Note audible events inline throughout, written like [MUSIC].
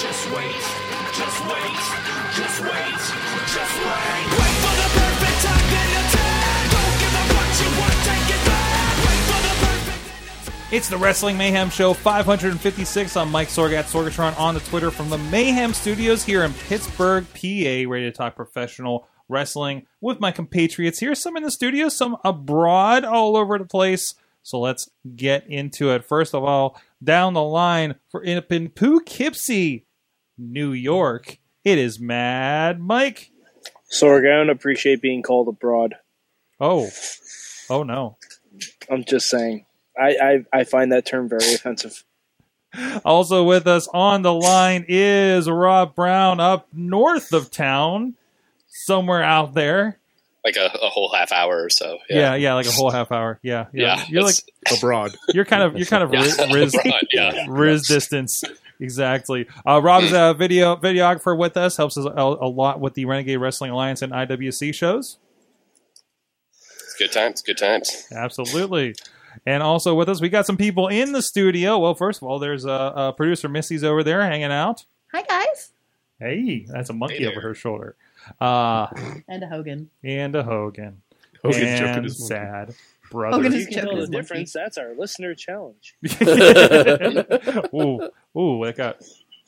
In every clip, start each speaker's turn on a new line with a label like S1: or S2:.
S1: just wait, just wait, just wait, just wait. Wait for the perfect time then attack. Don't give up what you want, take it back. Wait for the perfect.
S2: It's the Wrestling Mayhem Show 556. I'm Mike Sorg at Sorgatron on the Twitter from the Mayhem Studios here in Pittsburgh, PA, ready to talk professional wrestling with my compatriots here. Some in the studio, some abroad, all over the place. So let's get into it. First of all, down the line for in in Poughkeepsie, New York, it is Mad Mike.
S3: Sorg, I don't appreciate being called abroad.
S2: Oh, oh no.
S3: I'm just saying. I, I, I find that term very offensive.
S2: Also with us on the line is Rob Brown up north of town, somewhere out there.
S4: like a, a whole half hour or so.
S2: Yeah, yeah, like a whole half hour. Yeah, yeah.
S4: Yeah,
S2: you're like
S4: it's-
S5: abroad.
S2: you're kind of you're kind of
S4: [LAUGHS]
S2: riz, riz,
S4: Right, yeah.
S2: riz distance. Exactly. Uh, Rob is a video videographer with us. Helps us a, a lot with the Renegade Wrestling Alliance and IWC shows.
S4: It's [LAUGHS] good times. Good times.
S2: Absolutely. And also with us, we got some people in the studio. Well, first of all, there's uh, uh, producer Missy's over there hanging out.
S6: Hi guys.
S2: Hey, that's a monkey
S4: Hey there.
S2: over her shoulder. Uh,
S6: And Hogan.
S2: and a Hogan.
S5: Hogan's
S2: and
S5: joking his monkey.
S2: sad brother.
S6: Hogan
S3: You
S6: is
S3: can
S6: joking
S3: tell the
S6: his monkey.
S3: difference. That's our listener challenge.
S2: [LAUGHS] ooh, [LAUGHS] ooh, that got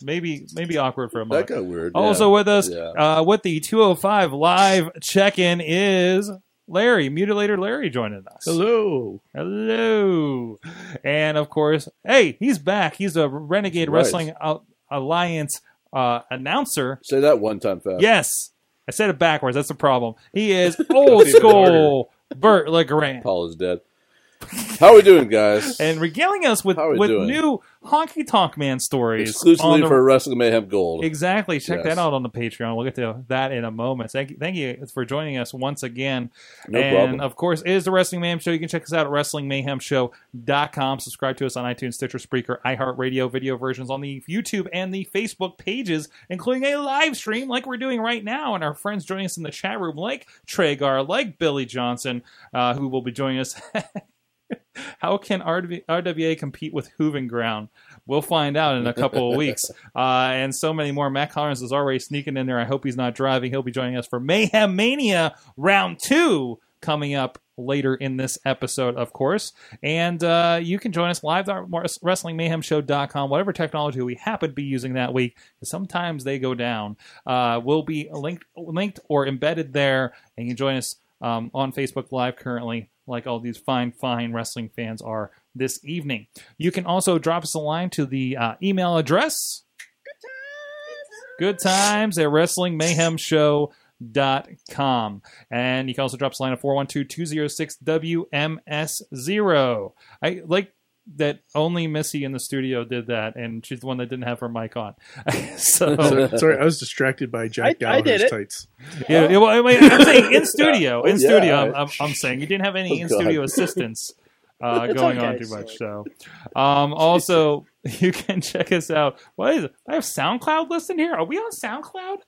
S2: maybe maybe awkward for a
S5: That
S2: moment.
S5: got weird.
S2: Also with us
S5: Yeah.
S2: uh, with the 205 live check-in is Larry, Mutilator Larry joining us.
S5: hello.
S2: Hello. And of course, hey, he's back. He's a Renegade
S5: Right.
S2: Wrestling Al- Alliance uh, announcer.
S5: Say that one time fast.
S2: Yes. I said it backwards. That's the problem. He
S5: [LAUGHS]
S2: is old
S5: even
S2: school Burt LeGrand.
S5: Paul is dead. How we doing, guys?
S2: And regaling us with,
S5: How are we
S2: with
S5: doing?
S2: new Honky Tonk Man stories.
S3: [LAUGHS]
S2: on
S5: exclusively
S2: the-
S5: for Wrestling Mayhem Gold.
S2: Exactly. Check
S5: Yes.
S2: that out on the Patreon. We'll get to that in a moment. Thank you, thank you for joining us once again.
S5: No
S2: and
S5: problem.
S2: of course, it is the Wrestling Mayhem Show. You can check us out at WrestlingMayhemShow.com. Subscribe to us on iTunes, Stitcher, Spreaker, iHeartRadio, video versions on the YouTube and the Facebook pages, including a live stream like we're doing right now. And our friends joining us in the chat room, like Tragar, like Billy Johnson, uh, who will be joining us. [LAUGHS] How can RW, RWA compete with Hooven Ground? We'll find out in a couple of weeks. Uh, and so many more. Matt Collins is already sneaking in there. I hope he's not driving. He'll be joining us for Mayhem Mania Round 2 coming up later in this episode, of course. And uh, you can join us live at WrestlingMayhemShow.com, whatever technology we happen to be using that week. 'cause Sometimes they go down. Uh, will be linked, linked or embedded there. And you can join us um, on Facebook Live currently, like all these fine, fine wrestling fans are this evening. You can also drop us a line to the uh, email address good times at wrestlingmayhemshow.com. And you can also drop us a line at 412-206-WMS0. I like that only Missy in the studio did that, and she's the one that didn't have her mic on. [LAUGHS] so
S7: [LAUGHS] sorry, sorry, I was distracted
S3: I-
S7: by
S3: I
S7: Jack
S3: did it.
S7: Gallagher's tights.
S2: [LAUGHS] yeah, yeah, well, I mean, I'm saying in studio, in
S5: Oh, yeah.
S2: studio. I'm, I'm, I'm saying you didn't have any
S5: Oh,
S2: in
S5: God.
S2: studio assistance uh,
S3: It's
S2: going
S3: okay,
S2: on too
S3: it's
S2: much. So, um, also [LAUGHS] you can check us out. What is? It? I have SoundCloud listed here. Are we on SoundCloud?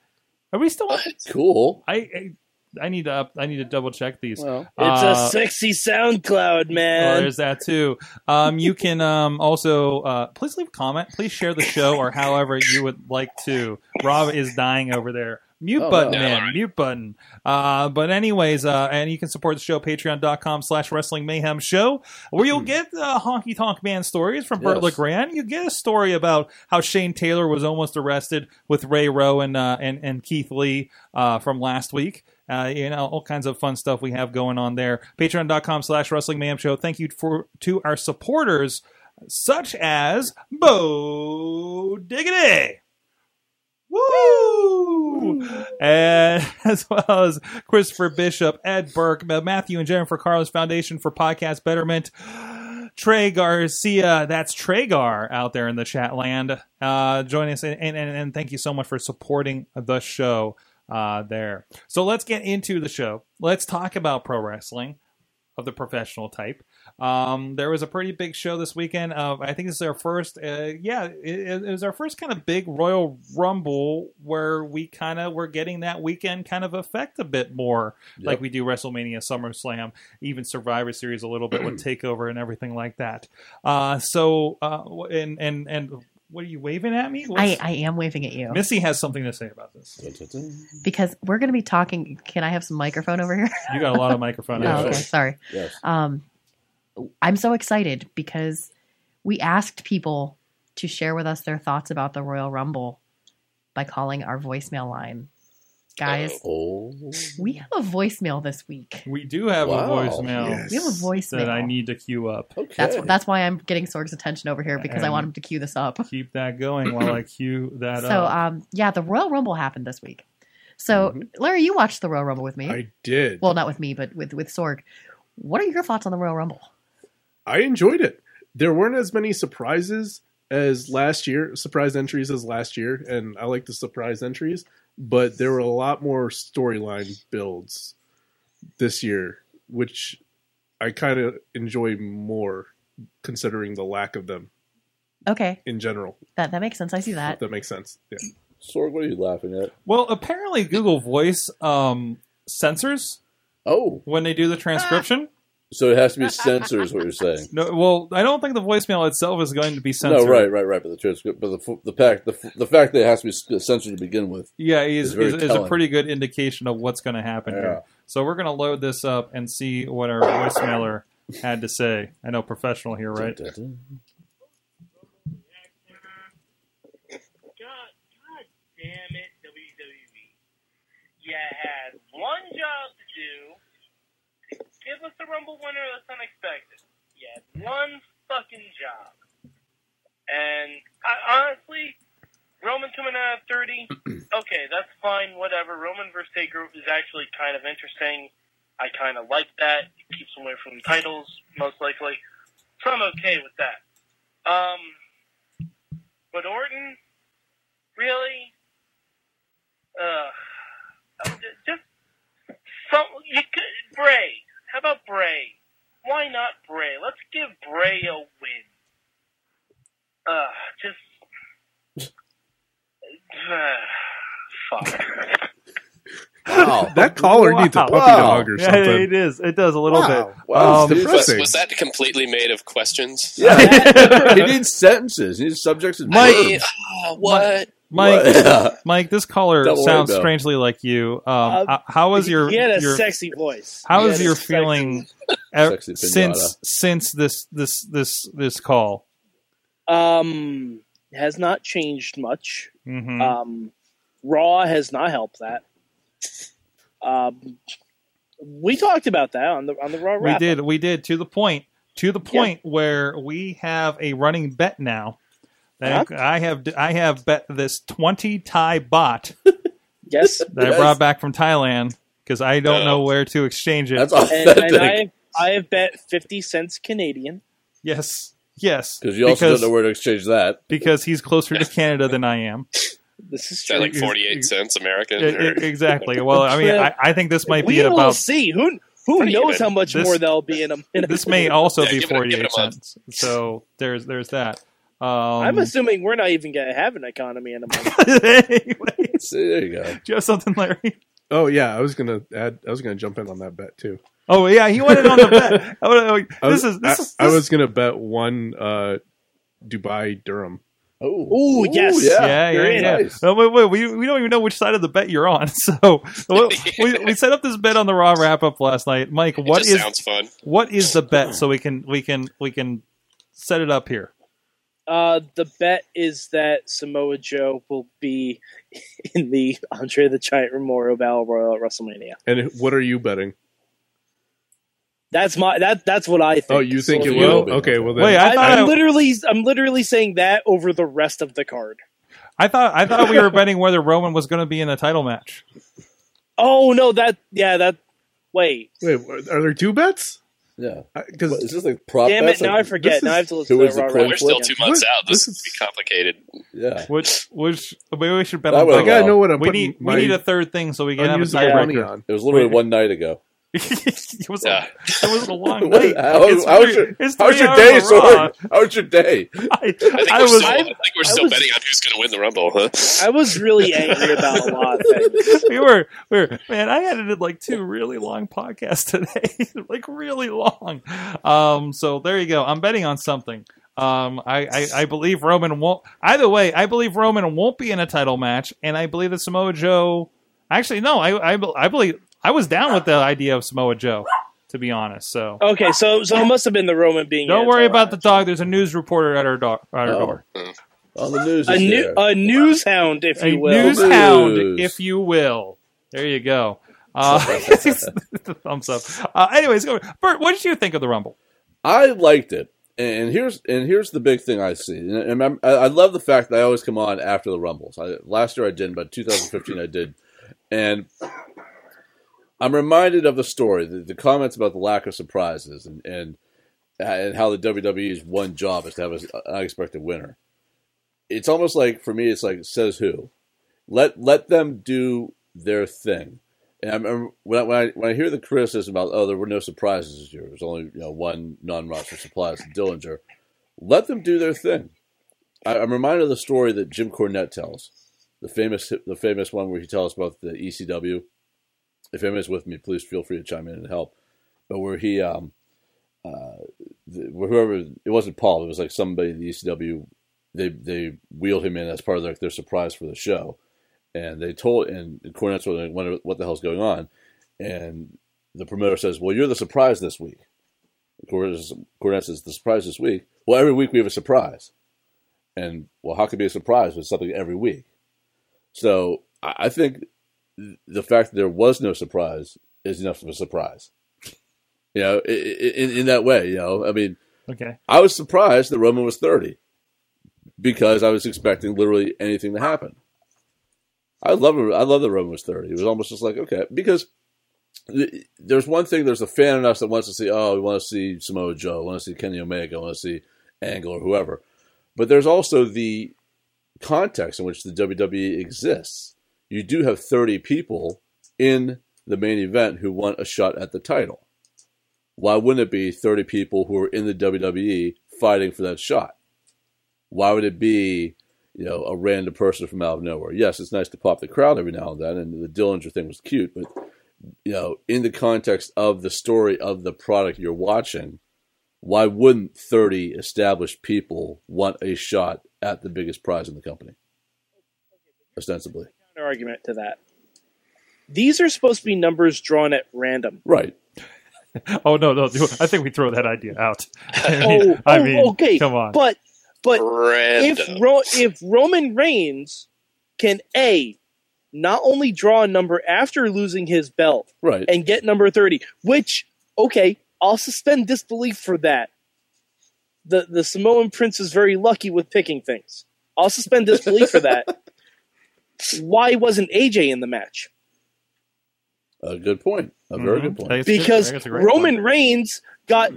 S2: Are we still? On?
S5: Cool.
S2: I, I I need to up, uh, I need to double check these.
S5: Well,
S3: It's
S2: Uh,
S3: a sexy SoundCloud,
S2: Oh,
S3: man.
S2: there's that too. Um, you can um, also uh, please leave a comment. Please share the show or however you would like to. Rob is dying over there. Mute
S5: Oh,
S2: button,
S5: no.
S2: man. Mute button. Uh, but anyways, uh, and you can support the show patreon.com slash wrestling mayhem show where you'll get uh, honky tonk man stories from Bert
S5: Yes.
S2: LeGrand. You get a story about how Shane Taylor was almost arrested with Ray Rowe and uh, and, and Keith Lee uh, from last week. Uh, you know, all kinds of fun stuff we have going on there. Patreon.com slash Wrestling Mayhem Show. Thank you for to our supporters such as Bo Diggity. Woo! And [LAUGHS] as well as Christopher Bishop, Ed Burke, Matthew and Jennifer Carlos Foundation for Podcast Betterment, Trey Garcia, that's Tragar out there in the chat land. Uh, join us and, and, and thank you so much for supporting the show uh, there. So let's get into the show. Let's talk about pro wrestling of the professional type. Um, there was a pretty big show this weekend. Of I think it's their first. Uh, yeah, it, it was our first kind of big Royal Rumble where we kind of were getting that weekend kind of effect a bit more,
S5: Yep.
S2: like we do WrestleMania, SummerSlam, even Survivor Series a little bit
S5: [CLEARS THROAT]
S2: with Takeover and everything like that. Uh, so uh, wh- and and and what are you waving at me?
S6: I,
S2: What's-
S6: I am waving at you
S2: Missy has something to say about this.
S6: because we're going to be talking. Can I have some microphone over here?
S2: You got a lot of microphone.
S6: [LAUGHS] oh,
S5: Yeah,
S6: okay.
S5: sure.
S2: access.
S6: Sorry.
S5: Yes.
S6: Um, I'm so excited because we asked people to share with us their thoughts about the Royal Rumble by calling our voicemail line. Guys,
S5: Oh.
S6: we have a voicemail this week.
S2: We do have a
S5: Wow.
S2: voicemail
S8: Yes.
S6: We have a voicemail.
S2: that I need to queue up.
S5: Okay.
S6: That's that's why I'm getting Sorg's attention over here because I want him to cue this up.
S2: Keep that going while I cue that
S6: So,
S2: up. Mm-hmm.
S6: um, yeah, the Royal Rumble happened this week. So, Larry, you watched the Royal Rumble with me.
S7: I did.
S6: well, not with me, but with with Sorg. What are your thoughts on the Royal Rumble?
S7: I enjoyed it. There weren't as many surprises as last year, surprise entries as last year, and I like the surprise entries, but there were a lot more storyline builds this year, which I kind of enjoy more considering the lack of them
S6: Okay,
S7: in general.
S6: that that makes sense. I see
S7: If
S6: that.
S7: that makes sense. Yeah.
S5: Sorg, what are you laughing
S6: um,
S5: at?
S2: well, apparently Google Voice um, censors
S5: Oh,
S2: when they do the transcription.
S5: so it has to be censors. What you're saying?
S2: No, well, I don't think the voicemail itself is going to be censored.
S5: No, right, right, right. But the transcript, but the f- the fact the, f- the fact that it has to be s- censored to begin with.
S2: Yeah, is,
S5: It's very
S2: is, is a
S5: telling.
S2: pretty good indication of what's going to happen
S5: Yeah.
S2: here. So we're going to load this up and see what our voicemailer had to say. I know professional here, right?
S9: God, God damn it, WWE. You had one job to do. Give us a Rumble winner that's unexpected. You had one fucking job. And I, honestly, Roman coming out at 30, okay, that's fine, whatever. Roman versus Taker is actually kind of interesting. I kind of like that. It keeps him away from titles, most likely. So I'm okay with that. Um, but Orton, really, uh, just some. You could, Bray. How about Bray? Why not Bray? Let's give Bray a win. Uh, just [SIGHS] fuck.
S5: Wow.
S7: [LAUGHS] That collar needs a puppy
S5: Wow.
S7: dog or
S2: Yeah,
S7: something.
S2: it is. It does a little
S5: Wow.
S2: bit.
S5: Wow.
S2: Um,
S7: It's
S4: Was,
S7: depressing.
S4: was that completely made of questions?
S2: [LAUGHS]
S5: Yeah, he needs sentences. He needs subjects and
S2: Mike-
S5: verbs.
S4: Uh, what?
S2: Mike,
S5: [LAUGHS] Yeah.
S2: Mike, this caller
S5: Don't worry
S2: sounds
S5: about it.
S2: strangely like you. Um,
S3: Uh,
S2: uh, how was your
S3: He had a
S2: your
S3: sexy voice.
S2: how
S3: He
S2: is
S3: had a
S2: your
S3: sexy-
S2: feeling [LAUGHS] ev-
S5: Sexy pinata.
S2: since since this this this this call?
S3: Um, has not changed much.
S2: hmm
S3: Um, Raw has not helped that. Um, we talked about that on the on the Raw.
S2: we
S3: wrap-up.
S2: did we did to the point to the point where we have a running bet now. That I have I have bet this twenty Thai bot
S3: Yes,
S2: that I
S5: Yes.
S2: brought back from Thailand because I don't
S4: Oh.
S2: know where to exchange it.
S5: That's
S3: and, and I
S5: authentic.
S3: have, I have bet fifty cents Canadian.
S2: yes, yes,
S5: Because you also
S2: because,
S5: don't know where to exchange that.
S2: because he's closer to Canada than I am.
S3: This is
S4: Is
S3: true.
S4: that like
S2: Is-
S4: 48 cents American?
S2: Yeah,
S4: or-
S2: e- exactly. Well, I mean, I, I think this might be
S3: we
S2: at
S3: will
S2: about.
S3: see who who
S4: Pretty
S3: knows
S4: even.
S3: how much
S2: This-
S3: more there'll be in a. In a
S2: This may also
S4: Yeah,
S2: be
S4: give it a- give it a
S2: forty-eight
S4: month.
S2: cents. So there's there's that. Um,
S3: I'm assuming we're not even going to have an economy in a
S2: [LAUGHS]
S3: month.
S2: anyways,
S5: See,
S3: uh,
S5: there you go.
S2: [LAUGHS] do you have something, Larry?
S7: Oh yeah, I was gonna add. I was gonna jump in on that bet too.
S2: Oh yeah, he went in on the
S7: [LAUGHS]
S2: bet. I would-
S7: I was,
S2: this is this
S7: I,
S2: is.
S7: I
S2: this-
S7: was gonna bet one uh, Dubai Durham.
S5: Oh,
S3: Ooh, yes.
S5: yeah.
S2: yeah, yeah,
S3: you're
S2: yeah.
S3: in.
S5: Nice.
S2: Uh, wait, wait, we, we don't even know which side of the bet you're on. [LAUGHS] So
S4: [LAUGHS]
S2: we, we, we set up this bet on the Raw wrap up last night. Mike,
S4: it
S2: what
S4: just
S2: is
S4: sounds fun.
S2: what is the bet so we can we can we can set it up here?
S3: Uh, the bet is that Samoa Joe will be [LAUGHS] in the Andre the Giant Memorial Battle Royal at WrestleMania.
S7: And what are you betting?
S3: That's my that that's what I think.
S7: Oh, you think
S5: So
S7: it
S5: you
S7: will?
S5: will be.
S7: Okay, well then.
S2: Wait, I
S3: I,
S2: thought
S3: I'm
S2: I,
S3: literally I'm literally saying that over the rest of the card.
S2: I thought I thought
S3: [LAUGHS]
S2: we were betting whether Roman was going to be in the title match.
S3: Oh no, that yeah that wait
S7: Wait, are there two bets?
S5: yeah.
S7: Because
S5: What, is this like prop?
S3: damn
S5: bets?
S3: it now [LAUGHS] I
S5: Like-
S3: forget
S7: this
S3: now I
S7: is-
S3: have to listen
S5: who
S3: to
S5: is
S3: the
S5: the
S3: Raw
S5: Well,
S4: We're
S3: Round.
S4: still two months
S7: What?
S4: out. This
S7: This
S4: would be
S7: is-
S4: complicated.
S5: Yeah.
S2: Which which maybe we should bet
S5: That
S2: on
S5: would've
S7: I
S2: both.
S7: gotta know what I'm
S2: We
S7: putting
S2: need
S7: my
S2: we need a third thing so we can have a
S7: unusable money
S2: tiebreaker.
S7: on.
S5: It was literally one night ago.
S2: [LAUGHS] it was
S4: Yeah.
S2: a, it was a
S5: [LAUGHS]
S2: long
S5: What-
S2: night.
S5: how-
S2: It's
S5: how's
S2: three-
S5: your-
S2: it's
S5: How's
S2: three
S5: your
S2: hours
S5: day,
S2: of Raw.
S5: Soren? How's your day?
S2: [LAUGHS] I,
S4: I think,
S2: I
S4: we're
S2: was
S4: still, I think we're still
S3: was-
S4: betting on who's going to win the Rumble, [LAUGHS] huh?
S3: I was really angry about a
S2: [LAUGHS]
S3: lot of things.
S2: we were we were man i edited like two really long podcasts today [LAUGHS] like really long um so there you go i'm betting on something um I, I i believe roman won't either way i believe roman won't be in a title match and i believe that samoa joe actually no i i, be- I believe i was down with the idea of samoa joe to be honest so
S3: Okay, so so it must have been the Roman being.
S2: don't
S3: in
S2: worry
S3: it,
S2: about the dog there's a news reporter at our, door at our
S5: Oh.
S2: door
S5: On the news.
S3: a
S5: is
S3: new
S5: there.
S3: a news hound, if
S2: a
S3: you will.
S2: news hound,
S5: News.
S2: if you will. There you go.
S5: [LAUGHS]
S2: Uh, [LAUGHS] the thumbs up. Uh, anyways, go Bert. What did you think of the Rumble?
S5: I liked it, and here's and here's the big thing I see. And and I'm- I, I love the fact that I always come on after the Rumbles. I, last year I didn't, but 2015 I did, and I'm reminded of the story, the, the comments about the lack of surprises, and and and how the WWE's one job is to have an unexpected winner. It's almost like for me, it's like says who, let let them do their thing. And I remember when I, when I, when I hear the criticism about, oh, there were no surprises this year. There was only you know one non-roster surprise, Dillinger. Let them do their thing. I, I'm reminded of the story that Jim Cornette tells, the famous the famous one where he tells about the ECW. If anyone's with me, please feel free to chime in and help. But where he, um, uh, the, whoever it wasn't Paul, it was like somebody in the ECW. They they wheeled him in as part of their, their surprise for the show and they told and Cornette's wondering what, what the hell's going on, and the promoter says, "Well, you're the surprise this week." Cornette says- Cornette says, "The surprise this week." Well, every week we have a surprise, and well, how could it be a surprise with something every week? So I I think th- the fact that there was no surprise is enough of a surprise. You know, i- i- in, in that way, you know, I mean,
S2: Okay.
S5: I was surprised that Roman was 30 because I was expecting literally anything to happen. I love I love that Roman was 30. It was almost just like, okay, because th- there's one thing, there's a fan in us that wants to see, oh, we want to see Samoa Joe, we want to see Kenny Omega, we want to see Angle or whoever. But there's also the context in which the WWE exists. You do have 30 people in the main event who want a shot at the title why wouldn't it be 30 people who are in the WWE fighting for that shot? Why would it be, you know, a random person from out of nowhere? Yes, it's nice to pop the crowd every now and then, and the Dillinger thing was cute, but, you know, in the context of the story of the product you're watching, why wouldn't 30 established people want a shot at the biggest prize in the company? Ostensibly.
S3: Counter argument to that. These are supposed to be numbers drawn at random.
S5: Right.
S2: [LAUGHS] Oh no, no. I think we throw that idea out. [LAUGHS] I mean,
S3: Oh,
S2: I
S3: oh,
S2: mean,
S3: okay.
S2: come on.
S3: But but if
S4: Random.
S3: Ro- if Roman Reigns can a not only draw a number after losing his belt
S5: Right.
S3: and get number thirty, which okay, I'll suspend disbelief for that. The the Samoan prince is very lucky with picking things. I'll suspend disbelief for that. Why wasn't AJ in the match?
S5: A good point. A very good point.
S3: Because Roman Reigns got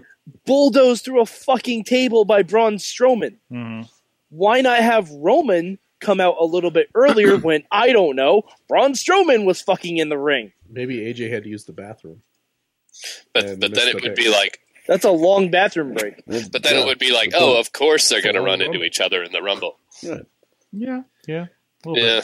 S3: bulldozed through a fucking table by Braun Strowman.
S2: Mhm.
S3: why not have Roman come out a little bit
S2: [CLEARS THROAT]
S3: earlier when I don't know Braun Strowman was fucking in the ring?
S7: Maybe AJ had to use the bathroom.
S4: But,
S7: And
S4: but
S7: missed
S4: then
S7: the
S4: it would
S7: pick.
S4: be like,
S3: That's a long bathroom break.
S4: but then
S5: Yeah.
S4: it would be like,
S5: Good
S4: oh,
S5: point.
S4: of course they're going to
S2: Oh,
S4: run into
S2: Rumble.
S4: each other in the Rumble.
S5: Yeah.
S2: Yeah. Yeah. A little bit.
S4: Yeah,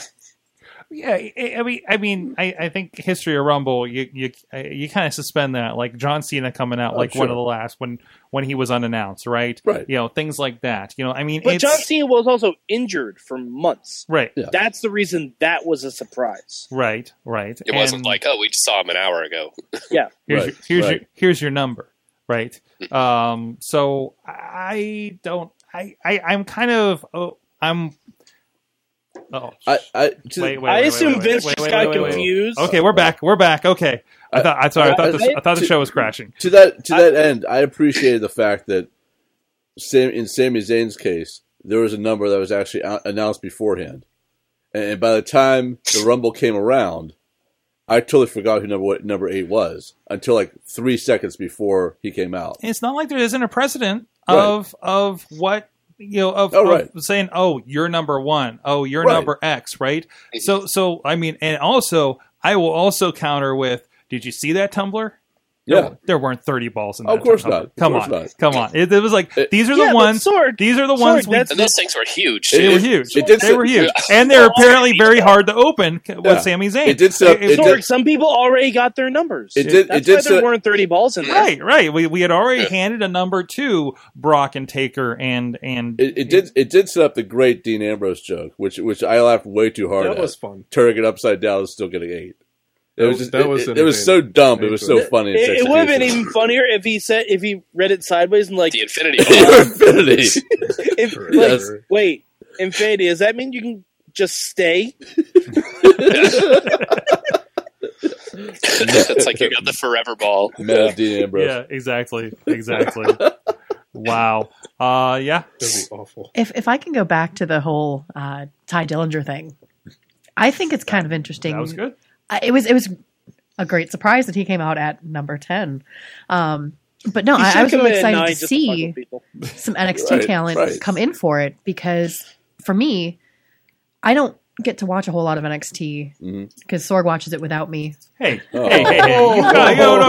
S2: Yeah, I- I mean, I mean, I, I think history of Rumble, you you uh, you kind of suspend that, like John Cena coming out
S5: Oh,
S2: like one
S5: sure.
S2: of the last when when he was unannounced, right?
S5: Right.
S2: You know, things like that. You know, I mean,
S3: But
S2: it's,
S3: John Cena was also injured for months.
S2: right,
S5: Yeah.
S3: That's the reason that was a surprise.
S2: right, right.
S4: it wasn't
S2: And-
S4: like, oh, we just saw him an hour ago.
S3: Yeah.
S2: here's
S5: Right,
S2: your, here's your
S5: right.
S2: here's your number right um so i don't i, I i'm kind of oh i'm [LAUGHS] oh
S5: I, I, to-
S2: wait, wait,
S3: I
S2: wait,
S3: assume
S2: wait,
S3: Vince
S2: wait,
S3: just
S2: wait,
S3: got
S2: wait, wait, wait.
S3: confused.
S2: okay we're back we're back okay i
S5: I-
S2: thought i sorry i thought this i thought the
S5: to-
S2: show was crashing
S5: to that to that end, I appreciated the fact that Sam, in Sami Zayn's case, there was a number that was actually out- announced beforehand, and, and by the time the Rumble came around, I totally forgot who number what number eight was until like three seconds before he came out.
S2: it's not like there isn't a precedent
S5: Right.
S2: of of what you know of,
S5: Oh,
S2: of
S5: right.
S2: saying oh you're number one oh you're
S5: Right.
S2: number x right so so i mean and also i will also counter with did you see that tumblr
S5: Yeah.
S2: There, there weren't 30 balls in
S5: Of
S2: that.
S5: course
S2: Come-
S5: not. Of
S2: Come
S5: course
S2: on.
S5: not. Uh,
S2: Come on. It, it was like,
S5: It-
S2: these are the
S3: yeah, but
S2: ones.
S3: sword.
S2: These are the
S3: Sorry,
S2: ones we
S3: that's-
S4: And those things were huge.
S5: It-
S2: they
S4: too.
S2: were
S5: is-
S2: huge.
S5: it did
S2: they
S5: say-
S2: were huge, and they're apparently very hard to open c- with
S5: Yeah.
S2: Sami Zayn.
S5: It did say-
S2: It- it-
S5: it
S3: Sorg,
S5: did-
S3: some people already got their numbers.
S5: It did-
S3: That's
S5: it did
S3: why there
S5: say-
S3: weren't 30 balls in there.
S2: right, right. We we had already
S4: Yeah.
S2: handed a number to Brock and Taker, and and
S5: It, it did it did set up the great Dean Ambrose joke, which which I laughed way too hard
S7: That
S5: at.
S7: was fun.
S5: Turning it upside down is still getting eight. It
S7: That-
S5: was just,
S7: that
S5: it,
S7: was
S5: it, it was so
S7: entertaining.
S5: dumb. It
S7: I
S5: was so
S7: enjoyed it.
S5: funny. in its
S3: It, it would have been
S5: execution.
S3: even funnier if he said if he read it sideways and like,
S4: The Infinity Ball.
S5: [LAUGHS] Infinity.
S3: [LAUGHS] if,
S7: Sure.
S3: like
S5: Yes.
S3: wait, infinity. Does that mean you can just
S5: [LAUGHS]
S3: stay?
S4: [LAUGHS] it's like you got the Forever
S5: [LAUGHS]
S4: Ball.
S5: Mad Dean Ambrose.
S2: yeah, exactly, exactly. [LAUGHS] wow. Uh, yeah.
S7: That'd be awful.
S6: If if I can go back to the whole uh, Ty Dillinger thing, I think it's kind of interesting.
S2: That was good.
S6: I- it was it was a great surprise that he came out at number ten. Um, but no,
S3: He
S6: I, I
S3: should've
S6: was
S3: come
S6: really
S3: in at nine
S6: excited to
S3: just fuck
S6: see
S3: with
S2: [LAUGHS]
S3: people.
S6: some NXT
S5: Right,
S6: talent
S5: right.
S6: come in for it because for me, I don't get to watch a whole lot of NXT
S5: Mhm.
S6: because Sorg watches it without me.
S2: Mm-hmm. Hey,
S5: Oh.
S2: hey, hey, hey! You got, no, no,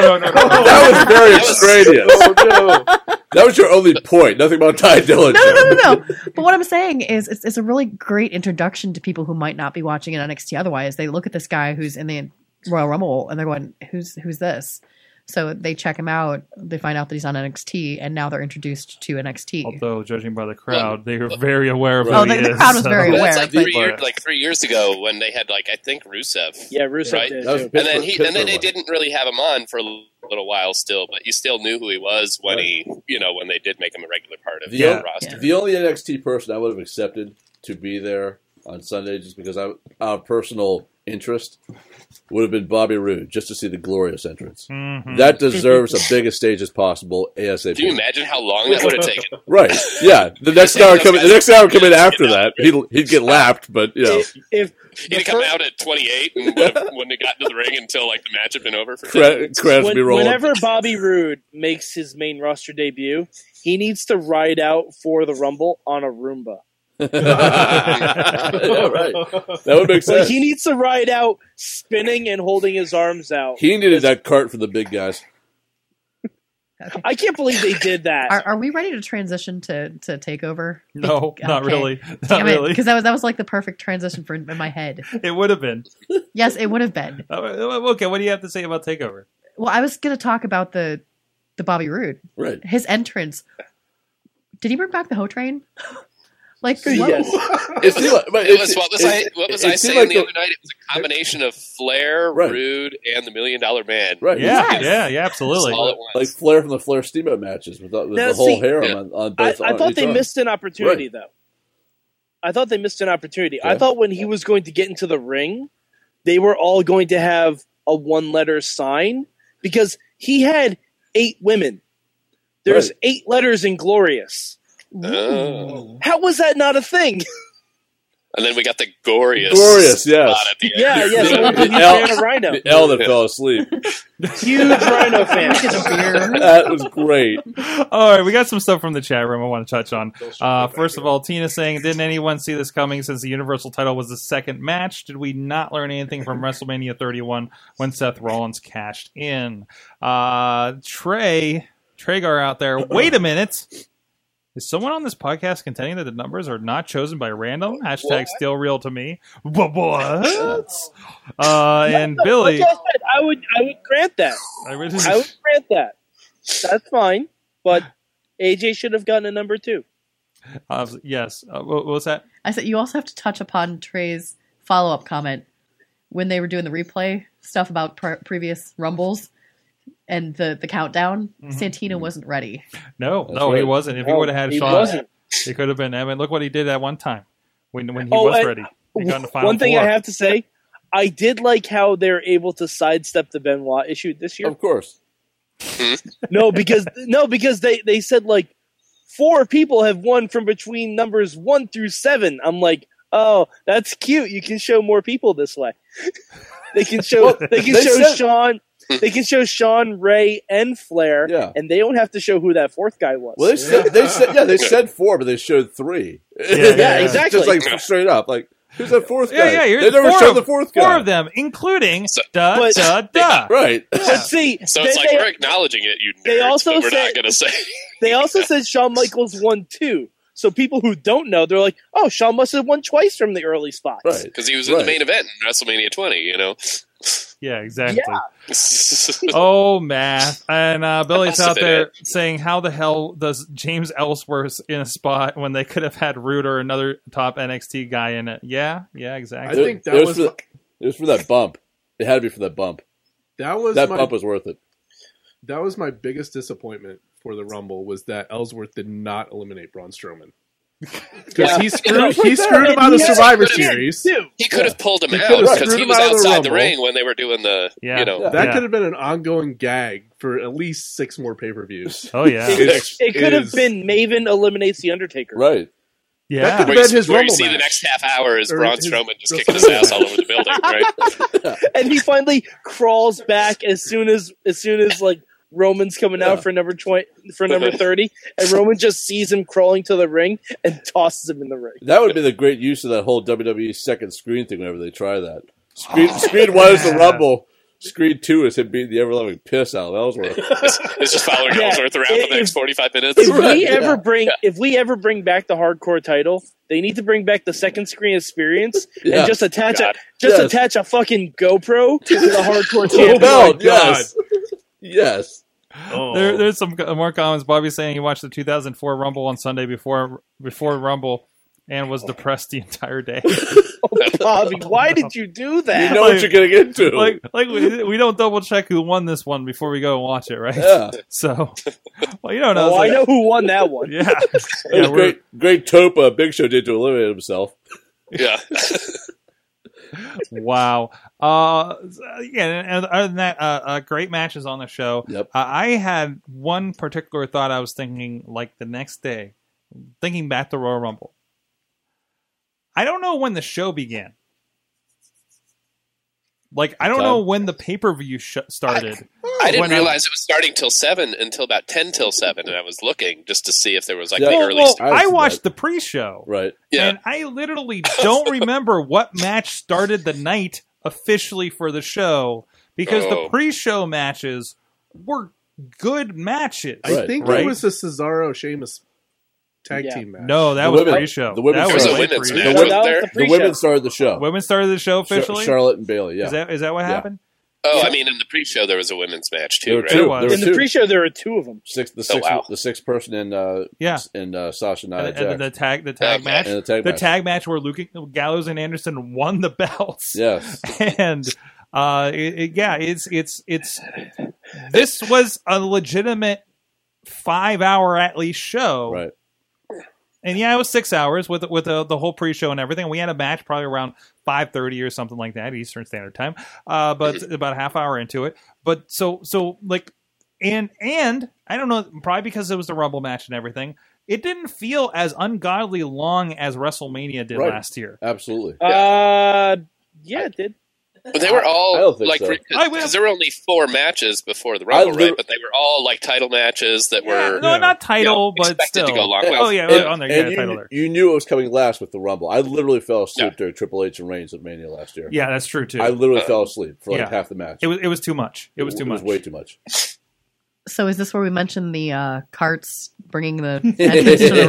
S2: no, no, no, no, no, no.
S5: That was very extraneous.
S7: Oh no!
S5: That was your only point. Nothing about Ty Dillinger.
S6: No, no, no, no, no. but what I'm saying is, it's, it's a really great introduction to people who might not be watching an NXT otherwise. They look at this guy who's in the Royal Rumble and they're going, "Who's who's this?" So they check him out. They find out that he's on NXT, and now they're introduced to NXT.
S2: Although, judging by the crowd, they were very aware of who
S6: Oh,
S2: he
S6: the- the
S2: is,
S6: crowd was
S2: so-
S6: very
S4: Well,
S6: aware.
S4: that's like
S6: but-
S4: three, year, like three years ago when they had like I think Rusev,
S3: Yeah, Rusev
S4: Right.
S3: did.
S5: That was
S3: too.
S4: and then he
S5: Pittsburgh
S4: and then they
S5: one.
S4: didn't really have him on for a little while still, but you still knew who he was when he you know when they did make him a regular part of
S5: Yeah.
S4: the roster.
S5: [LAUGHS] The only NXT person I would have accepted to be there on Sunday, just because I, out of personal interest, would have been Bobby Roode, just to see the glorious entrance.
S2: Mhm.
S5: That deserves a big a stage as possible ASAP.
S4: Can you imagine how long that would have taken?
S5: [LAUGHS] Right? Yeah. The
S4: [LAUGHS]
S5: next
S4: Yeah,
S5: hour
S4: those
S5: coming. The
S4: guys-
S5: next hour coming after that, he'd he'd get lapped, but you know,
S3: If, [LAUGHS] if
S4: He'd
S3: the
S4: have come
S3: fir-
S4: out at 28 and would have, wouldn't have gotten to the ring until like the match had been over. For ten
S5: cre-
S4: minutes.
S5: credits
S3: when-
S5: be rolling.
S3: whenever Bobby Roode makes his main roster debut, he needs to ride out for the Rumble on a Roomba.
S5: [LAUGHS] yeah, right. That would make
S3: Like
S5: sense.
S3: he needs to ride out spinning and holding his arms out.
S5: He needed that cart for the big guys.
S6: Okay.
S3: I can't believe they did that.
S6: Are, are we ready to transition to to takeover?
S2: No, not
S6: Okay.
S2: really, not really.
S6: because that was that was like the perfect transition for in my head.
S2: It would have been
S6: Yes, it would have been.
S2: Uh, okay. What do you have to say about Takeover?
S6: Well, I was going to talk about the the Bobby Roode,
S5: Right.
S6: his entrance. Did he bring back the Ho
S5: [LAUGHS]
S6: Train? like what?
S3: Yes.
S5: It seemed like, but
S4: It was what was
S5: it-
S4: I what was
S5: it
S4: I
S5: seemed
S4: saying
S5: like
S4: the, other night? It was a combination of Flair,
S5: Right.
S4: Rude, and the Million Dollar Man.
S5: Right.
S2: Yeah,
S6: Yes.
S2: yeah, yeah. Absolutely.
S4: All at
S5: like
S4: once.
S5: Flair from the Flair Steamboat matches with the, with
S3: Now,
S5: the whole
S3: see,
S5: harem
S4: Yeah.
S5: on, on
S3: I,
S5: both.
S3: I
S5: on
S3: thought
S5: each
S3: they
S5: arm.
S3: missed an opportunity, though. I thought they missed an opportunity. I
S5: Yeah.
S3: thought when he was going to get into the ring, they were all going to have a one letter sign because he had eight women. There's
S5: Right.
S3: eight letters in Glorious.
S4: Oh.
S3: How was that not a thing?
S4: And then we got the glorious,
S5: Glorious, yes.
S4: spot at the end.
S3: yeah,
S4: [LAUGHS]
S3: yeah. Someone
S5: [LAUGHS] The
S3: who's a huge
S5: L-
S3: fan of Rhino.
S5: The L that fell asleep.
S7: [LAUGHS]
S3: Huge Rhino fan.
S4: [LAUGHS]
S5: That was great.
S2: [LAUGHS] All right, we got some stuff from the chat room I want to touch on. Uh, first of all, Tina saying, "Didn't anyone see this coming? Since the Universal Title was the second match, did we not learn anything
S3: [LAUGHS]
S2: from WrestleMania 31 when Seth Rollins cashed in?" Uh, Trey, Tragar out
S3: [CLEARS THROAT]
S2: there. Wait a minute. Is someone on this podcast contending that the numbers are not chosen by random? Hashtag still real to me. [LAUGHS] Wha-
S3: [LAUGHS]
S2: What? Uh, and Billy,
S3: Like I said, I would, I would grant that.
S2: I really- [LAUGHS]
S3: I would grant that. That's fine. But AJ should have gotten a number two.
S2: uh, yes. Uh, what what was that?
S6: I said you also have to touch upon Trey's follow up comment when they were doing the replay stuff about pre- previous rumbles and the the countdown.
S5: Mm-hmm.
S6: Santina wasn't ready.
S2: No,
S5: That's
S2: no, he
S5: right.
S2: wasn't. If he
S3: No,
S2: would have had a
S3: he
S2: shot,
S3: wasn't.
S2: it could have been. I mean, look what he did at one time when when he
S3: Oh,
S2: was
S3: I-
S2: ready. He got in the final
S3: One thing
S2: four.
S3: I have to say, I did like how they're able to sidestep the Benoit issue this year.
S5: Of course.
S3: no, because no, because they they said like four people have won from between numbers one through seven. I'm like, oh, that's cute. You can show more people this way. [LAUGHS] they can show they can
S5: they
S3: show
S5: said-
S3: Sean. They can show Sean, Ray, and Flair,
S5: Yeah.
S3: and they don't have to show who that fourth guy was.
S5: Well, they [LAUGHS] said they said yeah they said four, but they showed three.
S2: yeah,
S3: yeah.
S5: Just like straight up, like Who's that fourth
S2: Yeah,
S5: guy?
S2: yeah. Here's
S5: they never
S2: four
S5: showed
S2: of,
S5: the fourth guy.
S2: Four of them, including
S4: So-
S2: da
S3: But-
S2: da
S3: [LAUGHS]
S2: da.
S5: [LAUGHS] Right.
S3: But see,
S4: [LAUGHS] So it's
S3: they,
S4: like
S3: they-
S4: we're acknowledging it, you nerds,
S3: they also
S4: but we're
S3: said-
S4: not going to
S5: [LAUGHS]
S4: say.
S3: they also said Shawn Michaels won two. So people who don't know, they're like, "Oh, Shawn must have won twice from the early spots."
S5: Right.
S4: Because he was in
S5: Right.
S4: the main event in WrestleMania 20, you know?
S2: Yeah, exactly.
S4: [LAUGHS] That's
S2: Oh, math. And uh, Billy's
S4: That must
S2: out
S4: have been
S2: there saying, "How the hell does James Ellsworth in a spot when they could have had Root or another top NXT guy in it?" Yeah, yeah,
S7: I
S2: exactly.
S7: think that
S5: There's
S7: was
S5: the- It was for that bump. It had to be for that bump.
S7: that was
S5: That
S7: my
S5: bump was worth it.
S7: that was my biggest disappointment for the Rumble was that Ellsworth did not eliminate
S4: [LAUGHS]
S7: Braun Strowman because
S3: Yeah.
S7: he screwed
S5: right
S7: he screwed
S3: there.
S7: him out of
S3: Yeah.
S7: Survivor
S4: Yeah.
S7: Series.
S3: Two.
S4: He could have pulled him
S7: He
S4: out
S7: could have
S4: because
S7: screwed
S4: he
S7: him
S4: was
S7: out of the
S4: outside the
S7: Rumble.
S4: ring when they were doing the,
S2: Yeah.
S4: you know,
S5: Yeah.
S7: That
S2: Yeah.
S7: could have been an ongoing gag for at least six more pay per views.
S2: [LAUGHS] Oh yeah,
S3: [LAUGHS] It,
S5: Is-
S3: it could have
S7: [LAUGHS] is-
S3: been Maven eliminates the Undertaker.
S5: Right.
S2: yeah.
S7: could
S4: where,
S7: But
S4: you,
S7: his
S4: where you
S7: Rumble
S4: see the
S7: match.
S4: next half hour is
S7: Or
S4: Braun
S7: his-
S4: Strowman just kicking his ass all over
S3: [LAUGHS]
S4: the building, right?
S3: And he finally crawls back as soon as as soon as like Roman's coming
S5: Yeah.
S3: out for number twenty for
S4: [LAUGHS]
S3: number thirty, and Roman just sees him crawling to the ring and tosses him in the ring.
S5: That would be the great use of that whole WWE second screen thing whenever they try that. Screen, screen one is the
S2: Oh,
S5: Rumble. Screen two is him beating the ever loving piss out
S4: [LAUGHS]
S5: of Ellsworth.
S4: It's, it's just following
S3: Yeah.
S4: Ellsworth around for
S3: If-
S4: the next 45 minutes.
S3: If
S5: Right,
S3: we
S5: yeah.
S3: ever bring if we ever bring back the hardcore title, they need to bring back the second screen
S5: [LAUGHS]
S3: experience
S5: Yeah.
S3: and just attach
S4: God.
S3: a just
S5: Yes.
S3: attach a fucking GoPro to
S5: [LAUGHS]
S3: the hardcore
S5: To the
S3: champion.
S4: Oh,
S5: belt, yes. Yes.
S2: There, there's some co- more comments. Bobby saying he watched the 2004 Rumble on Sunday before before Rumble and was depressed the entire
S3: [LAUGHS]
S2: day.
S3: Bobby, why did you do that?
S5: You know what you're getting into.
S2: like like we, we don't double check who won this one before we go and watch it, right?
S5: yeah.
S2: [LAUGHS] So, well, you don't know.
S3: oh, I
S2: It's
S3: know who
S2: [LAUGHS]
S3: won that one. [LAUGHS]
S2: like- Yeah,
S5: That
S2: yeah.
S5: was
S2: We're,
S5: great, great tope uh, Big Show did to eliminate himself.
S4: Yeah.
S2: Wow. Uh, yeah, and and other than that, uh, uh, great matches on the show.
S5: Yep.
S2: Uh, I had one particular thought I was thinking, like the next day, thinking back to Royal Rumble. I don't know when the show began. Like, I don't
S5: Okay.
S2: know when the pay per view sh- started.
S4: uh, I didn't
S2: When I-
S4: realize it was starting till 7 until about 10 till 7, and I was looking just to see if there was like
S5: Yeah.
S4: the
S5: Well,
S4: early.
S2: well,
S4: stuff.
S5: I
S2: I
S5: was
S2: watched the pre show.
S5: Right.
S4: Yeah.
S2: And I literally don't remember what match started the night officially for the show because the
S4: Oh.
S2: pre-show matches were good matches.
S7: I
S5: Right,
S7: think
S2: right.
S7: it was the Cesaro Sheamus tag
S3: Yeah.
S7: team match.
S2: No, that
S5: The
S2: was
S5: women-
S2: pre-show.
S5: the women
S2: that
S4: There's
S2: was
S4: a
S5: started-
S2: way
S4: women's
S2: pre-show.
S4: match,
S5: The
S3: No,
S5: women-
S4: wasn't
S3: that
S4: there?
S3: was the
S5: The
S3: pre-show.
S5: women started the show.
S2: Women started the show
S5: Char-
S2: officially.
S5: Charlotte and Bailey, yeah.
S2: Is that is that what
S5: Yeah.
S2: happened?
S4: Oh, I mean, in the pre-show there was a women's match
S5: [LAUGHS] there
S4: too,
S5: were
S4: right?
S5: two.
S2: was.
S5: There were
S3: In the
S5: two.
S3: pre-show, there were two of them.
S5: six, the
S4: Oh,
S5: six,
S4: wow.
S5: the six person in uh,
S2: Yeah.
S5: in uh, Sasha and, Nia
S2: And, and
S5: Jax.
S2: the tag the tag
S4: Yeah.
S2: match.
S5: And the tag
S2: the
S5: match.
S2: tag match where Luke Gallows and Anderson won the belts.
S5: Yes.
S2: [LAUGHS] and uh it, it- yeah it's it's it's this was a legitimate five hour at least show
S5: Right.
S2: and yeah it was six hours with with uh, the, the whole pre-show and everything we had a match probably around 5.30 or something like that eastern standard time uh
S5: [CLEARS THROAT]
S2: but about a half hour into it but so so like and and i don't know probably because it was the rumble match and everything it didn't feel as ungodly long as wrestlemania did
S5: Right.
S2: last year
S5: Absolutely.
S3: Uh, yeah, it did.
S4: But they were
S5: I don't
S4: all
S5: think
S4: like
S5: so.
S2: I will-
S4: because there were only four matches before the Rumble,
S5: lit-
S4: right? But they were all like title matches that
S2: Yeah,
S4: were
S2: no, not title,
S4: you know,
S2: but
S4: expected
S2: still.
S4: to go long.
S2: Oh yeah,
S5: And-
S2: on there,
S5: and
S2: yeah,
S5: you,
S2: title there.
S5: you knew it was coming last with the Rumble. I literally fell asleep
S4: Yeah.
S5: during Triple H and Reigns at Mania last year.
S2: Yeah, that's true too.
S5: I literally
S4: Uh,
S5: fell asleep for like
S2: yeah.
S5: half the match.
S2: it was it was too much. It was too much.
S5: way too much.
S6: So is this where we mentioned the uh, carts bringing
S5: [LAUGHS]
S6: the entrance to the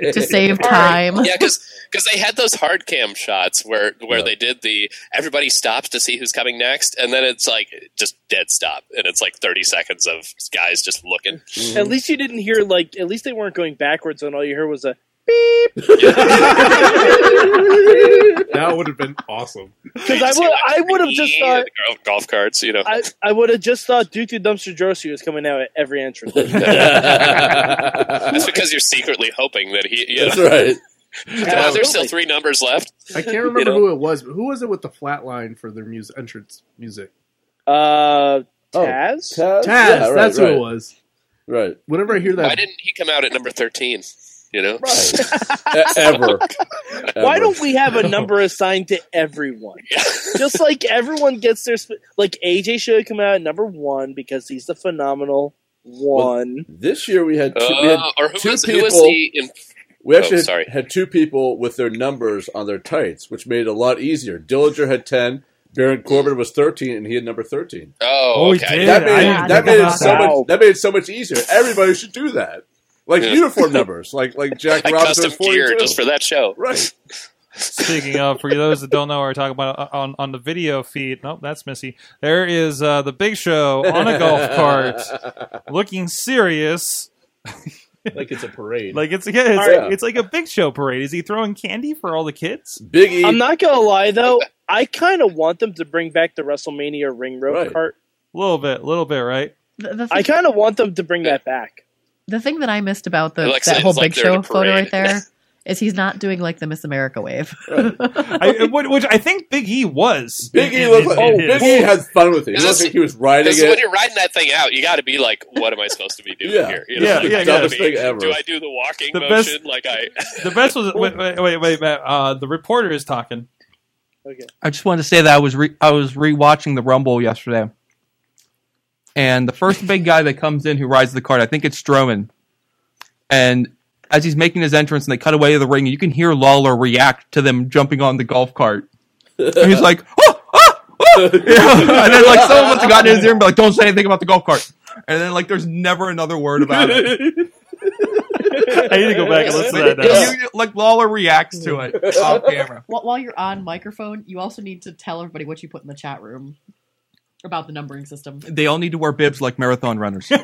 S6: ring
S4: [LAUGHS]
S6: to save time?
S4: Yeah, because they had those hard cam shots where where
S5: Yeah.
S4: they did the everybody stops to see who's coming next, and then it's like just dead stop, and it's like thirty seconds of guys just looking.
S3: Mm-hmm.
S5: Mm-hmm.
S3: At least you didn't hear like. At least they weren't going backwards, and all you heard was
S5: [LAUGHS]
S3: a.
S7: That would have been awesome.
S3: Because
S4: [LAUGHS]
S3: I would, I would have just thought.
S4: Golf- golf carts, you know. [LAUGHS]
S3: I, I would have just thought Duke the Dumpster Drosy was coming out at every entrance.
S4: [LAUGHS]
S5: [LAUGHS]
S4: That's because you're secretly hoping that he. You know,
S5: That's
S4: [LAUGHS]
S5: right.
S4: "Oh, there's still
S3: Absolutely.
S4: three numbers left. [LAUGHS]
S7: I can't remember
S4: know?
S7: who it was, but who was it with the flat line for their music entrance music?
S3: Uh,
S5: Oh,
S3: Taz?
S5: Taz,
S7: Taz,
S5: Yeah, right,
S7: that's
S5: right,
S7: who it was.
S5: Right.
S7: Whenever I hear that,
S4: Why didn't he come out at number thirteen? You
S3: [LAUGHS]
S4: know,
S5: E- Ever.
S3: Why
S5: Ever.
S3: don't we have a number assigned to everyone? Just like everyone gets their sp- like AJ should have come out at number one because he's the phenomenal one.
S5: This year we had two, we had
S4: Uh, or who
S5: two
S4: was, who
S5: people.
S4: was the in,
S5: We actually had-
S4: sorry.
S5: had two people with their numbers on their tights, which made it a lot easier. Dillinger had ten, Baron Corbin was thirteen, and he had number thirteen.
S4: Oh,
S2: Oh, he
S4: okay.
S2: did.
S5: that
S2: I
S5: made
S6: didn't
S5: that
S6: think
S5: made it
S6: about
S5: so
S3: that. Wow.
S5: much that made it so much easier. Everybody should do that, like
S4: Yeah.
S5: uniform numbers, like like
S4: [LAUGHS]
S5: Jack
S4: Like
S5: Robinson
S4: custom
S5: was
S4: gear
S5: 42.
S4: just for that show.
S5: right.
S2: Speaking of, for those that don't know, what we're talking about uh, on on the video feed. Nope, that's Missy. There is uh, the Big Show on a golf cart,
S5: [LAUGHS]
S2: looking serious,
S7: like it's a parade.
S2: like it's yeah, it's,
S5: Yeah.
S2: it's like a Big Show parade. Is he throwing candy for all the kids?
S5: Big E.
S3: I'm not gonna lie though, I kind of want them to bring back the WrestleMania ring rope
S5: Right.
S3: cart.
S2: A little bit, a little bit, right?
S6: The, the,
S3: I
S6: thing,
S3: kind of want them to bring that back.
S6: the thing that I missed about the,
S4: Like I said,
S6: that whole
S4: it's like
S6: Big
S4: they're in
S6: Show
S4: a
S6: photo right
S4: parade. [LAUGHS]
S6: there is he's not doing like the Miss America wave.
S2: I, which which I think Big E was.
S5: Big
S2: in-
S5: E
S2: in-
S5: looked
S2: in- in
S5: like, oh,
S2: his.
S5: Big E had fun with it. He
S4: Is
S5: looked
S4: this-
S5: like he was riding
S4: Because when
S5: it.
S4: you're riding that thing out, you got to be like, "What am I supposed to be doing
S5: Yeah.
S4: here?"
S2: Yeah,
S4: do [LAUGHS]
S2: yeah,
S4: I
S2: yeah.
S4: gotta be-
S5: Best thing ever.
S4: Do I do the walking
S2: The best-
S4: motion? Like I,
S2: The best
S4: [LAUGHS]
S2: was wait, wait, wait, wait Matt, uh, the reporter is talking.
S3: Okay.
S10: I just wanted to say that I was re- I was rewatching the Rumble yesterday, and the first big guy that comes in who rides the cart, I think it's Strowman, and as he's making his entrance and they cut away to the ring, you can hear Lawler react to them jumping on the golf cart. And he's like, "Oh, oh, oh!" [LAUGHS] You know? and then like someone must have gotten in his ear and be like, "Don't say anything about the golf cart." And then like, there's never another word about it.
S2: [LAUGHS] I need to go back and listen to that.
S10: [LAUGHS] You-
S2: Now.
S10: you- like Lawler reacts to
S6: [LAUGHS]
S10: it off camera.
S6: While while you're on microphone, you also need to tell everybody what you put in the chat room about the numbering system.
S10: they all need to wear bibs like marathon
S7: [LAUGHS]
S10: runners. and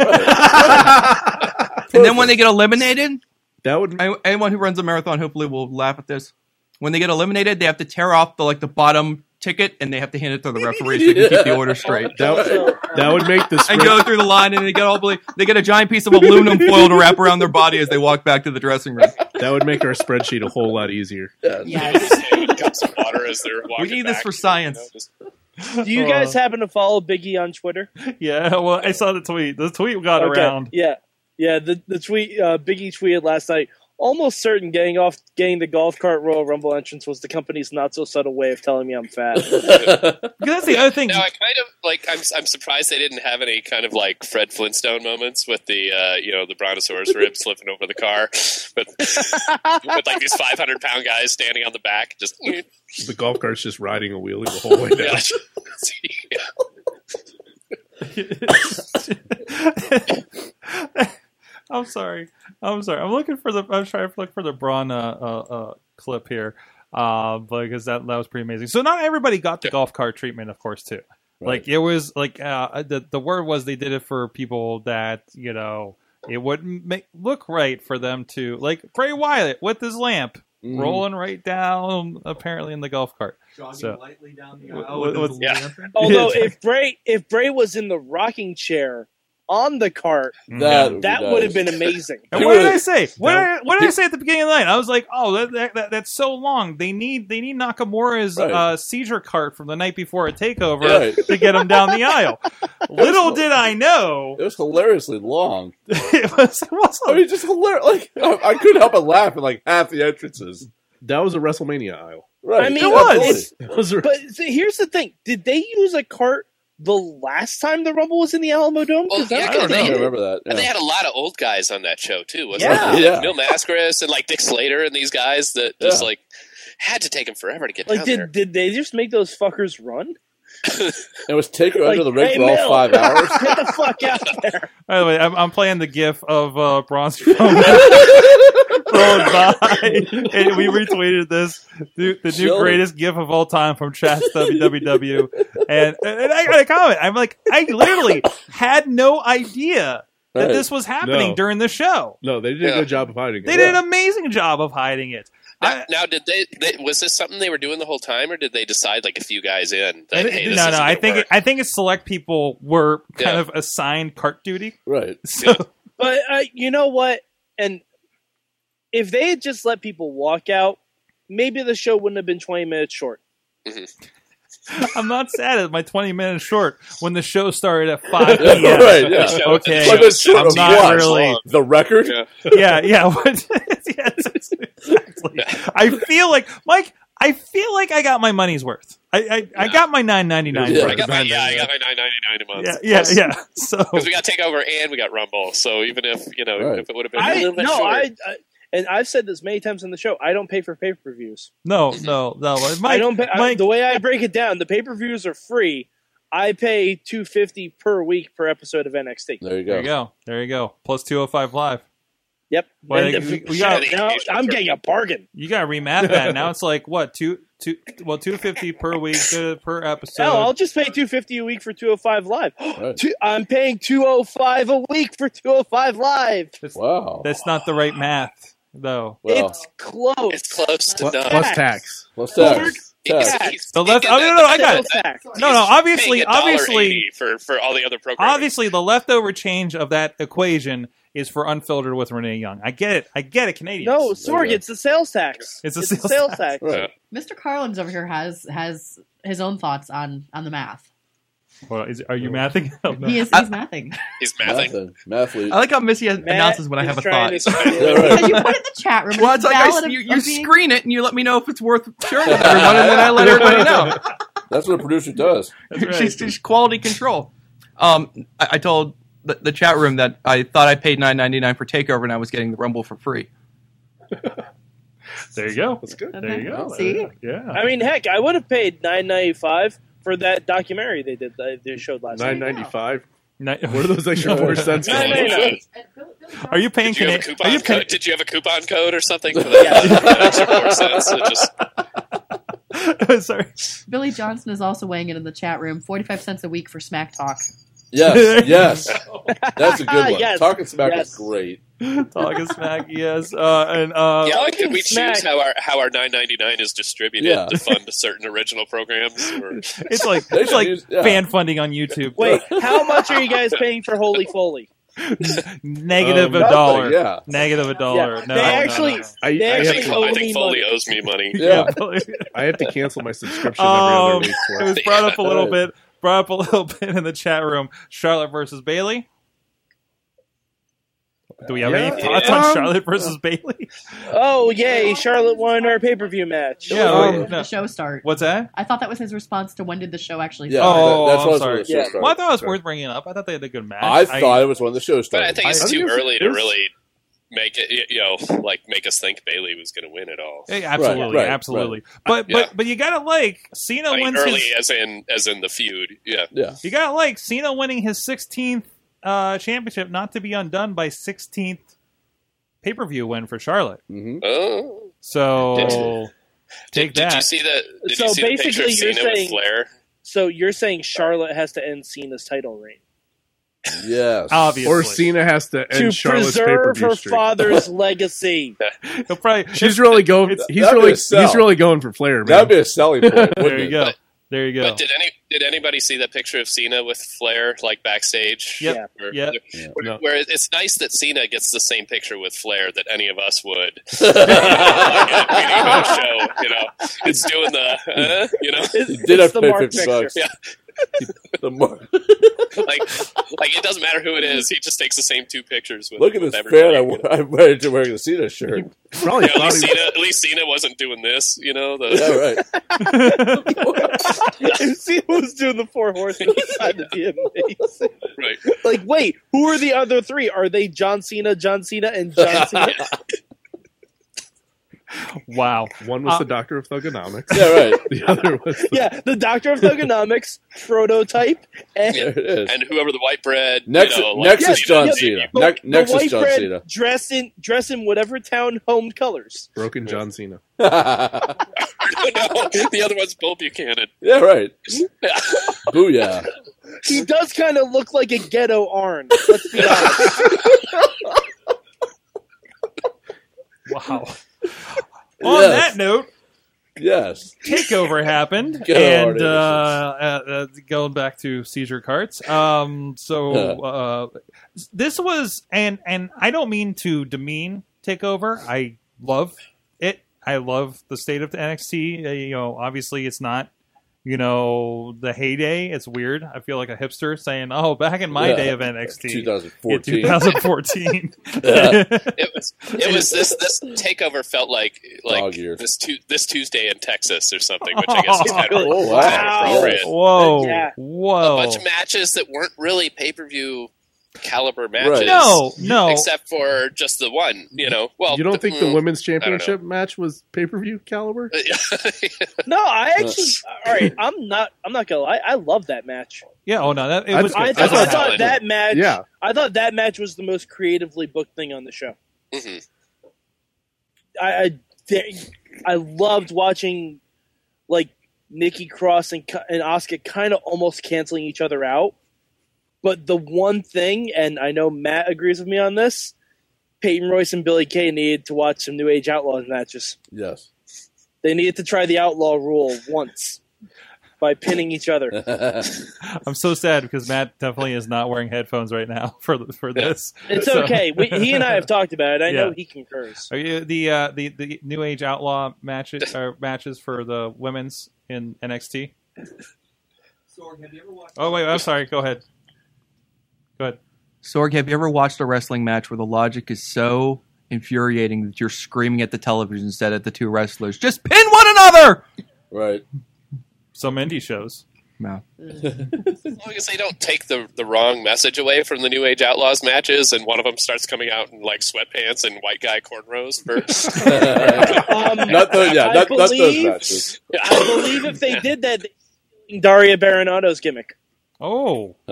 S10: then when they get eliminated,
S7: that would
S10: any- anyone who runs a marathon hopefully will laugh at this. When they get eliminated, they have to tear off the like the bottom ticket and they have to hand it to the referee so they can keep the order straight.
S7: that,
S5: [LAUGHS]
S7: that would make the
S10: And
S7: sprint,
S10: go through the line and they get all ble- they get a giant piece of aluminum foil to wrap around their
S7: [LAUGHS]
S10: body as they walk back to the dressing room.
S7: that would make our spreadsheet a whole lot easier.
S3: [LAUGHS]
S6: Yes.
S4: cups of water as they're walking.
S10: need this
S4: back, Uh-huh.
S10: for
S4: you know,
S10: science.
S4: just-
S3: Do you guys happen to follow Biggie on Twitter?
S2: [LAUGHS] Yeah, well, I saw the tweet. The tweet got around.
S3: Yeah, yeah. The the tweet uh, Biggie tweeted last night. Almost certain getting off getting the golf cart Royal Rumble entrance was the company's not so subtle way of telling me I'm fat.
S2: Because that's the other thing.
S4: Now I kind of like. I'm I'm surprised they didn't have any kind of like Fred Flintstone moments with the uh, you know the brontosaurus rib slipping over the car,
S3: [LAUGHS]
S4: with with like these 500 pound guys standing on the back, just
S7: The golf cart's just riding a wheelie the
S5: Oh,
S4: [LAUGHS]
S7: whole way down.
S2: I'm sorry. I'm sorry. I'm looking for the. I'm trying to look for the Braun uh, uh, uh, clip here, uh, because that that was pretty amazing. So not everybody got the golf cart treatment, of course, too. Like it was like uh, the the word was they did it for people that you know it wouldn't make, look right for them to like Bray Wyatt with his lamp
S5: Mhm.
S2: rolling right down apparently in the golf cart. So-
S10: lightly down
S2: the aisle with his
S4: Yeah.
S2: [LAUGHS]
S3: Although if Bray if Bray was in the rocking chair on the cart,
S5: That,
S3: that
S5: nice.
S3: would have been amazing.
S2: Mm-hmm. And
S5: He
S2: what did
S5: was-
S2: I say? What,
S5: No.
S2: did, I, what did I say at the beginning of the night? I was like, "Oh, that, that, that, that's so long. They need they need Nakamura's
S5: Right.
S2: uh, seizure cart from the night before a takeover
S5: Right.
S2: to get him down the
S5: [LAUGHS]
S2: aisle." Little
S5: That's-
S2: did I know,
S5: It was
S2: [LAUGHS]
S5: hilariously long.
S2: [LAUGHS] it was, it was
S5: I mean, just hilarious. Like I, I couldn't help but laugh at like half the entrances.
S7: That was a WrestleMania aisle.
S5: Right?
S3: I mean,
S2: It was.
S5: Absolutely.
S7: That was a-
S3: But see, here's the thing: did they use a cart the last time the Rumble was in the Alamo Dome?
S4: Well,
S3: 'Cause that
S4: Oh, yeah,
S3: was
S4: I don't
S5: I
S4: know.
S5: remember that.
S4: And they
S5: yeah.
S4: had a lot of old guys on that show too, wasn't
S3: Yeah.
S4: there?
S5: Yeah.
S4: Mil Mascaris and like Dick Slater and these guys that just
S5: Yeah.
S4: like had to take him forever to get
S3: Like,
S4: down
S3: did
S4: there.
S3: did they just make those fuckers run?
S5: It was Taker
S3: Like,
S5: under the ring
S3: hey,
S5: for all
S3: Mel.
S5: five hours.
S3: [LAUGHS] Get the fuck out of there!
S2: By the way, I'm, I'm playing the GIF of uh, Braun [LAUGHS] Strowman rolling by, and we retweeted this the, the new
S5: Chilling.
S2: greatest GIF of all time from Chats WWW, and and I got a comment. I'm like, I literally had no idea that
S5: Right.
S2: this was happening
S7: No.
S2: during the show.
S7: no, they did a
S4: Yeah.
S7: good job of hiding.
S2: They
S7: it.
S2: did an amazing job of hiding it.
S4: Now, now, did they, they? Was this something they were doing the whole time, or did they decide like a few guys in? That, hey, this
S2: no,
S4: isn't
S2: no, I
S4: gonna
S2: think
S4: work?
S2: it, I think it's select people were kind
S4: Yeah.
S2: of assigned cart duty.
S5: Right.
S2: So
S3: But uh, you know what? And if they had just let people walk out, maybe the show wouldn't have been 20 minutes short.
S4: Mm-hmm.
S2: [LAUGHS] I'm not sad at my 20 minutes short when the show started at
S5: [LAUGHS]
S2: 5 p.m.
S5: Right.
S4: The
S5: Yeah.
S4: show-
S2: Okay.
S4: the
S5: Like,
S4: show
S5: it's short
S2: I'm
S5: of
S2: not
S5: what?
S2: really-
S5: the record.
S4: Yeah.
S2: [LAUGHS] yeah, yeah. What, yes, exactly. I feel like Mike. I feel like I got my money's worth. I I, I got my nine ninety nine.
S5: Yeah.
S4: I got my, yeah, I got my nine ninety nine a month.
S2: Yeah, yeah, yeah. So
S4: Because we got Takeover and we got Rumble, so even if you know
S5: Right.
S4: if it would have been a
S3: I
S4: little bit
S3: no,
S4: shorter,
S3: I, I And I've said this many times on the show. I don't pay for pay per views.
S2: No, no, no. Mike,
S3: I don't. Pay, I-
S2: Mike,
S3: the way I break it down, the pay per views are free. I pay two fifty per week per episode of NXT.
S5: There you go.
S2: there you go. There you go. Plus 205 live.
S3: Yep.
S2: Well,
S3: And
S2: they-
S3: if-
S2: we- we got-
S3: now I'm getting a bargain.
S2: You got to remap
S5: [LAUGHS]
S2: that. Now it's like, what, two, two, well, 250 per week uh, per episode.
S3: Hell, I'll just pay two fifty a week for two hundred five live. [GASPS]
S5: Right.
S3: Two, I'm paying two hundred five a week for two hundred five live.
S5: Wow.
S2: That's not the right math, though.
S5: Oh. well,
S3: it's close.
S4: It's close to
S7: Plus,
S4: none.
S7: plus tax.
S5: plus
S3: Third-
S5: tax.
S4: He's-
S5: Tax.
S4: he's
S2: So let's-
S4: thinking
S2: oh, no,
S4: that
S2: no, no, I got it.
S3: Sales tax.
S2: No, no,
S4: he's
S2: obviously,
S4: paying $1.80
S2: obviously,
S4: for for all the other programming.
S2: obviously, the leftover change of that equation is for unfiltered with Renee Young. I get it. I get it, Canadians.
S3: No,
S5: There you
S3: Sorg,
S5: go.
S3: it's the sales tax.
S2: It's the
S3: the
S2: sales
S3: sales
S2: tax.
S3: tax.
S5: Right.
S6: Mr. Carlin's over here has has his own thoughts on on the math.
S2: Well, is, are you mathing? [LAUGHS] Oh, no.
S6: He is he's
S10: [LAUGHS]
S6: mathing.
S4: he's mathing.
S5: Nothing. Mathlete.
S10: I like how Missy has-
S3: Matt
S10: announces when I
S3: is
S10: have a
S3: trying
S10: thought.
S3: to-
S10: [LAUGHS]
S6: [LAUGHS]
S5: Yeah, right.
S6: So you put it in the chat room.
S10: Well, it's like I s-
S6: valid
S10: you,
S6: of-
S10: you
S6: of being-
S10: screen it and you let me know if it's worth sharing with everyone, and then I
S6: [LAUGHS]
S10: let everybody know.
S5: That's what a producer does.
S2: That's right.
S10: she's, she's quality control. Um, I, I told the, the chat room that I thought I paid nine ninety nine for Takeover, and I was getting the Rumble for free.
S2: There you go.
S7: That's good.
S2: There you go.
S6: See?
S2: Yeah.
S3: I mean, heck, I would have paid nine ninety five for that documentary they did that they showed last
S7: Nine
S3: night.
S7: ninety five. What
S2: Ni-
S7: are those
S2: [LAUGHS]
S7: extra four cents?
S3: No, no,
S7: for?
S3: no.
S2: Are you paying?
S4: Did you have a
S2: Cana-
S4: coupon
S2: are you
S4: code?
S2: paying?
S4: Did you have a coupon code or something
S5: [LAUGHS]
S4: for that? that extra four cents? It just-
S2: Sorry.
S6: Billy Johnson is also weighing in in the chat room. Forty five cents a week for smack talk.
S2: [LAUGHS]
S10: [LAUGHS]
S5: Yes, yes. That's
S6: [LAUGHS]
S5: a good one.
S3: Yes,
S5: Talking smack
S3: yes.
S5: is great.
S2: Talking smack. Yes. Uh, and [LAUGHS] uh,
S4: yeah, like, did we
S3: smack.
S4: choose how our how our nine ninety nine is distributed
S5: Yeah.
S4: to fund certain original programs?
S2: [LAUGHS]
S4: Or,
S2: it's like
S5: They
S2: it's
S5: should
S2: like
S5: use- yeah.
S2: fan funding on YouTube.
S3: Wait,
S2: [LAUGHS]
S3: how much are you guys paying for Holy Foley?
S2: Negative
S7: Um,
S2: a
S7: nothing,
S2: dollar.
S5: yeah.
S2: Negative a dollar.
S3: Yeah.
S2: No,
S3: They
S2: no, no,
S3: actually-
S2: no.
S7: I,
S3: They
S7: I
S4: I
S7: have
S4: think
S3: actually owe
S7: to,
S4: I
S3: me
S4: think Foley
S3: money.
S4: owes me [LAUGHS]
S2: [LAUGHS]
S4: money.
S5: Yeah.
S7: I have to cancel my subscription every other
S2: Um,
S7: week.
S2: it
S7: for-
S2: was brought up a little
S5: Yeah.
S2: bit. Brought up a [LAUGHS] little bit in the chat room. Charlotte versus Bailey. Do we have any
S7: Yeah.
S2: thoughts
S3: Um,
S7: Yeah.
S2: on Charlotte versus
S5: [LAUGHS]
S2: Bailey?
S3: Oh yay, Charlotte won our pay per view match.
S2: Yeah,
S6: When
S2: um,
S6: did
S2: no.
S6: the show start?
S2: What's that?
S6: I thought that was his response to when did the show actually
S5: Yeah,
S6: start.
S2: Oh,
S5: that, that's
S2: I'm
S5: what
S2: sorry.
S5: I was gonna
S3: Yeah.
S5: say. Sorry.
S2: Well, I thought it was
S7: Sorry.
S2: worth bringing up. I thought they had a good match.
S5: I thought it was one of the shows.
S4: But I think
S2: I
S4: it's
S7: think
S4: too
S7: it's-
S4: early to
S7: it's-
S4: really make it. You know, like make us think Bailey was going to win at all.
S2: Yeah, Eh, absolutely,
S5: right, Uh,
S2: absolutely. But
S4: Yeah.
S2: but but you gotta like Cena
S4: Like
S2: wins
S4: early
S2: his.
S4: as in as in the feud. Yeah,
S5: Yeah,
S2: You gotta like Cena winning his 16th uh, championship, not to be undone by 16th pay per view win for Charlotte.
S5: hmm
S4: Oh.
S2: So take
S4: did, Did you
S2: that.
S4: see the? Did
S3: So
S4: you see the picture of
S3: basically you're
S4: Cena with
S3: saying-
S4: Flair?
S3: So you're saying Charlotte has to end Cena's title reign
S5: yes.
S2: Obviously,
S7: Or Cena has to end
S3: to
S7: Charlotte's pay per
S3: preserve her
S7: view
S2: [LAUGHS]
S7: streak.
S3: father's legacy?
S2: He'll probably
S7: [LAUGHS]
S2: [LAUGHS]
S7: She's really going. He's
S5: that'd be
S7: really
S5: a sell.
S7: he's really going for Flair, man.
S5: That'd be a
S2: [LAUGHS]
S5: selling
S7: [LAUGHS]
S5: point. wouldn't
S2: there. You
S5: it?
S2: go. There you go.
S4: But did any did anybody see that picture of Cena with Flair like backstage?
S2: Yep.
S4: Where,
S2: Yep.
S5: Yeah.
S4: where-
S7: No.
S4: where it's nice that Cena gets the same picture with Flair that any of us would.
S5: [LAUGHS]
S4: [LAUGHS] Like, we need a show, you know, it's doing the, uh, you know,
S3: It's,
S5: You did
S3: it's
S5: have
S3: the
S5: to pay
S3: Mark
S5: fifty
S3: picture.
S5: bucks.
S4: Yeah. [LAUGHS]
S5: The mar-
S4: like, like it doesn't matter who it is. He just takes the same two pictures. With,
S5: Look at
S4: with
S5: this fan.
S4: everybody,
S5: I,
S4: you know?
S5: [LAUGHS] wa- I'm ready to wear a Cena shirt.
S7: Probably
S4: You know, at,
S7: thought
S4: least
S7: he
S4: Cena, at least Cena wasn't doing this, you know. The,
S5: Yeah,
S4: [LAUGHS]
S5: right.
S3: and Cena was doing the four
S5: [LAUGHS]
S3: horsemen. That'd be amazing.
S4: right.
S3: Like, wait, who are the other three? Are they John Cena, John Cena, and
S4: [LAUGHS]
S3: John Cena?
S2: Wow.
S7: one was
S2: Uh,
S7: the doctor of thugonomics.
S5: Yeah, right.
S7: [LAUGHS] The other was
S3: yeah, the Doctor of Thugonomics prototype. And
S4: Yeah.
S5: [LAUGHS] There it is.
S4: And whoever the white bread,
S5: Next,
S4: you know, like,
S5: next is
S4: Cena,
S5: John
S4: you-
S5: Cena.
S3: the-
S5: Ne-
S3: the
S5: next
S3: white
S5: is John
S3: bread
S5: Cena.
S3: dress in dress in whatever town home colors.
S7: broken John Cena.
S5: [LAUGHS]
S4: no, the other one's Bull Buchanan.
S5: yeah, right.
S4: Yeah.
S5: [LAUGHS] Booyah.
S4: [LAUGHS]
S3: He does kind of look like a ghetto Arn. Let's be honest.
S4: [LAUGHS]
S2: Wow. On
S5: Yes.
S2: that note,
S5: Yes. [LAUGHS]
S2: takeover happened,
S5: Go,
S2: and
S5: Artie.
S2: uh, uh, uh, going back to seizure carts. Um,
S5: [LAUGHS]
S2: so uh, this was, and and I don't mean to demean takeover. I love it. I love the state of the NXT. Uh, you know, obviously it's not. You know the heyday. It's weird. I feel like a hipster saying, "Oh, back in my
S5: Yeah.
S2: day of NXT, yeah,
S5: 2014.
S2: [LAUGHS] 2014."
S5: [LAUGHS] Yeah.
S4: It was it was this this takeover felt like like
S5: Dog years.
S4: this tu- this Tuesday in Texas or something, which
S2: [LAUGHS]
S4: I guess is kind of
S5: Oh,
S4: kind of
S5: wow.
S4: appropriate.
S2: Whoa,
S3: Yeah.
S2: whoa!
S4: A bunch of matches that weren't really pay per view caliber matches.
S2: No, no.
S4: Except for just the one, you know. Well,
S7: you don't think the
S4: mm,
S7: women's
S4: don't know.
S7: championship match was pay per view caliber?
S3: No, I actually. all right, I'm not. I'm not gonna lie. I love that match.
S2: Yeah. Oh no, that, it
S7: I'd-
S2: was.
S3: I,
S2: good.
S4: That's
S3: thought, I
S4: what
S3: thought
S4: happened.
S3: that match.
S7: Yeah.
S3: I thought that match was the most creatively booked thing on the show.
S4: mhm.
S3: I I, they- I loved watching like Nikki Cross and Ka- and Oscar kind of almost canceling each other out. But the one thing, and I know Matt agrees with me on this, Peyton Royce and Billy Kay needed to watch some New Age Outlaws matches.
S5: Yes.
S3: They needed to try the Outlaw Rule once by pinning each other.
S7: [LAUGHS]
S2: I'm so sad because Matt definitely is not wearing headphones right now for for this.
S3: It's
S2: So-
S3: okay. We, he and
S2: [LAUGHS]
S3: I have talked about it. I know
S2: Yeah.
S3: he concurs.
S2: Are you the uh, the the New Age Outlaw
S3: [LAUGHS]
S2: matches uh, matches for the women's in NXT? Oh wait, I'm sorry. Go ahead. Go ahead.
S10: Sorg, have you ever watched a wrestling match where the logic is so infuriating that you're screaming at the television set at the two wrestlers, just pin one another?
S5: right.
S2: Some indie shows.
S10: No.
S4: As long as they don't take the the wrong message away from the New Age Outlaws matches, and one of them starts coming out in like sweatpants and white guy cornrows. For,
S3: Um,
S5: Not those. Yeah.
S3: I
S5: Not, not those
S3: believe-
S5: matches.
S3: I believe if they did that, they'd be Daria Baronado's gimmick.
S2: Oh, [LAUGHS]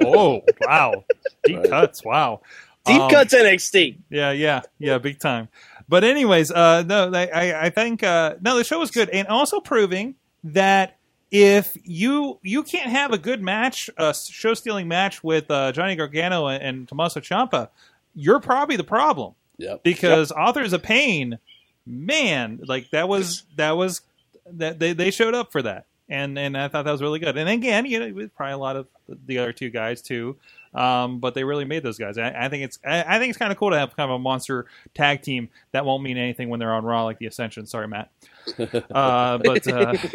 S2: oh, wow. Deep
S5: Right.
S2: cuts. Wow.
S3: Deep
S2: Um,
S3: cuts NXT.
S2: Yeah, yeah, yeah, big time. But anyways, uh, no, I, I, I think uh, no, the show was good, and also proving that if you you can't have a good match, a show stealing match with uh, Johnny Gargano and, and Tommaso Ciampa, you're probably the problem
S5: yep.
S2: because authors of pain, man, like that was that was that they, they showed up for that, and and I thought that was really good. And again, you know, with probably a lot of the other two guys too, um, but they really made those guys. I, I think it's I, I think it's kind of cool to have kind of a monster tag team that won't mean anything when they're on Raw, like the Ascension. Sorry, Matt, uh, but. Uh, [LAUGHS]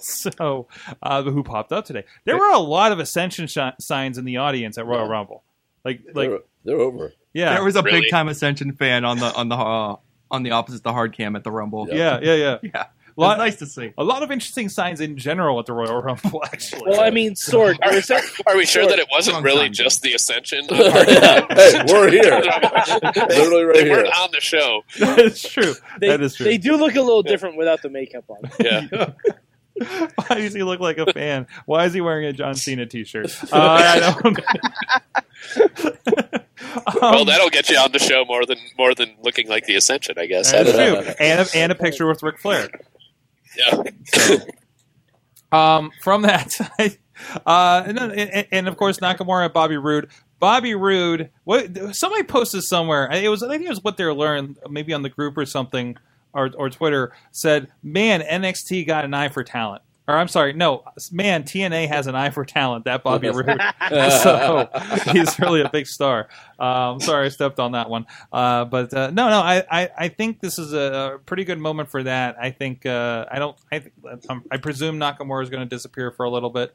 S2: So, uh, who popped up today? There were a lot of ascension shi signs in the audience at Royal Rumble. Like, like,
S5: they're, they're over.
S2: yeah,
S10: There was a
S4: Really?
S10: big time Ascension fan on the on the uh, on the opposite the hard cam at the Rumble.
S5: Yeah.
S2: yeah, yeah, yeah.
S10: [LAUGHS] Yeah.
S2: Lot-
S10: It's nice to see.
S2: a lot of interesting signs in general at the Royal Rumble, [LAUGHS] actually.
S3: Well, I mean, Sword.
S4: are,
S3: there was some-
S4: are we sure that it
S10: Long
S4: wasn't really
S10: time.
S4: just the Ascension?
S5: [LAUGHS] hey,
S4: [LAUGHS]
S5: we're here. Literally right
S4: they
S5: here.
S4: weren't on the show.
S2: [LAUGHS] that is true.
S3: they,
S2: that is true.
S3: They do look a little different without the makeup
S5: [LAUGHS]
S3: on.
S4: Yeah.
S2: [LAUGHS] Why does he look like a fan? Why is he wearing a John Cena T-shirt?
S4: [LAUGHS]
S2: Uh, I don't. um,
S4: well, that'll get you on the show more than more than looking like the Ascension, I guess. I
S2: that is
S4: don't know.
S2: true. And a, and a picture with Ric Flair.
S4: Yeah.
S2: Um, from that, [LAUGHS] I, uh, and, then- and, and of course Nakamura and Bobby Roode. Bobby Roode. What somebody posted somewhere. It was I think it was what they learned, maybe on the group or something, or or Twitter said, "Man, NXT got an eye for talent." Or I'm sorry, no, man, TNA has an eye for talent. That Bobby Roode. [LAUGHS] so he's really a big star. Um, sorry, I stepped on that one. Uh, but uh, no, no, I, I, I think this is a, a pretty good moment for that. I think uh, I don't. I think um, I presume Nakamura is going to disappear for a little bit,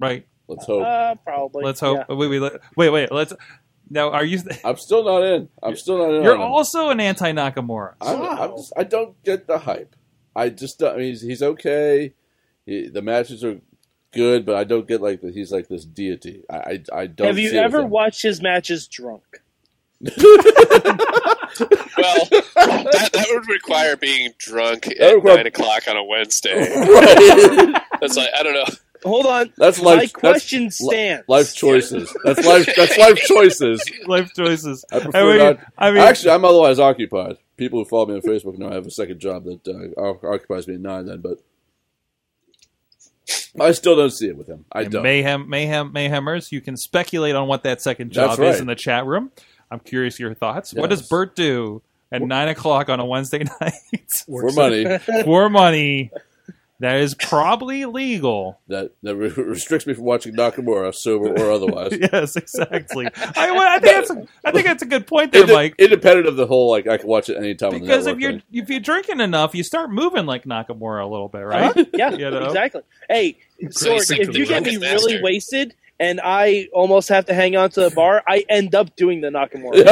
S2: right?
S5: Let's hope.
S3: Uh, probably.
S2: Let's hope. Wait, wait, let- wait, wait. Let's. Now, are you?
S5: I'm still not in. I'm still not in.
S2: You're
S5: on him.
S2: also an anti Nakamura.
S5: I'm, I'm just, I don't get the hype. I just don't, I mean, he's, he's okay. He, the matches are good, but I don't get like that. He's like this deity. I I, I
S3: Yeah.
S5: don't.
S3: Have you
S5: see it with
S3: ever
S5: him.
S3: watched his matches drunk?
S4: Well, that, that would require being drunk
S5: That
S4: at
S5: would require-
S4: nine o'clock on a Wednesday.
S5: Right.
S4: That's like I don't know.
S3: Hold on.
S5: That's
S3: My
S5: life. that's
S3: question
S5: li-
S3: stands.
S5: life choices.
S3: [LAUGHS]
S5: That's life. That's life choices.
S2: Life choices.
S5: I prefer not.
S2: I mean,
S5: Actually, I'm otherwise occupied. People who follow me on Facebook know I have a second job that uh, oc- occupies me at nine. Then, but I still don't see it with him. I
S2: And
S5: don't.
S2: Mayhem, mayhem, mayhemers. You can speculate on what that second
S5: That's
S2: job is
S5: right.
S2: in the chat room. I'm curious your thoughts. What
S5: Yes.
S2: does Bert do at nine o'clock on a Wednesday [LAUGHS] night
S5: For
S3: [LAUGHS]
S5: money
S2: [LAUGHS] for money that is probably legal?
S5: that that re- restricts me from watching Nakamura, sober or otherwise.
S2: [LAUGHS] Yes,
S5: [LAUGHS]
S2: exactly. I, well, I think that's a, I think that's a good point there,
S5: Inde-
S2: Mike.
S5: independent of the whole, like I can watch it anytime. on the
S2: Because if
S5: network
S2: you're
S5: thing.
S2: if you're drinking enough, you start moving like Nakamura a little bit, right?
S3: Uh-huh.
S2: [LAUGHS]
S3: Yeah,
S2: You know?
S3: exactly. Hey, Sword,
S4: he's like
S3: if
S4: the
S3: you get me
S4: drunken
S3: really
S4: master.
S3: wasted and I almost have to hang on to the bar, I
S5: [LAUGHS]
S3: end up doing the Nakamura.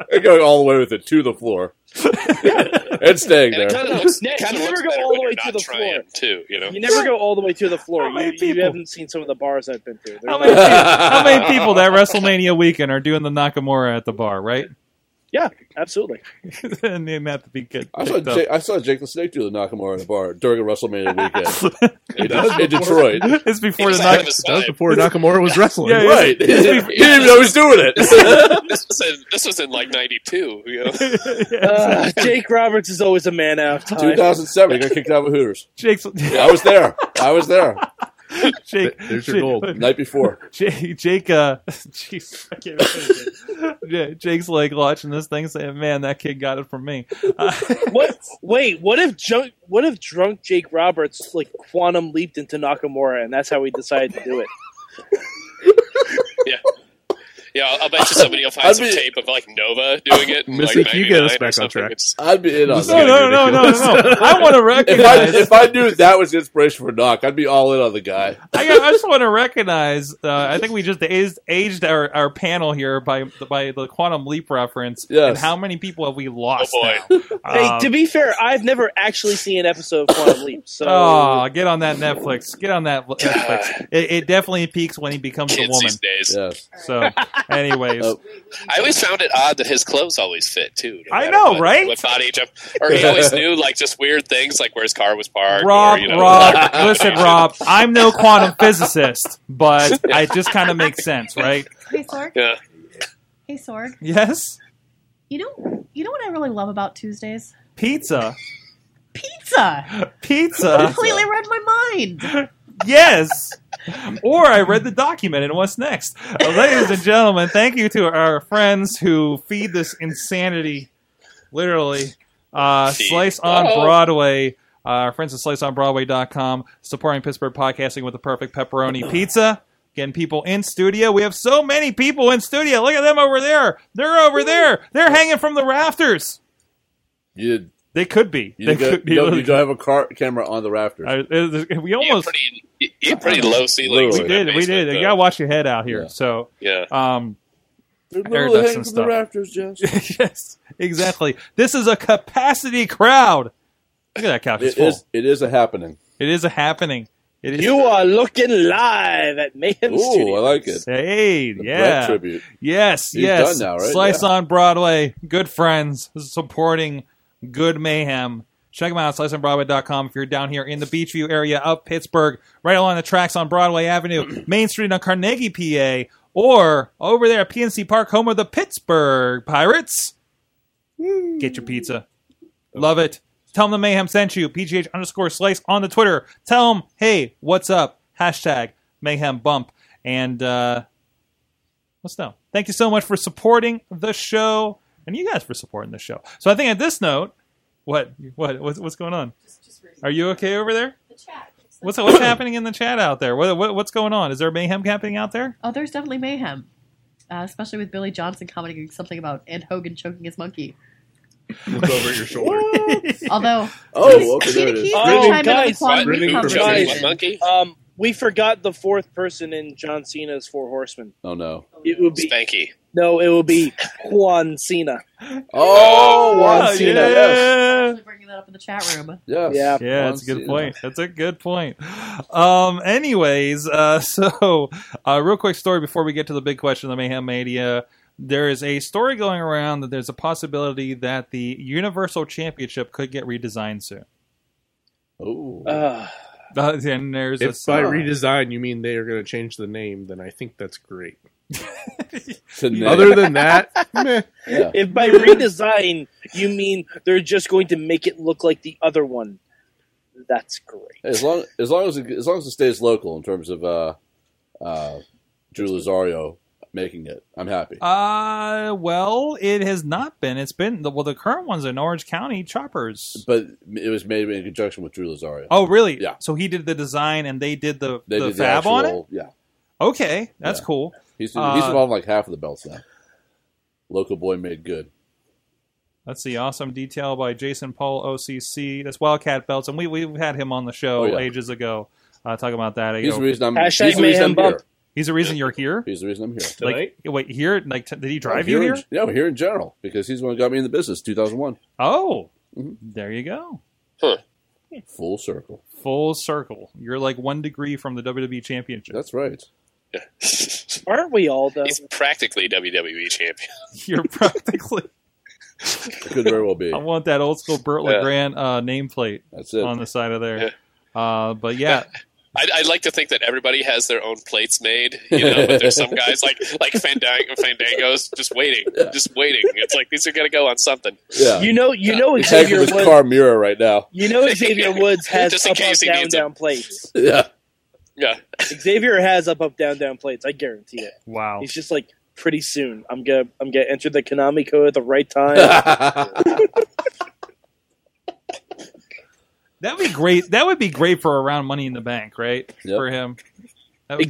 S5: [LAUGHS] They're going all the way with it to the floor. It's staying
S4: And it
S5: there.
S4: [LAUGHS] kind of looks,
S3: Yeah,
S4: it kind
S3: you
S4: of
S3: never
S4: looks
S3: go
S4: better
S3: all
S4: when
S3: the way
S4: you're
S3: to
S4: not
S3: the
S4: trying too. You know,
S3: You never
S4: [LAUGHS]
S3: go all the way to the floor.
S2: How many
S3: You, you
S2: people?
S3: haven't seen some of the bars I've been to. They're
S2: How
S3: not-
S2: many, people, how many people that WrestleMania weekend are doing the Nakamura at the bar, right? [LAUGHS]
S3: yeah, absolutely.
S2: and they have to be good.
S5: I saw,
S2: picked up.
S5: Jake, I saw Jake the Snake do the Nakamura in a bar during a WrestleMania weekend
S2: [LAUGHS]
S5: in, in Detroit.
S2: It's
S4: he
S2: before the
S4: was ahead
S2: Nakamura.
S4: of his
S7: That was
S4: time.
S7: before Nakamura [LAUGHS] was wrestling.
S2: Yeah, yeah.
S5: Right. he didn't even know he was doing it.
S4: [LAUGHS] This was in, this was in like '92.
S2: [LAUGHS]
S4: You know,
S3: Uh, Jake Roberts is always a man out of time.
S5: 2007, he got kicked out of Hooters.
S2: Jake's,
S5: I was there. I was there.
S2: Jake,
S7: There's your
S2: Jake-
S7: gold.
S5: Night before.
S2: [LAUGHS] Jake, Jake, uh, [LAUGHS] jeez, I can't remember his name. Yeah, Jake's like watching this thing, saying, "Man, that kid got it from me." Uh, [LAUGHS]
S3: What? Wait, what if junk? What if drunk Jake Roberts like quantum leaped into Nakamura, and that's how he decided to do it?
S4: yeah, I'll, I'll bet you somebody will find
S5: I'd
S4: some
S5: be-
S4: tape of like Nova doing it. in,
S7: Mystic,
S4: like,
S7: you get us
S4: 99 or
S7: back on
S4: something.
S7: track.
S4: It's-
S5: I'd be in on
S7: is
S2: no,
S5: that.
S7: getting
S2: no, no, no,
S7: ridiculous.
S2: no,
S5: [LAUGHS]
S2: no. I want to
S5: If I,
S2: recognize.
S5: if I knew that was the inspiration for Knock, I'd be all in on the guy.
S2: I, got- I just want to recognize. Uh, I think we just aged, aged our, our panel here by by the quantum leap reference.
S5: Yes.
S2: And how many people have we lost?
S4: Oh,
S2: boy.
S3: hey,
S2: Um,
S3: to be fair, I've never actually seen an episode of Quantum Leap, [LAUGHS] so
S2: Oh, get on that Netflix. Get on that Netflix. It, it definitely peaks when he becomes a
S4: Kids
S2: woman.
S4: these days.
S5: Yes.
S2: So, anyways,
S5: Oh.
S4: I always found it odd that his clothes always fit too. no
S2: I
S4: matter
S2: know,
S4: what-
S2: right?
S4: What body jump? Or he
S5: [LAUGHS]
S4: always knew like just weird things, like where his car was parked.
S2: Rob,
S4: or, you know,
S2: [LAUGHS] Rob,
S4: like-
S2: listen, Rob. I'm no quantum physicist, but it just kind of makes sense, right?
S6: Hey Sorg.
S4: Yeah.
S6: Hey Sorg.
S2: Yes,
S6: You know you know what I really love about Tuesdays?
S2: pizza,
S6: Pizza.
S2: pizza.
S6: [LAUGHS] Completely read my mind.
S2: Yes. Or I read the document and what's next. Uh, ladies and gentlemen, thank you to our friends who feed this insanity, literally. Uh,
S4: Feed.
S2: Slice on
S4: Oh.
S2: Broadway. Uh, our friends at sliceonbroadway.com supporting Pittsburgh podcasting with the perfect pepperoni pizza. Getting people in studio. We have so many people in studio. Look at them over there. They're over there. They're hanging from the rafters.
S5: You,
S2: They could be.
S5: you,
S2: they
S5: go-
S2: could be.
S5: you don't, you don't have a car, camera on the rafters.
S2: I- it- it- we
S4: You had
S2: almost
S4: pretty, you had pretty low ceilings.
S2: we
S4: in that
S2: did. We
S4: basement,
S2: did. You
S4: though.
S2: gotta watch your head out here.
S5: Yeah.
S2: So
S4: Yeah.
S2: Um,
S5: They're
S2: Air
S5: literally
S2: ducts
S5: hanging
S2: and
S5: from the
S2: stuff.
S5: rafters, Jess. It
S2: [LAUGHS] yes, exactly. This is a capacity crowd. Look at that couch. It's full.
S5: is, it is a happening.
S2: It is a happening. It is.
S3: you are looking live at Mayhem
S5: Ooh, I
S3: Studios.
S5: like it.
S2: Hey,
S5: The Brett
S2: yeah.
S5: tribute.
S2: Yes,
S5: He's
S2: yes.
S5: done now, right?
S2: Slice
S5: Yeah.
S2: on Broadway. Good friends supporting good mayhem. Check them out at sliceonbroadway.com if you're down here in the Beachview area of Pittsburgh, right along the tracks on Broadway
S5: [CLEARS THROAT]
S2: Avenue, Main Street on Carnegie, PA, or over there at PNC Park, home of the Pittsburgh Pirates. Get your pizza. Love it. Tell them the mayhem sent you. PGH underscore slice on the Twitter. Tell them, hey, what's up? Hashtag mayhem bump. And uh, let's know. Thank you so much for supporting the show and you guys for supporting the show. So I think at this note, what what what's, what's going on? Are you okay over there? What's [CLEARS THROAT] what's happening in the chat out there? What, what what's going on? Is there mayhem happening out there?
S6: Oh, there's definitely mayhem. Uh, especially with Billy Johnson commenting something about Ed Hogan choking his [LAUGHS] monkey.
S7: Look over your shoulder.
S6: Although
S5: Oh, okay, there
S6: Tina
S5: it
S6: Keys
S5: is.
S3: Oh,
S6: did chime in on the
S3: guys,
S6: quantum
S4: What?
S7: Really
S6: leap
S4: Who
S7: impressive.
S4: chose
S6: conversation.
S4: what monkey?
S3: Um, we forgot the fourth person in John Cena's Four Horsemen.
S5: [LAUGHS] Oh, no.
S3: It would be
S4: Spanky.
S3: no, it would be Juan Cena.
S5: Oh, Juan
S3: Oh,
S5: Cena,
S2: yeah.
S5: yes.
S6: Actually bringing that up in the chat room.
S5: Yes.
S3: Yeah.
S2: Yeah,
S5: Juan
S2: that's a good
S5: Cena.
S2: point. That's a good point. Um, anyways, uh, [LAUGHS] so uh, real quick story before we get to the big question of the Mayhem Media. There is a story going around that there's a possibility that the Universal Championship could get redesigned soon.
S5: Oh.
S3: Uh,
S2: Uh, and there's a
S7: If by redesign you mean they are going to change the name, then I think that's great.
S5: Today.
S7: Other
S3: [LAUGHS]
S7: than that, meh.
S5: yeah.
S3: if by redesign you mean they're just going to make it look like the other one, that's great.
S5: As long as long as it, as long as it stays local in terms of uh, uh, Drew Lazario making it, I'm happy.
S2: uh, well, it has not been. It's been well, the current one's in Orange County Choppers.
S5: but it was made in conjunction with Drew Lazario.
S2: Oh, really?
S5: Yeah.
S2: So he did the design and they did the
S5: They
S2: the
S5: did
S2: fab on it.
S5: Yeah,
S2: Okay, that's
S5: Yeah.
S2: cool.
S5: he's he's
S2: Uh,
S5: involved in like half of the belts now. Local boy made good.
S2: That's the awesome detail by Jason Paul OCC. That's Wildcat Belts, and we we've had him on the show
S5: Oh, yeah.
S2: ages ago uh, talking about that. You
S5: He's
S2: know,
S5: the reason I'm.
S3: Hashtag
S5: he's the reason
S3: mayhem
S5: I'm
S3: bump.
S5: here.
S2: He's the reason you're here.
S5: He's the
S4: [LAUGHS]
S5: reason I'm here.
S2: Like wait, here? Like t- did he drive you
S5: here
S2: here?
S5: In, no, here in general because he's the one who got me in the business. 2001,
S2: Oh,
S5: Mhm.
S2: there you go.
S5: full circle.
S2: Full circle. You're like one degree from the WWE championship.
S5: That's right.
S3: Aren't we all though?
S4: He's practically WWE champion.
S2: You're
S5: [LAUGHS]
S2: practically.
S5: Could very well
S2: [LAUGHS]
S5: be.
S2: I want that old school Burt
S4: Yeah.
S2: Legrand uh, nameplate
S5: That's it.
S2: on the side of there. Uh, but yeah,
S4: I'd, I'd like to think that everybody has their own plates made, you know. But there's some guys like like Fandango, Fandango's just waiting, just waiting. It's like these are gonna go on something.
S5: Yeah.
S3: You know, you know
S5: He's hanging
S3: Xavier
S5: with
S3: Woods.
S5: Car Mirror right now.
S3: you know
S4: [LAUGHS]
S3: Xavier Woods has
S4: Just in
S3: up, up,
S4: case he
S3: down,
S4: needs 'em.
S3: down plates.
S5: Yeah.
S4: Yeah,
S3: Xavier has up, up, down, down plates. I guarantee it.
S2: wow.
S3: He's just like pretty soon. I'm gonna, I'm gonna enter the Konami code at the
S4: [LAUGHS]
S3: right time.
S5: yeah.
S2: That would be great. That would be great for around Money in the Bank, right?
S5: Yep.
S2: For him,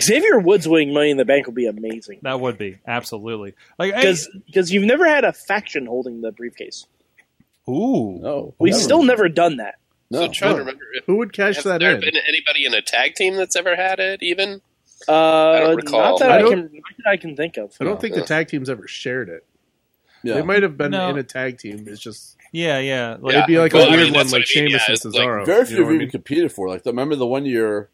S3: Xavier Woods winning Money in the Bank will be amazing
S2: that would be absolutely like. hey-
S3: because because you've never had a faction holding the briefcase.
S2: ooh,
S5: No.
S3: We've
S5: Never.
S3: still never done that.
S4: so
S5: No.
S4: I'm trying to
S7: no.
S4: remember. If,
S7: Who would cash
S4: has
S7: that
S4: there
S7: in?
S4: been anybody in a tag team that's ever had it? Even
S3: Uh,
S4: don't recall.
S3: not that
S7: I
S3: I,
S7: don't-
S3: can, not that I can think of.
S7: I don't think the
S4: Yeah.
S7: tag teams ever shared it. They
S5: Yeah.
S7: might have been
S2: No.
S7: in a tag team. It's just
S2: yeah, yeah. Like,
S4: Yeah.
S7: it'd be like
S4: Well, I
S7: a weird
S4: mean,
S7: one,
S4: that's
S7: like
S4: what I mean,
S7: Sheamus
S4: yeah,
S7: and
S4: it's like
S5: Very
S7: Cesaro.
S5: few
S7: you know
S5: have
S7: what I
S5: even
S7: mean?
S5: competed for. Like, remember the one year?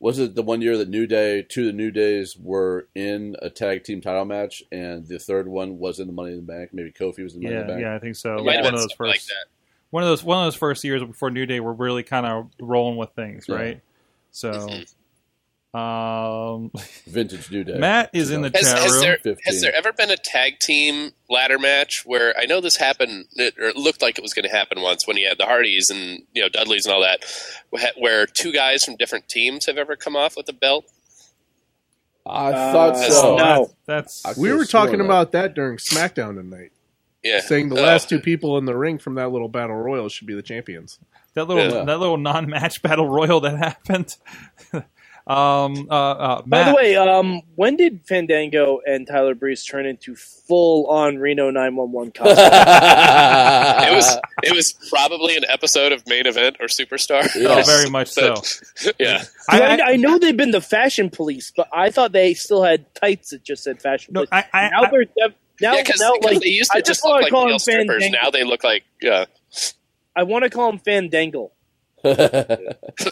S5: Was it the one year that New Day, two of the New Days were in a tag team title match, and the third one was in the Money in the Bank? Maybe Kofi was in the Money
S2: yeah,
S5: in the Bank.
S2: yeah. I think so.
S4: it might
S2: Like
S4: have
S2: one
S4: been
S2: of those
S4: something like
S2: first,
S4: that.
S2: one of those, one of those first years before New Day, we're really kind of rolling with things,
S5: Yeah. Mm-hmm.
S2: right? So, um,
S5: Vintage New Day.
S2: Matt is in the
S4: Has,
S2: chat
S4: has
S2: room.
S4: there
S5: 15.
S4: has there ever been a tag team ladder match where I know this happened it, or it looked like it was going to happen once when you had the Hardys and you know Dudleys and all that, wh- where two guys from different teams have ever come off with a belt?
S5: I
S3: Uh,
S5: thought so.
S3: no.
S2: that's, that's
S7: We
S5: Could've
S7: were
S5: sworn
S7: talking
S5: that.
S7: about that during SmackDown tonight,
S4: Yeah,
S7: saying the
S4: Oh.
S7: last two people in the ring from that little battle royal should be the champions.
S2: that little [LAUGHS]
S5: Yeah.
S2: that little non-match battle royal that happened. [LAUGHS] um, uh, uh, Matt,
S3: By the way, um, when did Fandango and Tyler Breeze turn into full on Reno 911 cosplay?
S4: It
S5: it
S4: was [LAUGHS] it was probably an episode of main event or superstar.
S2: oh, very much so.
S4: [LAUGHS] yeah,
S3: I, I, know they've been the fashion police, but I thought they still had tights that just said fashion
S2: no,
S3: police.
S2: I, I,
S3: now
S2: I,
S3: they're def- now,
S4: yeah, because
S3: now like,
S4: they used to
S3: I
S4: just
S3: just
S4: look
S3: wanna
S4: like
S3: call
S4: real
S3: him Van
S4: strippers.
S3: Damme.
S4: Now they look like yeah.
S3: I want to call him Fandangle. [LAUGHS]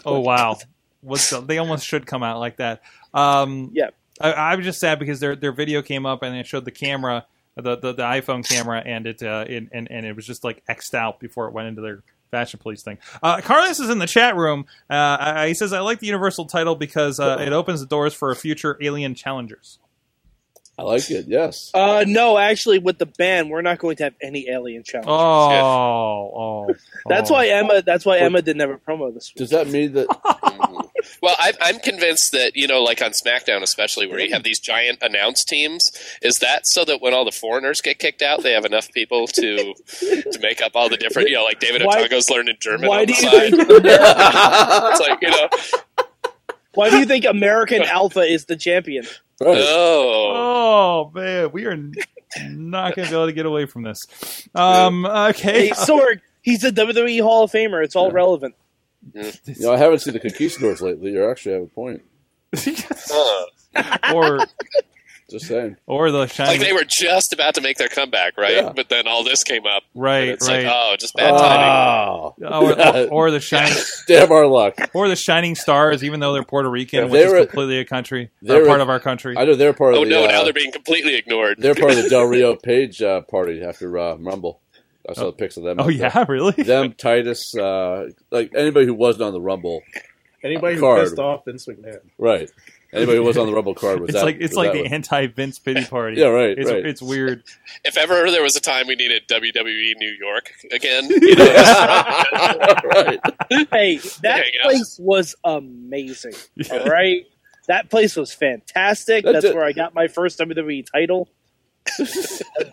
S2: oh wow, what's the, they almost should come out like that. Um,
S3: Yeah.
S2: I, I was just sad because their their video came up and it showed the camera, the the, the iPhone camera, and it uh, in, and and it was just like xed out before it went into their fashion police thing. Uh, Carlos is in the chat room. Uh, I- I- he says, "I like the Universal title because uh,
S3: Oh.
S2: it opens the doors for future alien challengers."
S5: I like
S4: [LAUGHS]
S5: it. Yes.
S3: Uh, no, actually, with the ban, we're not going to have any alien
S2: Oh,
S3: challenge.
S2: oh,
S3: that's
S2: oh.
S3: why Emma. That's why Emma didn't have a promo this week.
S5: Does that mean
S4: [LAUGHS]
S5: that?
S4: Mhm. well, I, I'm convinced that you know, like on SmackDown, especially where you have these giant announce teams, is that so that when all the foreigners get kicked out, they have enough people to to make up all the different, you know, like David
S3: Why-
S4: Otango's learning German.
S3: Why
S4: on
S3: do
S4: the
S3: you
S4: side.
S3: think?
S4: [LAUGHS] It's like you know,
S3: Why do you think
S4: [LAUGHS]
S3: American Alpha is the champion?
S5: Right.
S4: oh,
S2: Oh man, we are n- not going to be able to get away from this. Um, okay,
S3: [LAUGHS] Hey, Sorg, he's a WWE E Hall of Famer. It's all relevant.
S5: You know, I haven't seen the Conquistadors lately. You actually have a point.
S4: uh. [LAUGHS]
S2: or
S5: Just saying.
S2: or the shiny,
S4: like they were just about to make their comeback, right?
S5: Yeah.
S4: But then all this came up.
S2: right,
S4: It's
S2: right,
S4: like oh, just bad timing.
S5: Oh,
S3: Ah.
S4: [LAUGHS]
S2: or, or the shining,
S5: [LAUGHS] damn our luck.
S2: or the shining stars, even though they're Puerto Rican,
S5: If
S2: which
S5: they
S2: is
S5: were-
S2: completely a country,
S5: they
S2: they're
S5: were-
S2: part of our country.
S5: I know they're part of
S4: Oh
S5: the.
S4: no!
S5: uh,
S4: Now they're being completely ignored.
S5: they're part of
S7: [LAUGHS]
S5: the Del Rio Page uh, party after uh, Rumble. I saw pics of them.
S2: oh
S5: out
S2: yeah, really?
S5: there. them Titus, uh, like anybody who wasn't on the Rumble, uh,
S7: Anybody who
S5: Card.
S7: pissed off Vince McMahon.
S5: right? Anybody who was on the Rumble card was
S2: it's
S5: that.
S2: like it's
S5: was
S2: like
S5: that
S2: the
S5: one.
S2: anti Vince pity party.
S5: Yeah, right,
S2: It's
S5: right.
S2: it's weird.
S4: [LAUGHS] If ever there was a time we needed WWE New York
S5: [LAUGHS]
S4: again, you know,
S5: right.
S3: Hey, that
S4: Hang out.
S3: place was
S2: [LAUGHS]
S3: amazing. All right, that place was fantastic.
S5: That
S3: That's
S5: did-
S3: where I got my first WWE title. I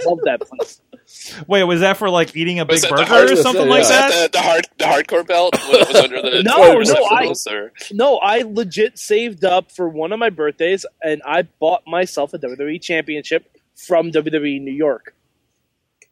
S3: love that place.
S2: Wait, was that for like eating a [LAUGHS] big
S4: Was that the
S2: burger
S4: hard-
S2: or something
S5: Yeah.
S2: like
S4: Is
S2: that?
S4: that the, the hard the hardcore belt what was under the
S3: [LAUGHS] No,
S4: the
S3: no, I-
S4: receptacles, or-
S3: No, I legit saved up for one of my birthdays, and I E bought myself a WWE championship from WWE New York. E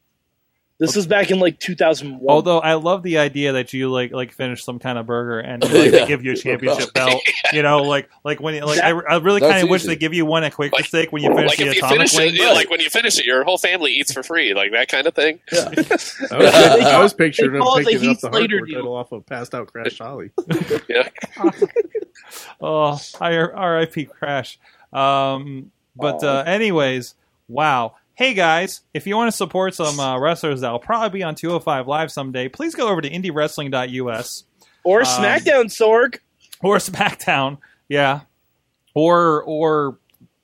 S3: This was back in like 2001.
S2: Although I love the idea that you like like finish some kind of burger
S5: [LAUGHS]
S2: and like, they
S5: Yeah.
S2: give you a
S5: [LAUGHS]
S2: championship
S4: [LAUGHS]
S2: belt. You know, like like when like I, I really
S5: That's
S2: kind of wish
S5: easy.
S2: they give you one at Quake
S4: Like-
S2: Mistake when you finish
S4: like
S2: the
S4: if you
S2: atomic
S4: finish
S2: wing.
S4: it, you- like when you finish it, your whole family eats for free, like that kind of thing. [LAUGHS]
S7: I was, I was picturing
S3: They
S7: him
S3: call it the
S7: picking up
S3: Heath
S7: the
S3: Slater
S7: hardcore
S3: deal.
S7: title off of passed out Crash Holly.
S3: [LAUGHS]
S2: [LAUGHS] Oh, I- R.I.P. Crash. Um, but uh, anyways, wow. Hey guys, if you want to support some uh, wrestlers that'll probably be on 205 Live someday, please go over to indiewrestling.us
S3: or
S2: um,
S3: SmackDown Sorg.
S2: or SmackDown. Yeah, or or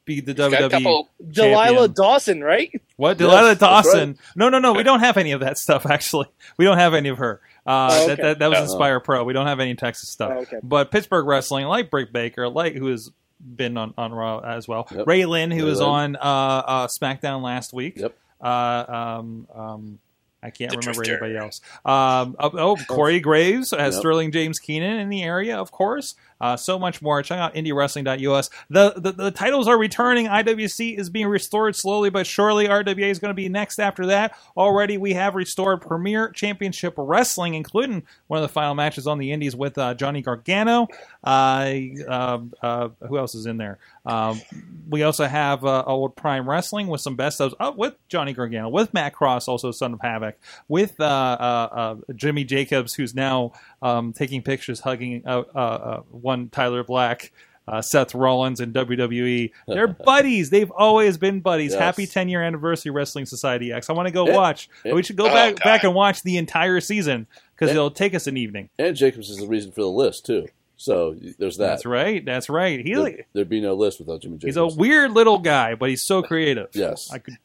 S2: be the
S4: Got a
S2: WWE.
S4: couple.
S3: Delilah
S2: champion.
S3: Dawson, right?
S2: What Delilah
S5: that's
S2: Dawson? No, no, no. We don't have any of that stuff. Actually, we don't have any of her. Uh,
S3: Oh,
S2: that,
S3: okay.
S2: that that was
S5: Oh.
S2: Inspire Pro. We don't have any Texas stuff.
S3: Oh, okay.
S2: But Pittsburgh wrestling, like Brick Baker, like who has been on on Raw as well.
S5: Yep.
S2: Ray Lynn, who
S5: Ray
S2: was on
S5: Lynn.
S2: uh, uh, SmackDown last week.
S5: Yep.
S2: Uh, um, um, I can't
S4: The
S2: remember
S4: Drifter.
S2: anybody else. Um, oh, oh, Corey Graves has
S5: Yep.
S2: Sterling James Keenan in the area, of course. Uh, so much more. Check out IndieWrestling.us. The, the the titles are returning. IWC is being restored slowly but surely. RWA is going to be next after that. Already, we have restored Premier Championship Wrestling, including one of the final matches on the Indies with uh, Johnny Gargano. Uh, uh, uh, who else is in there? Um, we also have uh, old Prime Wrestling with some best ofs up with Johnny Gargano, with Matt Cross, also son of Havoc, with uh, uh, uh, Jimmy Jacobs, who's now um, taking pictures hugging uh, uh, uh, one Tyler Black. Uh, Seth Rollins and
S5: [LAUGHS]
S2: WWE. E. They're buddies. They've always been buddies.
S5: Yes.
S2: Happy 10 year anniversary, Wrestling Society X. I want to go
S5: Yeah.
S2: watch.
S5: Yeah.
S2: We should go
S4: Oh,
S2: back
S4: God.
S2: back and watch the entire season because
S5: Yeah.
S2: it'll take us an evening.
S5: And Jacobs is the reason for the list too. So y- there's that.
S2: That's right. That's right. He,
S5: There, would be no list without Jimmy Jacobs.
S2: He's a weird little guy, but he's so creative.
S5: Yes.
S2: I could,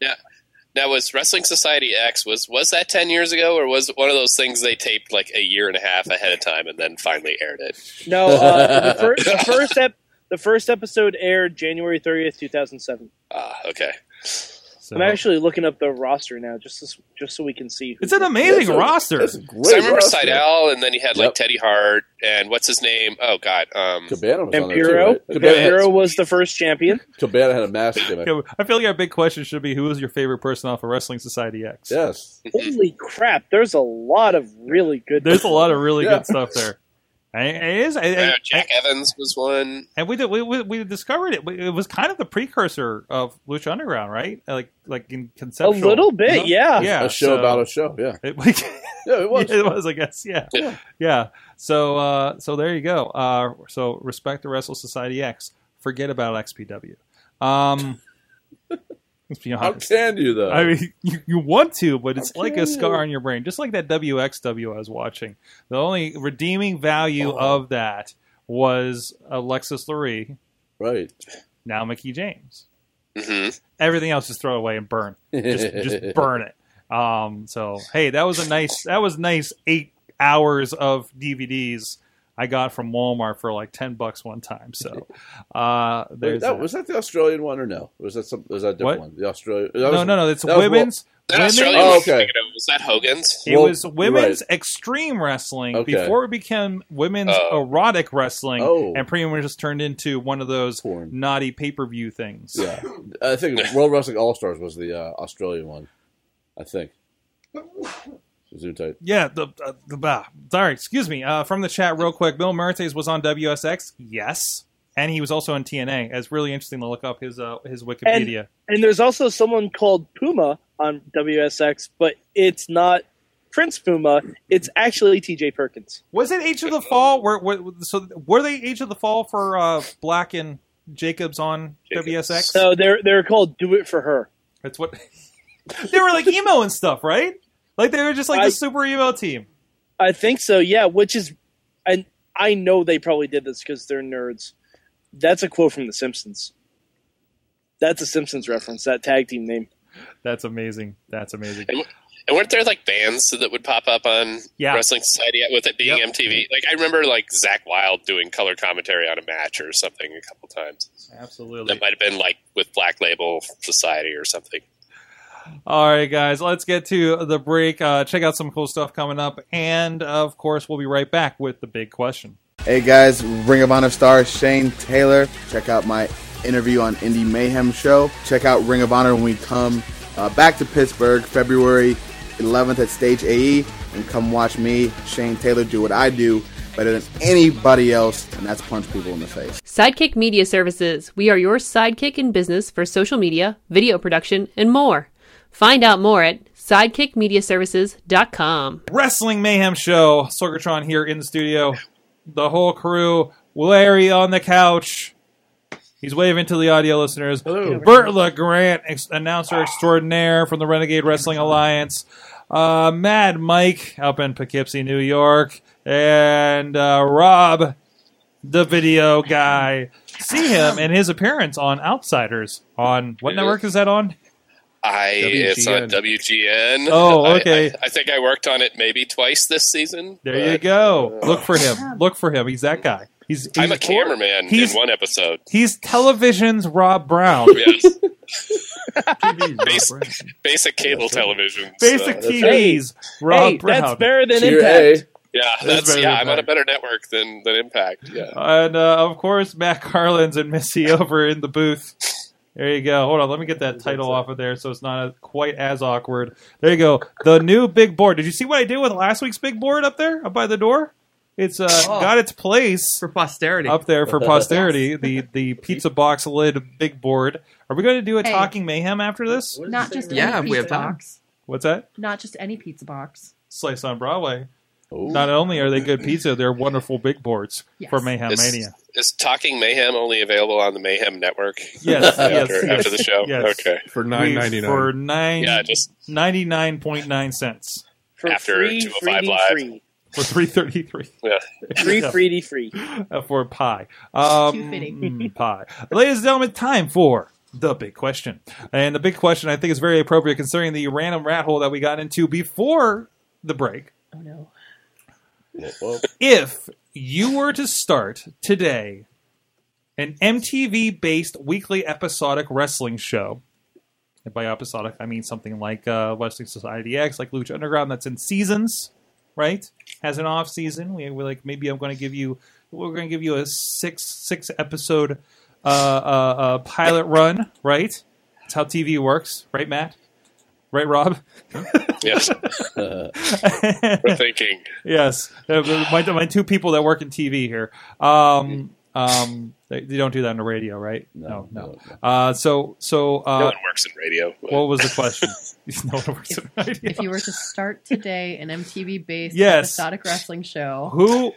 S4: Now was Wrestling Society X was was that ten years ago or was it one of those things they taped like a year and a half ahead of time and then finally aired it?
S3: No,
S4: [LAUGHS]
S3: uh, the, fir- the first ep- the first episode aired January 30th, 2007.
S4: Ah, okay.
S2: so.
S3: I'm actually looking up the roster now just so, just so we can see. Who
S2: It's an
S5: That's
S2: amazing
S5: a-
S2: roster.
S5: that's a great
S4: So I remember
S5: roster.
S4: Seidel, and then you had like
S5: Yep.
S4: Teddy Hart, and what's his name? Oh God, um,
S5: Cabana was on there too,
S3: Vampiro.
S5: right? Cabana,
S3: Vampiro was the first champion.
S5: Cabana had a massive gimmick.
S2: Okay, I feel like our big question should be who is your favorite person off of Wrestling Society X?
S5: Yes.
S3: Holy crap! There's a lot of really good.
S2: There's a lot
S5: [LAUGHS]
S2: of really
S5: Yeah.
S2: good stuff there. And It is, and-
S4: uh,
S2: and-
S4: Jack Evans was one.
S2: and we did. We, we, we discovered it. It was kind of the precursor of Lucha Underground, right? Like, like in
S3: a
S2: conceptual,
S3: little bit,
S2: you
S3: yeah.
S2: know? yeah.
S5: a show
S2: so-
S5: about a show. Yeah.
S2: It, [LAUGHS]
S5: Yeah, it was.
S2: it was, I guess. Yeah.
S4: Yeah.
S2: Yeah. So uh, so there you go. Uh, so respect the Wrestle Society X. Forget about XPW. Um, [LAUGHS] let's be
S5: How
S2: honest.
S5: can you though?
S2: I mean, [LAUGHS] you, you want to, but it's like a
S5: Okay.
S2: scar on your brain, just like that WXW I was watching. The only redeeming value
S5: Oh.
S2: of that was Alexis Lurie,
S5: right.
S2: now Mickey James.
S4: hmm
S2: Everything else just throw away and burn just
S5: [LAUGHS]
S2: just burn it. Um, so hey, that was a nice that was nice eight hours of DVDs I got from Walmart for like ten bucks one time. So uh,
S5: Wait,
S2: there's
S5: that,
S2: that.
S5: was that the Australian one or no? Was that some? Was that a different
S2: What?
S5: one? The Australian?
S2: no, no, no. It's
S5: that
S2: women's.
S4: That
S5: was
S2: women's-
S4: Australian
S5: Oh,
S4: one,
S5: okay.
S4: you know, was that Hogan's?
S2: It
S5: Well,
S2: was women's extreme wrestling
S5: Okay.
S2: before it became women's
S4: Oh.
S2: erotic wrestling,
S5: Oh.
S2: and pretty much just turned into one of those
S5: Porn.
S2: naughty pay per view things.
S5: Yeah, [LAUGHS] I think World Wrestling All Stars was the uh, Australian one. I think. Zoom tight.
S2: [LAUGHS] Yeah, the, uh, the bah. sorry, excuse me. Uh, from the chat, real quick, Bill Mertes was on WSX, yes, and he was also on TNA. It's really interesting to look up his uh, his Wikipedia.
S3: And there's also someone called Puma on WSX, but it's not Prince Puma. It's actually T.J. Perkins.
S2: was it Age of the Fall? Where, where so were they Age of the Fall for uh, Black and Jacobs on
S4: Jacobs.
S2: WSX?
S3: So they're they're called "Do It for Her."
S2: That's what [LAUGHS] they were like emo and stuff, right? Like they were just like
S3: I-
S2: the super emo team.
S3: I think so. Yeah, which is, and I know they probably did this because they're nerds. That's a quote from The Simpsons. That's a Simpsons reference. That tag team name.
S2: That's amazing. That's amazing.
S4: And weren't there like bands that would pop up on
S2: Yeah.
S4: Wrestling Society with it being MTV? Like I remember like Zach Wilde doing color commentary on a match or something a couple times.
S2: Absolutely.
S4: That might have been like with Black Label Society or something.
S2: All right, guys, let's get to the break. Uh, check out some cool stuff coming up. And of course, we'll be right back with the big question.
S11: Hey guys, Ring of Honor star Shane Taylor. Check out my interview on Indie Mayhem Show. Check out Ring of Honor when we come uh, back to Pittsburgh February 11th at Stage AE, and come watch me, Shane Taylor, do what I do better than anybody else, and that's punch people in the face.
S12: Sidekick Media Services. We are your sidekick in business for social media, video production, and more. Find out more at sidekickmediaservices.com.
S2: Wrestling Mayhem Show. Sorgatron here in the studio. The whole crew. Larry on the couch. He's waving to the audio listeners. Hello. Bertla Grant, ex- announcer extraordinaire from the Renegade Wrestling Alliance. Uh, Mad Mike up in Poughkeepsie, New York. And uh, Rob, the video guy. See him and his appearance on Outsiders on what network is that on?
S4: I it's on WGN.
S2: Oh,
S4: I-
S2: okay.
S4: I, I think I worked on it maybe twice this season.
S2: There
S4: but
S2: you go. Look for him. Look for him. He's that guy. He's, he's
S4: I'm a cameraman in
S2: He's-
S4: one episode.
S10: [LAUGHS]
S2: He's television's Rob Brown.
S10: Oh,
S4: Yes. Basic, basic cable uh, television.
S2: Basic
S4: so-
S2: TV's Rob
S3: hey,
S2: Brown.
S3: that's better than
S5: Tier
S3: Impact.
S5: A.
S4: Yeah,
S2: That's
S4: that's
S2: better
S4: yeah.
S2: than
S4: I'm on a
S2: Impact.
S4: better network than than Impact. Yeah.
S2: And uh, of course, Matt Carlins and
S10: [LAUGHS]
S2: Missy over in the booth. There you go. Hold on, let me get that title off of there so it's not as- quite as awkward. There you go. The new big board. Did you see what I did with last week's big board up there, up by the door? It's uh,
S10: Oh.
S2: got its place
S10: for posterity.
S2: up there
S10: [LAUGHS]
S2: for posterity. The the pizza box lid big board. Are we going to do a
S6: Hey.
S2: talking mayhem after this?
S6: Not just
S10: Yeah,
S6: any
S10: we
S6: pizza
S10: have time.
S6: box.
S2: What's that?
S6: Not just any pizza
S2: [LAUGHS]
S6: box.
S2: Slice on Broadway.
S5: Ooh.
S2: Not only are they good pizza, they're wonderful big boards
S6: Yes.
S2: for Mayhem
S4: Is-
S2: Mania.
S4: Is Talking Mayhem only available on the Mayhem Network?
S2: Yes, yes,
S4: after, after the show.
S2: yes.
S4: Okay.
S7: for nine ninety
S2: We-
S7: nine.
S2: for nine
S4: Yeah, just
S2: 99.9 cents
S3: For
S4: After
S3: free,
S4: 205
S3: free,
S4: Live.
S3: free,
S2: for 333
S4: yeah.
S3: free,
S2: [LAUGHS] Yeah.
S3: free, free.
S2: uh, for pie. Um,
S6: Too fitting.
S2: mm, pie. Ladies and gentlemen, time for the big question. And the big question I think is very appropriate considering the random rat hole that we got into before the break.
S6: Oh no.
S5: [LAUGHS]
S7: [LAUGHS]
S5: Well,
S2: if you were to start today an MTV based weekly episodic wrestling show, and by episodic, I mean something like uh, Wrestling Society X, like Lucha Underground, that's in seasons, right? Has an off season. We, we're like, maybe I'm going to give you, we're going to give you a six six episode uh, uh, uh, pilot run, right? That's how TV works, right, Matt? Right, Rob? [LAUGHS]
S4: Yes. We're thinking.
S2: yes, Uh, my, my two people that work in TV here. Um, um, they, they don't do that on the radio, right?
S5: No,
S2: no.
S5: no,
S2: Uh, so, so
S4: No
S2: uh,
S4: one works in radio. but-
S2: what was the
S4: [LAUGHS]
S2: question? [LAUGHS] no one works in radio.
S6: If you were to start today an MTV based
S2: Yes.
S6: episodic wrestling show,
S2: Who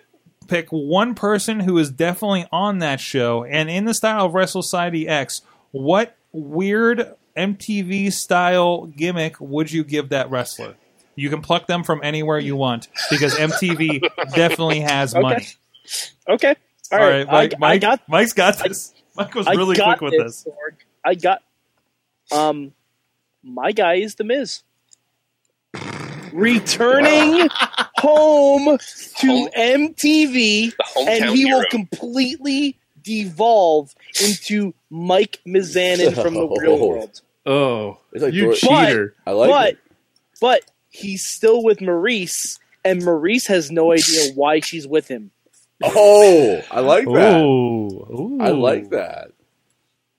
S2: pick one person who is definitely on that show and in the style of Wrestle Society X? What weird MTV style gimmick would you give that wrestler? You can pluck them from anywhere you want because
S4: [LAUGHS]
S2: MTV definitely has
S3: Okay.
S2: money.
S3: Okay. All
S2: All
S3: right.
S2: right, Mike,
S3: I,
S2: Mike,
S3: I got.
S2: Mike's got this. [LAUGHS] Mike was
S3: I
S2: really
S3: got
S2: quick with this.
S3: Sorg. I got. Um, my guy is the Miz.
S2: [LAUGHS]
S3: Returning home to
S4: Home-
S3: MTV,
S4: The hometown
S3: and he
S4: hero.
S3: will completely devolve into Mike Mizanin from
S5: [LAUGHS]
S3: the
S4: [LAUGHS]
S3: real world.
S7: Oh,
S5: It's like
S7: you
S5: Dor-
S7: cheater!
S5: I like
S3: but
S5: it.
S3: but he's still with Maurice, and Maurice has no
S5: [LAUGHS]
S3: idea why she's with him.
S5: Oh, I like that.
S7: Oh.
S2: Ooh.
S5: I like that.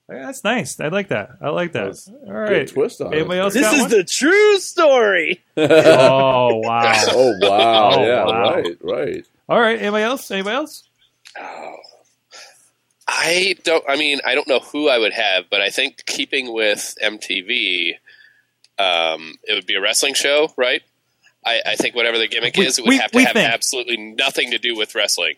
S2: Yeah, That's nice. I like that. I like that.
S5: That's
S2: All right.
S5: Good twist on
S2: Anybody
S5: it.
S2: else
S3: This
S2: got
S3: is
S2: one?
S3: the true
S5: [LAUGHS]
S3: story.
S2: oh wow.
S5: oh wow!
S2: Oh,
S5: yeah,
S2: wow.
S5: right, right.
S2: All right. Anybody else? Anybody else?
S4: Oh. I don't. I mean, I don't know who I would have, but I think keeping with MTV, um, it would be a wrestling show, right? I, I think whatever the gimmick
S2: We-
S4: is, it would
S2: we-
S4: have to
S2: we
S4: have
S2: think.
S4: absolutely nothing to do with wrestling,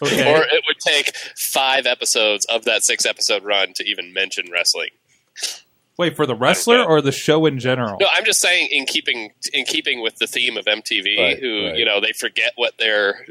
S2: Okay.
S4: [LAUGHS] or it would take five episodes of that six-episode run to even mention wrestling.
S2: Wait for the wrestler or the show in
S5: [LAUGHS]
S2: general.
S4: No, I'm just saying in keeping in keeping with the theme of MTV,
S5: Right,
S4: who
S5: right.
S4: you know they forget what they're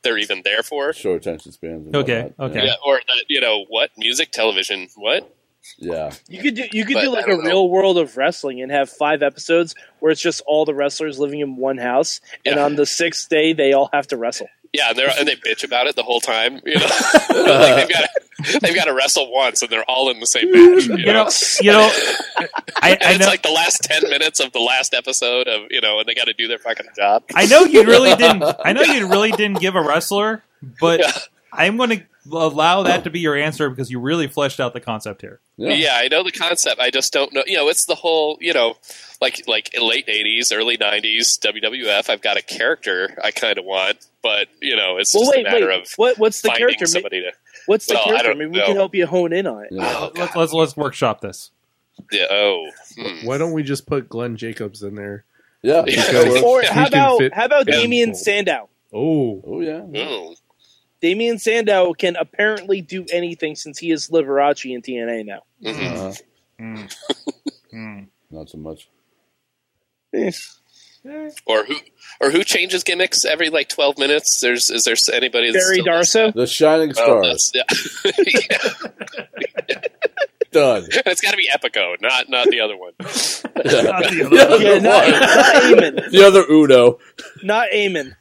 S4: they're even there for.
S5: Short attention spans. and
S2: Okay,
S5: whatnot.
S2: okay.
S4: Yeah, or that you know what music, television, what?
S5: Yeah.
S3: You could do you could
S4: But
S3: do
S4: I
S3: like a
S4: don't know.
S3: real world of wrestling and have five episodes where it's just all the wrestlers living in one house, and
S4: Yeah.
S3: on the sixth day they all have to wrestle.
S4: Yeah, and, they're, and they bitch about it the whole time. You know,
S5: [LAUGHS]
S4: like they've got to, they've got to wrestle once, and they're all in the same match. You,
S2: You
S4: know,
S2: know, you know, I,
S4: and
S2: I
S4: it's
S2: know,
S4: like the last ten minutes of the last episode of you know, and they got to do their fucking job.
S2: I know you really didn't. I know you really didn't give a wrestler, but
S4: Yeah.
S2: I'm gonna allow that to be your answer because you really fleshed out the concept here.
S4: Yeah. I know the concept. I just don't know. You know, it's the whole. You know, like like late '80s, early '90s WWF. I've got a character I kind of want, but you know, it's
S3: Well,
S4: just
S3: wait,
S4: a matter
S3: wait.
S4: of
S3: What- what's the
S4: finding
S3: character? Ma-
S4: Somebody to,
S3: What's the
S4: Well, I
S3: character?
S4: don't
S3: Maybe we can
S4: know.
S3: help you hone in on it.
S5: Oh,
S2: let's, let's let's workshop this.
S4: Yeah. Oh.
S7: Why don't we just put Glenn Jacobs in there?
S5: Hmm. Yeah.
S7: Because
S3: Or
S7: he
S3: how
S7: can
S3: about
S7: fit-
S3: how about
S7: Yeah.
S3: Damien Sandow?
S7: Oh,
S5: oh yeah.
S4: Mm.
S3: Damien Sandow can apparently do anything since he is Liberace in TNA now.
S5: Uh,
S7: Mm.
S5: Not so much.
S4: Or who? Or who changes gimmicks every like twelve minutes? There's is there anybody? That's
S3: Barry
S4: still-
S3: Darso.
S5: The Shining
S4: Oh,
S5: Star.
S4: that's, yeah.
S5: Done.
S4: [LAUGHS] it's got to be Epico, not not the
S5: [LAUGHS]
S4: other one.
S3: Yeah, not, not Eamon.
S5: [LAUGHS] The other Uno.
S3: Not Eamon.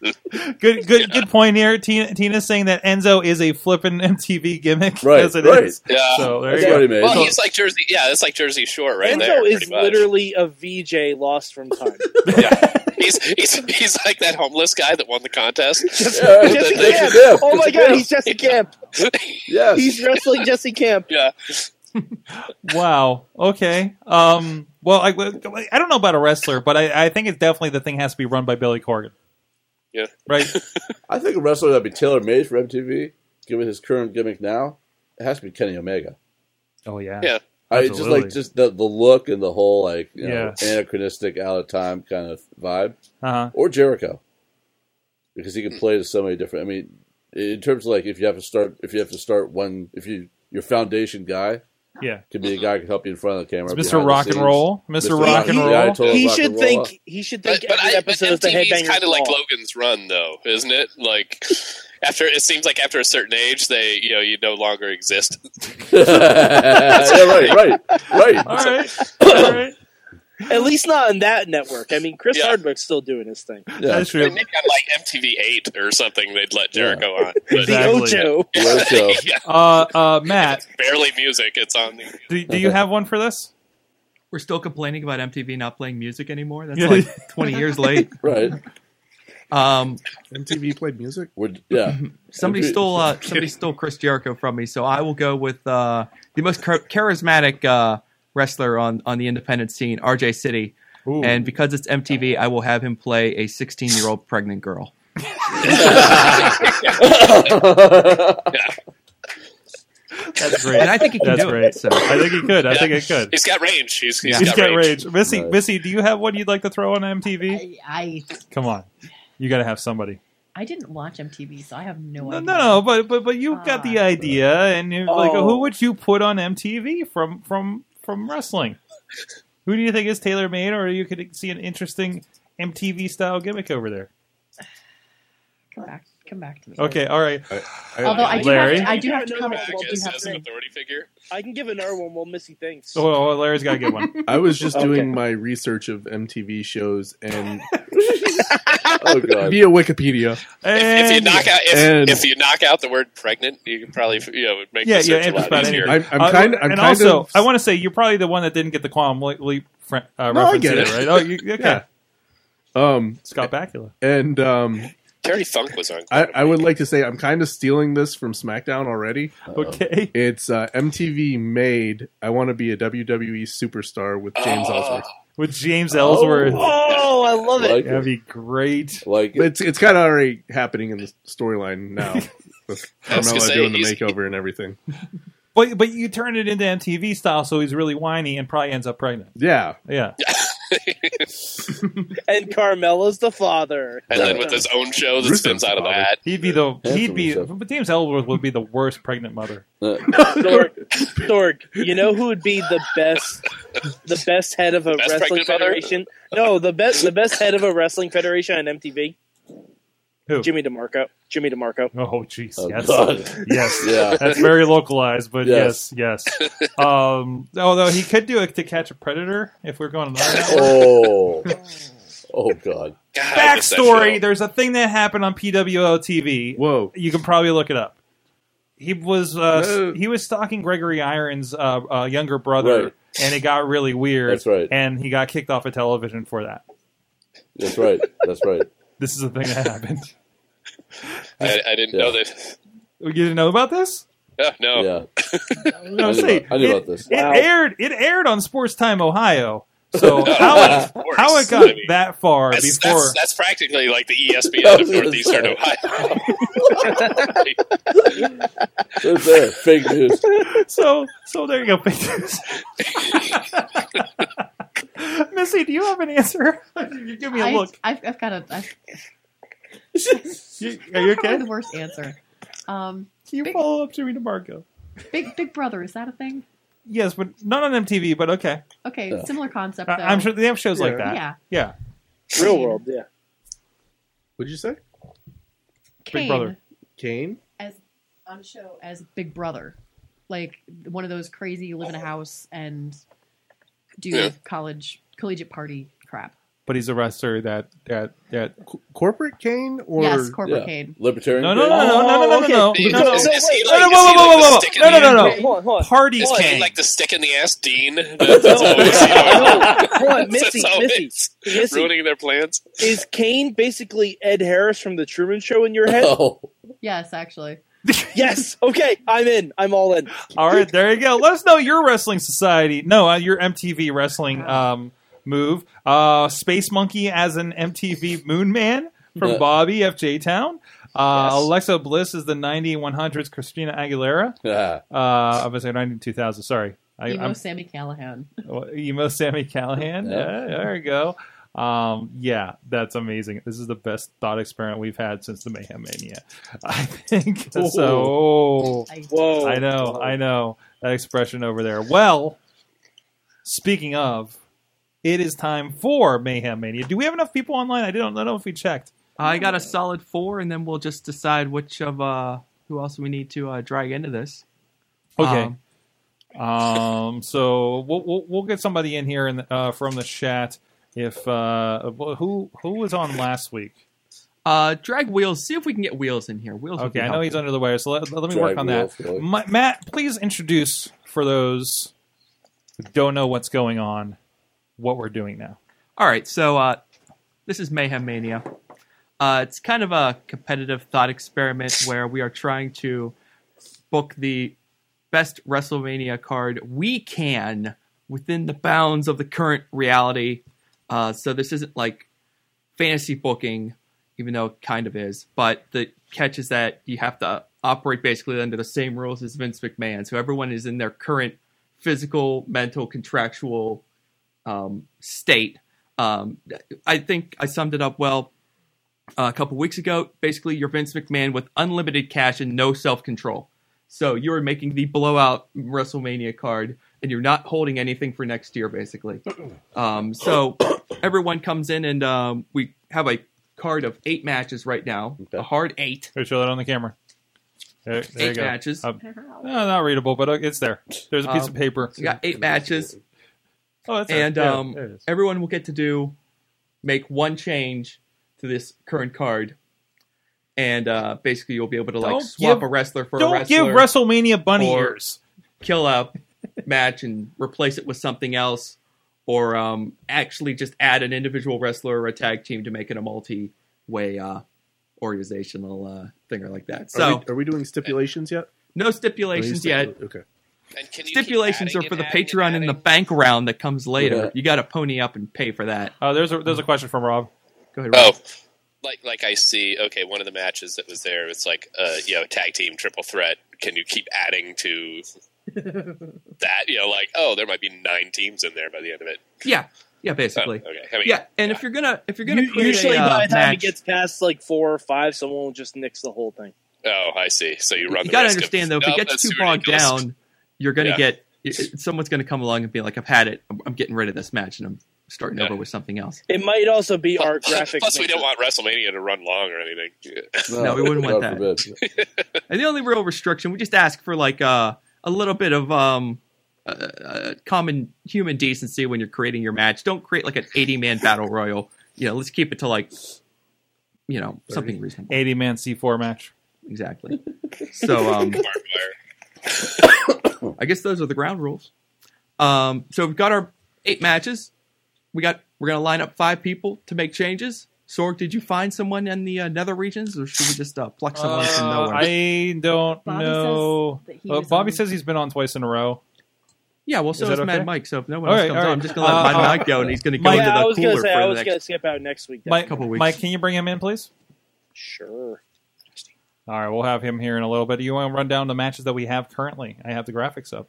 S2: Good good good point here. Tina, Tina's saying that Enzo is a flippin' [LAUGHS] MTV gimmick
S5: Right,
S2: as it is.
S5: right.
S4: Yeah.
S2: So there
S5: That's
S2: you
S5: what he
S2: go.
S5: made.
S4: Well, he's like Jersey. Yeah, that's like Jersey Shore right there.
S3: Enzo is
S4: pretty much.
S3: literally a VJ lost from
S5: [LAUGHS]
S3: time.
S4: He's, he's he's like that homeless guy that won the contest.
S5: Yeah,
S3: Jesse
S5: Jesse
S3: Camp.
S5: Camp.
S3: Oh my
S5: Jesse
S3: god,
S5: Camp.
S3: he's Jesse Camp.
S5: [LAUGHS] Yes.
S3: He's wrestling Jesse Camp.
S4: yeah. uh,
S2: [LAUGHS] Wow. Okay. Um. Well, I I don't know about a wrestler, but I, I think it's definitely the thing has to be run by Billy Corgan.
S4: Yeah.
S2: Right.
S5: [LAUGHS] I think a wrestler that'd be tailor made for MTV, given his current gimmick now, it has to be Kenny Omega.
S2: oh yeah.
S4: Yeah.
S5: I just
S2: Absolutely.
S5: like just the, the look and the whole like you know,
S2: Yeah.
S5: anachronistic out of time kind of vibe,
S2: Uh huh. [LAUGHS]
S5: or Jericho, because he could play to so many different. I mean, in terms of like if you have to start if you have to start one if you your foundation guy
S2: Yeah.
S5: could be a guy who can help you in front of the camera,
S2: Mr.
S5: behind the
S2: Rock and
S5: scenes.
S2: Roll. Mr. Rock and
S5: yeah,
S2: Roll.
S5: I told
S3: He
S5: Rock and
S3: should
S5: Roll up.
S3: think. He should think
S4: But, but
S3: every
S4: I, but
S3: episode is the
S4: MTV
S3: headbangers.
S4: is kind of like
S3: Ball.
S4: Logan's Run, though, isn't it? Like after it seems like after a certain age, they you know you no longer exist. [LAUGHS]
S5: yeah, right, right,
S2: All
S5: right.
S2: right. All right.
S3: [COUGHS] At least not on that network. I mean, Chris
S4: Yeah.
S3: Hardwick's still doing his thing.
S5: Yeah.
S2: That's true.
S4: Maybe on like MTV Eight or something, they'd let Jericho on. But
S3: The
S2: Exactly.
S3: Ocho.
S4: [LAUGHS]
S5: Roadshow.
S4: yeah,
S2: Uh, uh, Matt,
S4: barely music. It's on the.
S2: do, do you have one for this?
S10: We're still complaining about MTV not playing music anymore. That's
S2: Yeah.
S10: like 20 years
S7: [LAUGHS]
S10: late.
S5: [LAUGHS] Right.
S10: Um,
S7: MTV played music.
S5: We're,
S2: [LAUGHS]
S5: yeah.
S10: [LAUGHS] somebody
S5: Okay.
S10: stole uh, somebody stole Chris Jericho from me, so I will go with uh, the most char- charismatic uh, wrestler on on the independent scene, RJ City. And because it's MTV, I will have him play a 16 year old pregnant
S2: [LAUGHS]
S10: girl.
S2: That's great.
S10: And
S6: [LAUGHS]
S10: I think he can
S2: That's
S10: do
S2: great.
S10: it. So.
S2: I think he could. I think it could.
S4: He's got range. He's, he's
S2: He's
S4: got,
S2: got
S4: range.
S2: rage. Missy,
S5: Right.
S2: Missy, do you have one you'd like to throw on MTV?
S6: I, I
S2: Come on, you got to have somebody.
S6: I didn't watch MTV, so I have no
S2: No,
S6: idea.
S2: no, no, but but but you've got the idea, and you're like,
S3: Oh.
S2: who would you put on MTV from from from wrestling? Who do you think is tailor made, or you could see an interesting MTV style gimmick over there?
S6: Come back, come back to me.
S2: Okay, all right.
S6: Although I do
S2: Larry?
S6: have to, I do have to
S3: Larry?
S6: comment.
S4: I
S3: Well,
S4: guess
S6: do have
S4: as an
S6: to,
S4: authority figure.
S3: I can give another one while Missy thinks.
S2: Oh,
S7: [LAUGHS]
S2: oh, Larry's got a good one.
S7: I was just
S3: Okay.
S7: doing my research of MTV shows and
S5: [LAUGHS]
S7: [LAUGHS]
S5: Oh god.
S7: via Wikipedia.
S4: [LAUGHS] If, if you
S2: And-
S4: knock out if,
S7: and-
S4: if you knock out the word pregnant, you can probably you know make
S2: Yeah,
S4: the
S2: yeah,
S4: search
S2: it's
S4: a lot
S2: about
S4: easier.
S7: I'm, I'm
S2: Uh,
S7: kind. I'm
S2: and
S7: kind
S2: also,
S7: of.
S2: I want to say you're probably the one that didn't get the Quantum Leap fr- uh,
S7: No, I
S2: reference
S7: get
S2: either,
S7: it.
S2: right? Oh,
S7: [LAUGHS]
S2: you, okay.
S7: Yeah. um
S2: Scott Bakula.
S7: and um
S4: Terry Funk was on.
S7: I, I would like to say I'm kind of stealing this from SmackDown already.
S2: Okay. [LAUGHS]
S7: It's uh, MTV made I want to be a WWE superstar with James Ellsworth.
S2: With James Ellsworth.
S3: Oh, I love it.
S5: Like,
S2: That'd
S5: it.
S2: be great.
S5: like it.
S7: It's it's kind of already happening in the storyline now.
S2: [LAUGHS]
S7: With
S4: I was gonna
S7: Carmella
S4: say,
S7: doing the
S4: he's-
S7: makeover and everything.
S2: But but you turn it into MTV style, so he's really whiny and probably ends up pregnant.
S7: Yeah,
S2: Yeah.
S3: [LAUGHS] And Carmella's the father.
S4: and then with his own show that
S7: Gruesome,
S4: spins out of
S7: probably.
S4: that.
S2: He'd be the
S5: Handsome
S2: he'd be
S5: himself.
S2: but James Ellsworth would be the worst pregnant mother.
S5: [LAUGHS] Uh,
S3: Sorg, [LAUGHS] Sorg, you know who would be the best, the best head of a
S4: best
S3: wrestling
S4: pregnant mother?
S3: federation? No, the best, the best head of a wrestling federation on MTV.
S2: Who?
S3: Jimmy DeMarco. Jimmy DeMarco.
S2: Oh jeez.
S5: Oh,
S2: yes.
S5: God.
S2: Yes.
S5: [LAUGHS] yeah.
S2: That's very localized, but
S5: Yes.
S2: yes, yes. Um, although he could do it to catch a predator if we're going another network.
S5: Oh. Oh god.
S4: God, I miss that
S2: backstory.
S4: show.
S2: There's a thing that happened on PWO TV.
S7: Whoa.
S2: You can probably look it up. He was uh,
S7: No.
S2: he was stalking Gregory Irons' uh, uh, younger brother,
S5: Right.
S2: and it got really weird.
S5: That's right.
S2: And he got kicked off of television for that.
S10: [LAUGHS]
S5: That's right. That's right.
S2: This is the thing that happened.
S4: I, I didn't
S5: Yeah.
S4: know that.
S2: [LAUGHS]
S4: [LAUGHS]
S2: You didn't know about this?
S4: Yeah, no.
S5: Yeah.
S2: No,
S5: I knew
S2: see,
S5: about- I knew
S2: it,
S5: about this.
S2: It
S5: Wow.
S2: aired. It aired on Sports Time Ohio. So how
S4: that's
S2: it, how it got
S4: I mean,
S2: that far
S4: That's,
S2: before?
S4: that's, that's practically like the E
S2: [LAUGHS]
S4: ESPN of Northeastern Ohio.
S5: [LAUGHS] There's there. Fake news.
S2: [LAUGHS] so so there you go. pictures. [LAUGHS] Missy, do you have an answer? [LAUGHS] you give me a
S6: I,
S2: look.
S6: I've, I've got
S2: [LAUGHS]
S6: a. I've,
S2: You- are you
S6: probably
S2: okay?
S6: the worst answer. Um,
S2: Can you follow up Jimmy DeMarco?
S6: Big Big Brother is that a thing?
S2: Yes, but not on MTV. But okay,
S6: Okay,
S2: Yeah.
S6: similar concept.
S2: I,
S6: Though.
S2: I'm sure they have shows like that.
S6: Yeah,
S2: yeah.
S3: Real world, yeah.
S7: What'd you say?
S6: Kane Brother.
S7: Kane?
S6: as on a show as Big Brother, like one of those crazy live in a house and do
S2: Yeah.
S6: college collegiate party crap.
S2: But he's a wrestler that that that
S7: corporate Kane or
S6: Yes, corporate Yeah. Kane.
S5: libertarian.
S2: No, no, no, no, no, no, no, no, no,
S4: okay.
S2: no,
S7: [LAUGHS]
S2: no.
S4: Is- is he
S2: No, no,
S4: like-
S2: Oh, whoa,
S4: is
S2: whoa,
S4: he like
S2: whoa,
S4: the
S2: whoa.
S4: stick in
S2: No, no,
S4: the
S2: no,
S4: end?
S2: no. Hold on, hold on. Party
S4: Is he
S2: king.
S4: like the stick in the
S2: [LAUGHS]
S4: ass dean? That's, that's [LAUGHS] always, you know,
S3: Hold on,
S4: that's
S3: Missy,
S4: always
S3: Missy, Missy.
S4: ruining their plans.
S3: Is Kane basically Ed Harris from The Truman Show in your head?
S6: Yes, actually.
S3: Yes. Okay, I'm in. I'm all in.
S2: All right, there you go. Let us know your wrestling society. No, uh, your MTV wrestling
S6: Uh-huh.
S2: um, move. Uh, Space Monkey as an MTV Moon Man
S8: Yeah.
S2: from Bobby F. J. Town. Uh, Alexa Bliss is the 90 100s Christina Aguilera.
S5: Yeah.
S2: Uh, I was saying 90 2000. Sorry. I,
S6: Emo
S2: I'm-
S6: Sammy Callahan.
S2: Well, emo Sammy Callahan.
S6: Yeah.
S2: Yeah, there we go. Um, yeah, that's amazing. This is the best thought experiment we've had since the Mayhem Mania. [LAUGHS] I think
S8: Whoa.
S2: so.
S3: Whoa!
S2: I know, I know that expression over there. Well, speaking of, it is time for Mayhem Mania. Do we have enough people online? I don't, I don't know if we checked.
S10: I got a solid four, and then we'll just decide which of uh who else we need to uh, drag into this.
S2: Okay.
S10: Um,
S2: Um, so we'll, we'll we'll get somebody in here and uh, from the chat. If uh, who who was on last week?
S10: uh, drag wheels. See if we can get wheels in here. Wheels. would
S2: Okay,
S10: be
S2: I know
S10: helpful.
S2: he's under the wire, so let, let me
S10: Drag
S2: work on that.
S10: wheels, really.
S2: Ma- Matt, please introduce for those who don't know what's going on, what we're doing now.
S10: All right, so uh, this is Mayhem Mania. Uh, it's kind of a competitive thought experiment
S2: [LAUGHS]
S10: where we are trying to book the best WrestleMania card we can within the bounds of the current reality. Uh, so this isn't like fantasy booking, even though it kind of is. But the catch is that you have to operate basically under the same rules as Vince McMahon. So everyone is in their current physical, mental, contractual um, state. Um, I think I summed it up well uh, a couple weeks ago. Basically, you're Vince McMahon with unlimited cash and no self control. So you're making the blowout WrestleMania card, and you're not holding anything for next year, basically.
S7: [LAUGHS]
S10: Um, so [COUGHS] everyone comes in, and um, we have a card of eight matches right now, a hard eight.
S2: show that on the camera. There, there you
S10: eight
S2: go.
S10: matches.
S2: [LAUGHS] Um, no, not readable, but uh, it's there. There's a piece
S10: Um,
S2: of paper.
S10: so you got eight matches.
S2: Oh, that's
S10: and
S2: it. Yeah,
S10: um,
S2: there it is.
S10: everyone will get to do make one change to this current card, and uh, basically you'll be able to like
S2: Don't
S10: swap
S2: give-
S10: a wrestler for
S2: don't
S10: a wrestler.
S2: give WrestleMania bunny
S10: or
S2: ears.
S10: Kill a match and replace it with something else, or um, actually just add an individual wrestler or a tag team to make it a multi-way uh, organizational uh, thing or like that. So
S7: are we, are we doing stipulations yet?
S10: no stipulations
S7: Are you
S10: yet.
S7: stipul- Okay.
S10: Stipulations are for the Patreon and the bank round that comes later. You got to pony up and pay for that.
S2: Oh, there's a there's a question from Rob.
S10: Go ahead.
S4: Oh, [LAUGHS] like like I see. Okay, one of the matches that was there, it's like uh, you know, tag team triple threat. Can you keep adding to that? You know, like oh, there might be nine teams in there by the end of it.
S10: Yeah, yeah, basically.
S4: Oh, okay. I mean,
S10: yeah, and if you're gonna if you're gonna
S3: U-
S10: create
S3: usually,
S10: a, uh,
S3: by the time
S10: match,
S3: it gets past like four or five, someone will just nix the whole thing.
S4: Oh, I see. So you run.
S10: you
S4: the
S10: gotta
S4: risk of-
S10: understand though, if
S4: No,
S10: it gets
S4: that's
S10: too
S4: too
S10: bogged
S4: ridiculous.
S10: down, you're gonna
S4: Yeah.
S10: get it- it- someone's gonna come along and be like, "I've had it. I'm, I'm getting rid of this match, and I'm starting over with something else."
S3: It might also be our graphics.
S4: Plus, we don't want WrestleMania to run long
S3: [LAUGHS]
S4: or anything.
S10: No, we wouldn't want that. [LAUGHS] and the only real restriction, we just ask for like uh, a little bit of um, uh, uh, common human decency when you're creating your match. Don't create like an 80 man battle royal. You know, let's keep it to like, you know, something reasonable.
S2: 80 man C4 match. [LAUGHS]
S10: Exactly. So, um, I guess those are the ground rules. Um, so we've got our eight matches. We got we're gonna line up five people to make changes. Sorg, did you find someone in the uh, nether regions, or should we just uh, pluck someone from
S2: Uh,
S10: nowhere?
S2: I don't
S10: Bobby
S2: know.
S10: says that he
S2: Uh,
S10: was
S2: Bobby
S10: on-
S2: says he's been on twice in a row.
S10: yeah, well,
S2: Is
S10: so
S2: that
S10: is Mad
S2: okay?
S10: Mike. So if no one
S2: All
S10: else
S2: right,
S10: comes
S2: all right.
S10: on, I'm just gonna let
S2: Uh,
S10: Mike Mike go, and he's gonna go
S2: Mike-
S10: into
S3: I
S10: the
S3: was
S10: cooler
S3: gonna
S10: for
S3: say I
S10: the
S3: was
S10: next
S3: gonna skip out next week.
S2: Mike,
S10: couple weeks.
S2: Mike, can you bring him in, please?
S3: Sure.
S2: All right, we'll have him here in a little bit. You want to run down the matches that we have currently? I have the graphics up.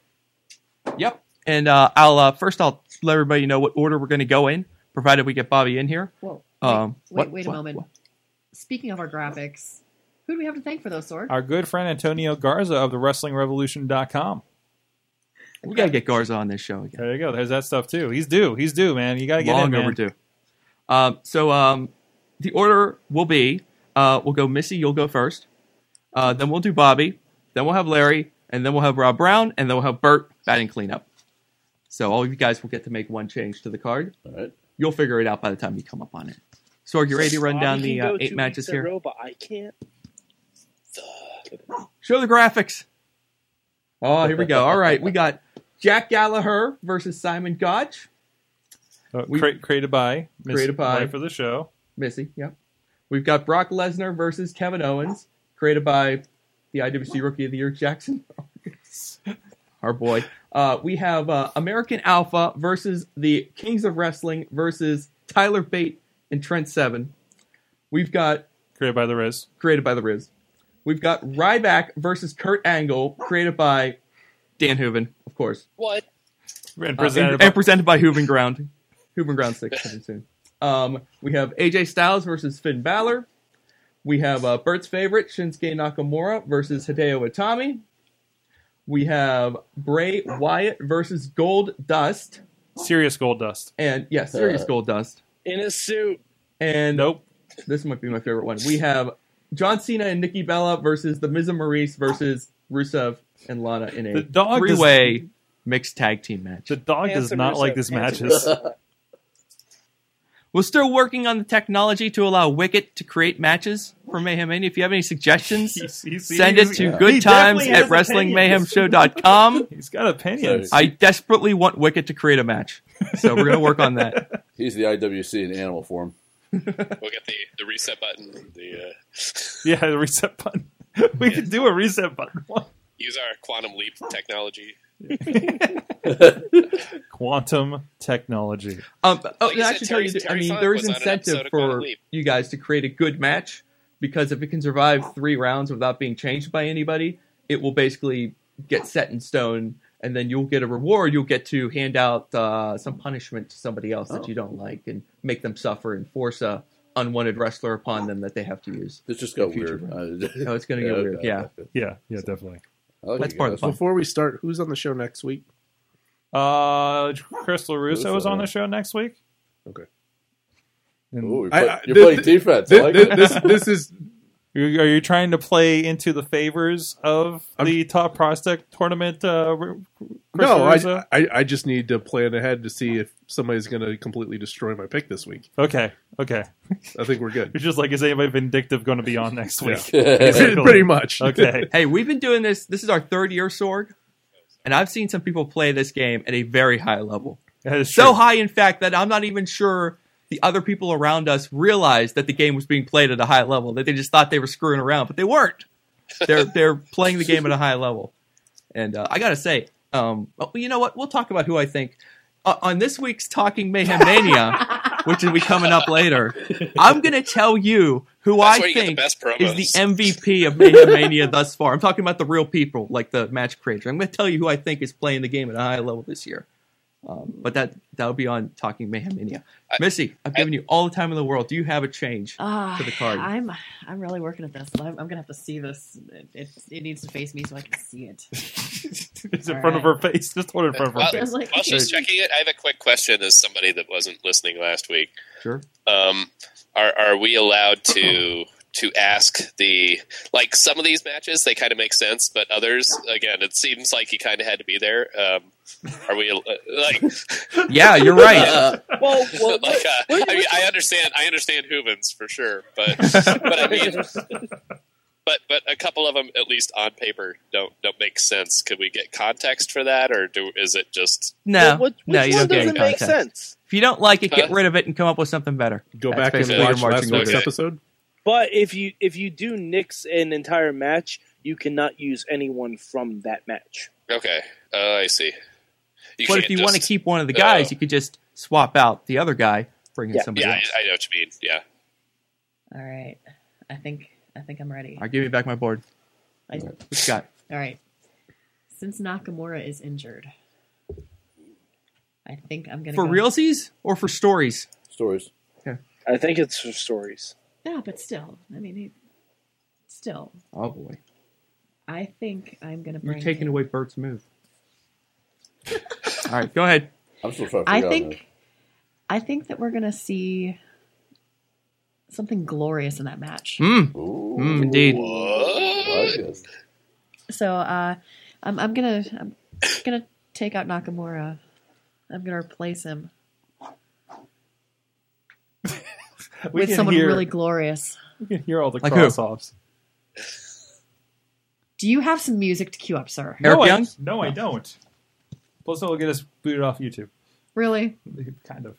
S10: Yep. And uh, I'll uh, first I'll let everybody know what order we're going to go in, provided we get Bobby in here.
S6: Whoa.
S10: Um,
S6: wait,
S10: what-
S6: wait a
S10: what-
S6: moment.
S10: what-
S6: Speaking of our graphics, who do we have to thank for those, Sorg?
S2: Our good friend Antonio Garza of the WrestlingRevolution.com.
S10: We gotta get Garza on this show again.
S2: There you go. There's that stuff too. He's due. He's due, man. You got to get
S10: Long
S2: him, man.
S10: overdue. Um, so um, the order will be uh, we'll go Missy, you'll go first. Uh, then we'll do Bobby. Then we'll have Larry, and then we'll have Rob Brown, and then we'll have Bert batting cleanup. So all of you guys will get to make one change to the card.
S5: All right.
S10: You'll figure it out by the time you come up on it. Sorg, you ready to run
S3: Bobby
S10: down
S3: can
S10: the
S3: go
S10: uh,
S3: two
S10: eight matches
S3: weeks in a
S10: here?
S3: row, but I can't.
S10: Show the graphics. Oh, here we go. All right, we got Jack Gallagher versus Simon Gotch.
S2: Uh,
S10: We-
S2: cre- created by Miss
S10: Created by-
S2: Wife of the show.
S10: Missy, yep. We've got Brock Lesnar versus Kevin Owens, created by the IWC Rookie of the Year Jackson. [LAUGHS] Our boy. Uh, we have uh, American Alpha versus the Kings of Wrestling versus Tyler Bate and Trent Seven. We've got
S2: Created by the Riz.
S10: created by the Riz. We've got Ryback versus Kurt Angle, created by Dan Hooven, of course.
S4: What?
S2: And
S10: Uh,
S2: presented
S10: and,
S2: by
S10: and presented by Hooven Ground. Hooven Ground 6 coming soon. Um, we have AJ Styles versus Finn Balor. We have uh, Bert's favorite, Shinsuke Nakamura versus Hideo Itami. We have Bray Wyatt versus Gold Dust.
S2: Serious Gold Dust.
S10: And, yeah, Serious Gold Dust.
S3: In a suit.
S10: And
S2: Nope.
S10: this might be my favorite one. We have John Cena and Nikki Bella versus The Miz and Maurice versus Rusev and Lana in
S2: The
S10: a
S2: dog does-
S10: three-way mixed tag team match.
S2: The dog does
S3: Handsome
S2: not
S3: Rusev,
S2: like these [LAUGHS]
S3: handsome
S2: matches.
S3: [LAUGHS]
S10: We're still working on the technology to allow Wicket to create matches for Mayhem Mania. If you have any suggestions,
S2: He's- he's-
S10: send it
S2: he's- [LAUGHS]
S10: to
S2: he
S10: good times
S2: definitely has
S10: at
S2: opinions.
S10: WrestlingMayhemShow.com.
S2: [LAUGHS] He's got opinions.
S10: I desperately want Wicket to create a match. So we're going to work on
S5: [LAUGHS]
S10: that.
S5: He's the IWC in animal form.
S4: We'll get the, the reset button. The uh,
S2: [LAUGHS]
S4: [LAUGHS]
S2: yeah, the reset button. [LAUGHS] we could do a reset button.
S4: use our quantum leap technology.
S10: [LAUGHS]
S2: Quantum technology.
S10: Um, oh,
S4: Like you
S10: I
S4: said,
S10: should tell you,
S4: Terry-
S10: I
S4: Terry
S10: mean,
S4: Funk
S10: there
S4: was
S10: is
S4: on an episode
S10: incentive
S4: of Quantum
S10: for
S4: Leap.
S10: you guys to create a good match because if it can survive three rounds without being changed by anybody, it will basically get set in stone. And then you'll get a reward. You'll get to hand out uh, some punishment to somebody else
S5: Oh.
S10: that you don't like and make them suffer and force a unwanted wrestler upon them that they have to use.
S5: This just got
S10: Future.
S5: weird. No, [LAUGHS]
S10: Oh, it's gonna get weird, yeah.
S2: Yeah, yeah, definitely.
S10: That's part of the fun.
S7: Before we start, who's on the show next week?
S2: Uh, Chris LaRusso
S5: Russo,
S2: is on the
S5: yeah.
S2: show next week.
S7: Okay.
S2: And
S5: Ooh, you're,
S7: I-
S5: play-
S7: I-
S5: you're
S7: thi-
S5: playing
S7: thi-
S5: defense. I
S7: This,
S5: like it.
S7: this, this is
S2: you- are you trying to play into the favors of
S7: I'm-
S2: the top prospect tournament? Uh, Ru- Chris
S7: no.
S2: LaRusso?
S7: I, I I just need to plan ahead to see if somebody's going to completely destroy my pick this week.
S2: okay, okay.
S7: I think we're good.
S2: It's just like, is anybody vindictive going to be on next week? [LAUGHS]
S7: [LAUGHS] Pretty pretty much.
S2: Okay.
S10: [LAUGHS] Hey, we've been doing this. This is our third year, Sorg, and I've seen some people play this game at a very high level.
S2: That is
S10: So
S2: true.
S10: high, in fact, that I'm not even sure the other people around us realized that the game was being played at a high level. That they just thought they were screwing around, but they weren't. They're they're playing the game at a high level. And uh, I gotta say, um, oh, you know what? We'll talk about who I think uh, on this week's Talking Mayhem Mania, which will be coming up later. I'm gonna tell you who
S4: That's
S10: I
S4: where you get the
S10: think
S4: best
S10: is
S4: promos.
S10: the
S4: [LAUGHS]
S10: MVP of Mayhem Mania thus far. I'm talking about the real people, like the match creator. I'm gonna tell you who I think is playing the game at a high level this year. Um, but that that'll be on Talking Mayhem Mania. Missy, I've given you all the time in the world. Do you have a change
S6: Ah,
S10: to the card?
S6: I'm I'm really working at this. I'm, I'm gonna have to see this. It, it, it needs to face me so I can see it.
S2: [LAUGHS] it's in
S6: All
S2: front of
S6: right.
S2: her face. Just hold it in front of her
S4: Well,
S2: face.
S6: I was like,
S4: While she's checking it, I have a quick question as somebody that wasn't listening last week.
S10: sure.
S4: um, are are we allowed to to ask the like some of these matches they kind of make sense, but others again it seems like he kind of had to be there. Um, are we uh, like
S10: [LAUGHS] Yeah, you're right.
S3: Uh,
S4: [LAUGHS]
S3: Well, well
S4: Uh, like uh,
S3: wait,
S4: I mean
S3: wait.
S4: I understand I understand Hoovens for sure,
S3: [LAUGHS]
S4: but but I mean but but a couple of them at least on paper don't don't make sense. Could we get context for that, or do is it just
S10: No,
S3: what, which
S10: no, you don't
S3: one
S10: get any
S3: doesn't make
S10: context.
S3: sense?
S10: If you don't like it, get
S3: Huh?
S10: rid of it and come up with something better.
S7: Go
S10: That's
S7: back and
S10: basically your
S7: watch last
S10: marching
S7: week's
S10: orders.
S7: episode.
S3: But if you if you do nix an entire match, you cannot use anyone from that match.
S4: Okay, uh, I see. You
S10: but if
S4: can't
S10: you want to
S4: just-
S10: keep one of the guys, you could just swap out the other guy, bring in
S4: uh, yeah,
S10: somebody else.
S4: I, I know what you mean. Yeah,
S13: All right. I think I think I'm ready.
S10: I, will give you back my board.
S13: I-
S10: Scott,
S13: All right. Since Nakamura is injured, I think I'm gonna
S10: for
S13: go-
S10: realsies or for stories?
S5: Stories.
S10: Yeah.
S3: I think it's for stories.
S13: Yeah, but still, I mean, he, still,
S10: Oh boy,
S13: I think I'm gonna
S10: you're
S13: bring.
S10: taking away Bert's move. All right, go ahead.
S5: I'm still trying
S13: I think, I think that we're gonna see something glorious in that match.
S2: Hmm.
S10: Mm. Mm, indeed.
S13: So uh, I'm, I'm gonna I'm gonna take out Nakamura. I'm gonna replace him
S2: We
S13: with
S2: can
S13: someone
S2: hear-
S13: really glorious.
S2: We can hear all the
S10: Like who?
S2: cross offs.
S13: Do you have some music to cue up, sir?
S2: no, I, no, I don't. Plus, it'll get us booted off YouTube. [LAUGHS]
S13: Really?
S2: Kind of.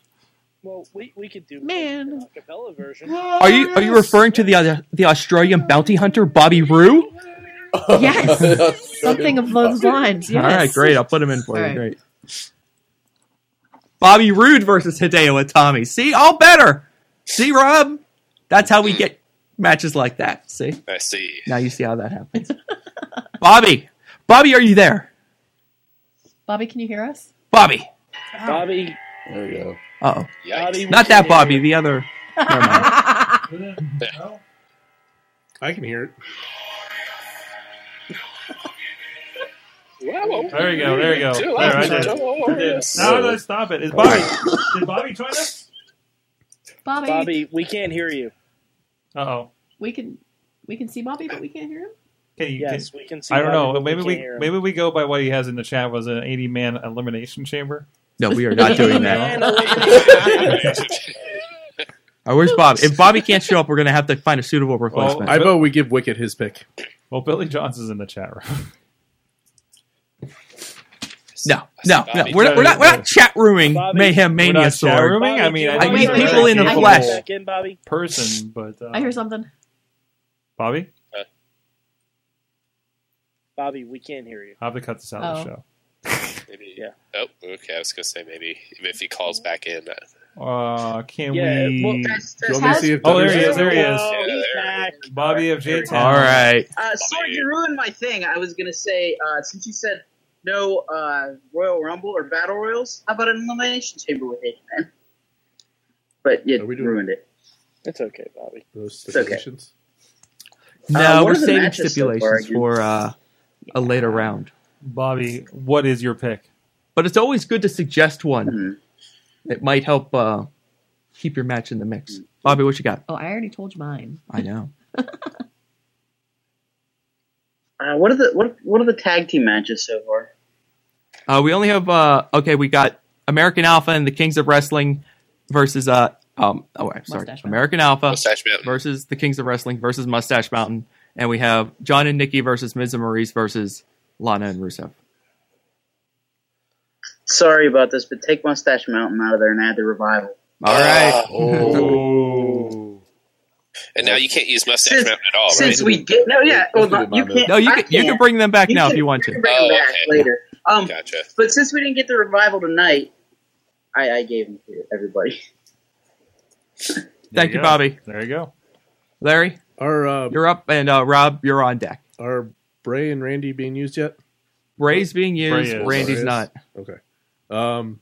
S3: Well, we we could do
S13: man
S3: a cappella version.
S10: Are you are you referring to the uh, the Australian bounty hunter Bobby Roo?
S13: [LAUGHS]
S6: [LAUGHS]
S10: [LAUGHS]
S13: Yes, something of those lines. Yes.
S10: All right, great. I'll put him in for
S13: All
S10: you.
S13: right.
S10: Great. Bobby Roode versus Hideo Itami. See, all better. See, Rob, that's how we get matches like that. See,
S4: Hmm. I see.
S10: now you see how that happens. [LAUGHS] Bobby, Bobby, are you there?
S13: Bobby, can you hear us?
S10: Bobby.
S13: [LAUGHS]
S3: Bobby,
S5: There we go.
S10: Uh
S4: Bobby,
S10: oh. Not that Bobby. The other. Never
S13: [LAUGHS]
S10: mind.
S7: I can hear it.
S2: There you go. There you go.
S4: Two.
S2: There, I did.
S4: Two.
S2: I did. Now that I stop it, is Bobby? did Bobby join us?
S13: Bobby,
S3: Bobby, we can't hear you.
S2: Uh oh.
S13: we can we can see Bobby, but we can't hear him.
S2: Okay, you
S3: Yes,
S2: can-
S3: we can see.
S2: I don't
S3: Bobby,
S2: know.
S3: but
S2: Maybe
S3: can't
S2: we
S3: hear him.
S2: maybe we go by what he has in the chat was an eighty man elimination chamber.
S10: No, we are not doing that.
S3: Man, oh,
S10: Oh, where's Bob? If Bobby can't show up, we're gonna have to find a suitable replacement.
S7: I vote we give Wicket his pick.
S2: [LAUGHS] Well, Billy Johns is in the chat room.
S10: no, no, no.
S4: Bobby.
S10: We're not, we're not, we're not chat rooming
S3: Bobby,
S10: Mayhem
S2: we're
S10: Mania
S2: not chat
S10: sword.
S2: rooming. I mean, I
S10: I
S2: think
S10: mean,
S2: he's a
S10: people in the
S2: very
S10: flesh.
S2: capable
S3: Back in, Bobby.
S2: person, but uh,
S13: I hear something.
S2: Bobby,
S3: Bobby, we can't hear you.
S2: I have to cut this out
S3: Oh.
S13: Oh,
S2: of the show.
S4: Maybe.
S3: Yeah.
S4: Oh, okay. I was gonna say maybe if he calls back in. Uh,
S2: Uh, can we?
S3: Yeah, well,
S7: Do you want me to see if
S2: Oh, there he is. There he is.
S3: Oh, he's
S4: there.
S3: back.
S2: Bobby of J10.
S10: All right.
S14: Uh, Sorg, you ruined my thing. I was gonna say uh, since you said no uh, Royal Rumble or Battle Royals, how about an Elimination Chamber with eight men? But you
S7: Are we doing-
S14: ruined it.
S3: It's okay, Bobby.
S7: Those
S14: okay.
S7: stipulations.
S10: No,
S14: Uh, what
S10: we're
S14: are the
S10: saving
S14: matches so far,
S10: stipulations
S14: Ian?
S10: for uh, a later round.
S2: Bobby, what is your pick?
S10: But it's always good to suggest
S14: Hmm.
S10: one. It might help uh, keep your match in the
S14: Hmm.
S10: mix. Bobby, what you got?
S13: Oh, I already told you mine.
S10: I know.
S14: Uh, what are the what what are the tag team matches so far?
S10: Uh, we only have uh, okay. We got American Alpha and the Kings of Wrestling versus uh um oh I'm sorry
S13: Mustache Mountain.
S10: American Alpha
S4: Mustache Mountain.
S10: versus the Kings of Wrestling versus Mustache Mountain, and we have John and Nikki versus Miz and Maurice versus Lana and Rusev.
S14: Sorry about this, but take Mustache Mountain out of there and add the revival.
S10: All right.
S4: Ah, oh.
S2: [LAUGHS]
S4: and now you can't use
S10: [LAUGHS]
S4: Mustache
S14: Since-
S4: Mountain at all, Oh, right?
S14: Since we get no, yeah, well,
S5: That's
S14: not, you
S5: my
S14: can't.
S10: No, you
S14: I
S10: can you can
S14: can't.
S10: bring them back now if
S14: can-
S10: you want
S14: can
S10: to.
S14: Bring
S4: Oh,
S14: them back
S4: okay.
S14: later. Um,
S4: Gotcha.
S14: but since we didn't get the revival tonight, I, I gave them to everybody.
S10: Thank you, Bobby.
S2: There you go.
S10: Larry,
S7: Are uh,
S10: you're up, and uh, Rob, you're on deck.
S7: are Bray and Randy being used yet?
S10: Ray's being used.
S2: Bray is.
S10: Randy's
S7: Bray is?
S10: not.
S7: Okay. Um.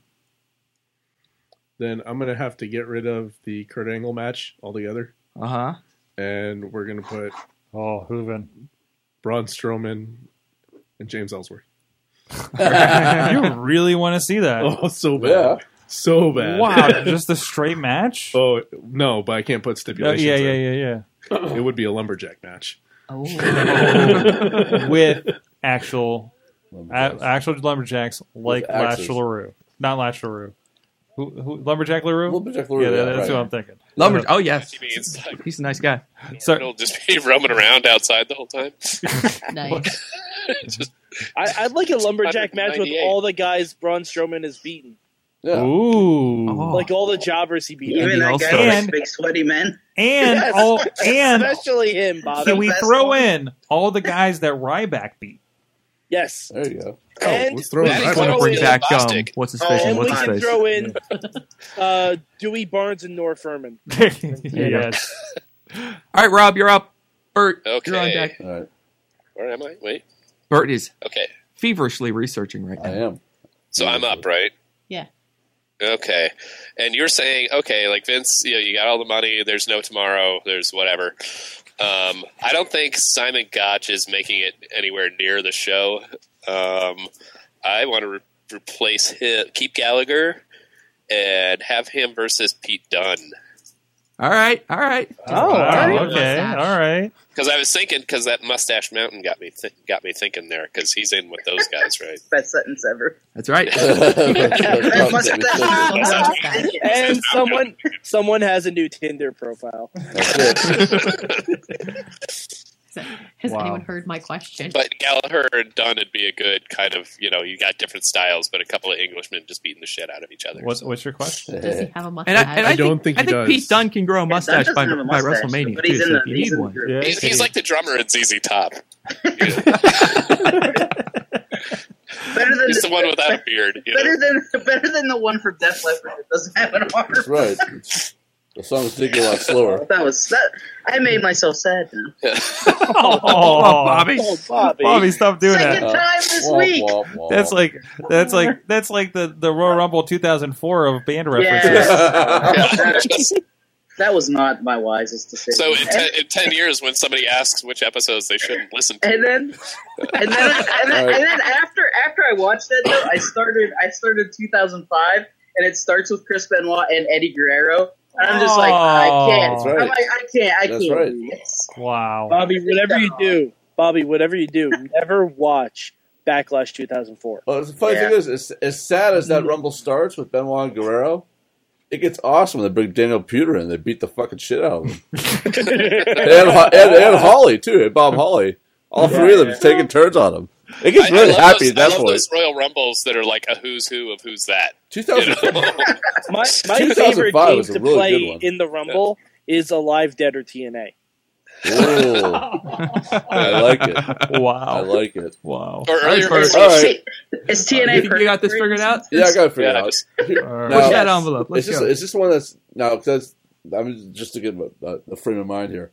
S7: Then I'm gonna have to get rid of the Kurt Angle match altogether,
S10: Uh huh.
S7: and we're gonna put
S2: Oh, Hooven.
S7: Braun Strowman and James Ellsworth.
S2: [LAUGHS] you really want to see that?
S7: [LAUGHS] Oh, so bad, so bad. [LAUGHS]
S2: wow, just a straight match?
S7: Oh no, but I can't put
S2: Oh,
S7: stipulations.
S2: yeah, yeah, yeah,
S7: yeah. It would be a lumberjack match. [LAUGHS]
S2: yeah. With actual a-
S5: Lumberjacks.
S2: actual lumberjacks like
S5: With
S2: Lash
S5: axes.
S2: LaRue. Not Lash LaRue. Who, who, lumberjack LaRue?
S5: Lumberjack LaRue,
S2: Yeah, that-
S5: yeah,
S2: that's
S5: right.
S2: what I'm thinking. Uh,
S10: Lumber. Oh yes,
S4: He means like
S10: he's a nice guy.
S2: So,
S4: it'll just be [LAUGHS] roaming around outside the whole time.
S13: Nice.
S3: [LAUGHS]
S4: Just-
S3: I, I'd like a lumberjack match with
S4: 198.
S3: all the guys Braun Strowman has beaten.
S5: oh,
S2: Ooh.
S3: Like all the jobbers he beat.
S2: Oh. Even
S3: up.
S2: that guy with And-
S14: big sweaty men.
S2: And
S3: Yes.
S2: all and
S3: especially him, Bob.
S2: can we throw in all the guys that Ryback beat?
S3: Yes.
S5: There you go.
S3: And
S2: let's throw in
S3: we
S2: Ryback.
S3: can throw
S2: Or
S3: in-
S2: Jack Gum. um,
S10: um,
S2: What's his face?
S3: Oh, And
S2: What's
S3: we
S2: his
S3: can
S2: face?
S3: throw in uh, Dewey Barnes and
S2: [LAUGHS]
S3: Nor Furman.
S10: [LAUGHS]
S5: [LAUGHS]
S2: yes.
S10: All right, Rob, you're up. Bert, you're on
S4: Okay.
S10: deck.
S4: Where am I? Wait.
S10: Bert is
S4: Okay.
S10: feverishly researching right now. I
S5: am.
S4: So I'm up, right?
S13: Yeah.
S4: Okay. And you're saying, okay, like Vince, you know, you got all the money. There's no tomorrow. There's whatever. Um, I don't think Simon Gotch is making it anywhere near the show. Um, I want to re- replace him, keep Gallagher, and have him versus Pete Dunne.
S10: All right, all right.
S2: Oh,
S4: wow,
S2: okay, all right.
S4: Because I was thinking, because that Mustache Mountain got me th- got me thinking there, because he's in with those guys, right?
S14: [LAUGHS] Best sentence ever.
S10: That's right.
S4: [LAUGHS]
S3: and someone someone has a new Tinder profile.
S2: [LAUGHS]
S13: Has
S4: Wow.
S13: anyone heard my question?
S4: But Gallagher and Dunn would be a good kind of, you know, you got different styles, but a couple of Englishmen just beating the shit out of each other.
S2: What, what's your question?
S13: Does he have a mustache?
S10: And I, and I, don't think, I think Pete Dunne can grow a mustache by,
S4: doesn't have a
S10: by
S4: mustache,
S10: WrestleMania
S4: but he's
S10: too.
S4: in
S10: So
S4: the-
S10: if you
S4: he's
S10: need
S4: in the
S10: one,
S4: group. He's, he's like the drummer in ZZ Top.
S14: Better than
S4: He's the one without a [LAUGHS] beard. You know?
S14: Better than better than the one from Def Leppard that doesn't have an arm.
S5: That's right. The songs did go a lot
S4: [LAUGHS]
S5: slower.
S14: [LAUGHS] That was that. I made myself sad. Now. [LAUGHS]
S2: [LAUGHS]
S4: [LAUGHS]
S2: Oh, Bobby.
S14: Oh, Bobby.
S2: Bobby, stop doing
S14: Second
S2: that.
S14: time this Womp, week. womp, womp.
S2: That's like that's
S14: [LAUGHS]
S2: like that's like the the Royal Rumble 2004 of band references.
S14: that, that was not my wisest decision.
S4: So in,
S14: and,
S4: ten, in 10 years, when somebody asks which episodes they shouldn't listen to,
S14: and then, and then, and then, and then after after I watched that though, I started I started 2005, and it starts with Chris Benoit and Eddie Guerrero, and I'm just like I can't.
S3: That's right.
S14: I'm like I can't. I
S3: That's
S14: can't.
S3: right.
S14: do this.
S2: Wow.
S3: Bobby, whatever you do, Bobby, whatever you do, never watch Backlash 2004.
S5: Well, the funny thing is, as, as sad as that rumble starts with Benoit and Guerrero, it gets awesome. when They bring Daniel Pewter in. They beat the fucking shit
S4: [LAUGHS]
S5: out of him. and, Ho- and, and Holly too. And Bob Holly. All three of them taking turns on him. It gets
S4: I- I
S5: really
S4: love those-
S5: happy at that
S4: I love
S5: point.
S4: those Royal Rumbles that are like a who's who of who's that.
S3: [LAUGHS]
S5: 2005
S3: My, my
S5: 2005
S3: favorite game
S5: was a
S3: to
S5: really good
S3: play
S5: one.
S3: in the Rumble is Alive, Dead, or TNA. [LAUGHS]
S2: Oh,
S5: I like it.
S2: [LAUGHS] Wow.
S5: I like it.
S2: Wow.
S4: Or earlier,
S5: All right.
S14: Is TNA?
S10: You got this figured out?
S5: Yeah, I got it
S10: [LAUGHS]
S5: figured
S10: Yeah,
S5: out.
S10: just-
S5: Here-
S10: Alright.
S5: now-
S10: Push that envelope. Let's
S5: it's just,
S10: go.
S5: It's just one that's now because I'm just to get a, a frame of mind here.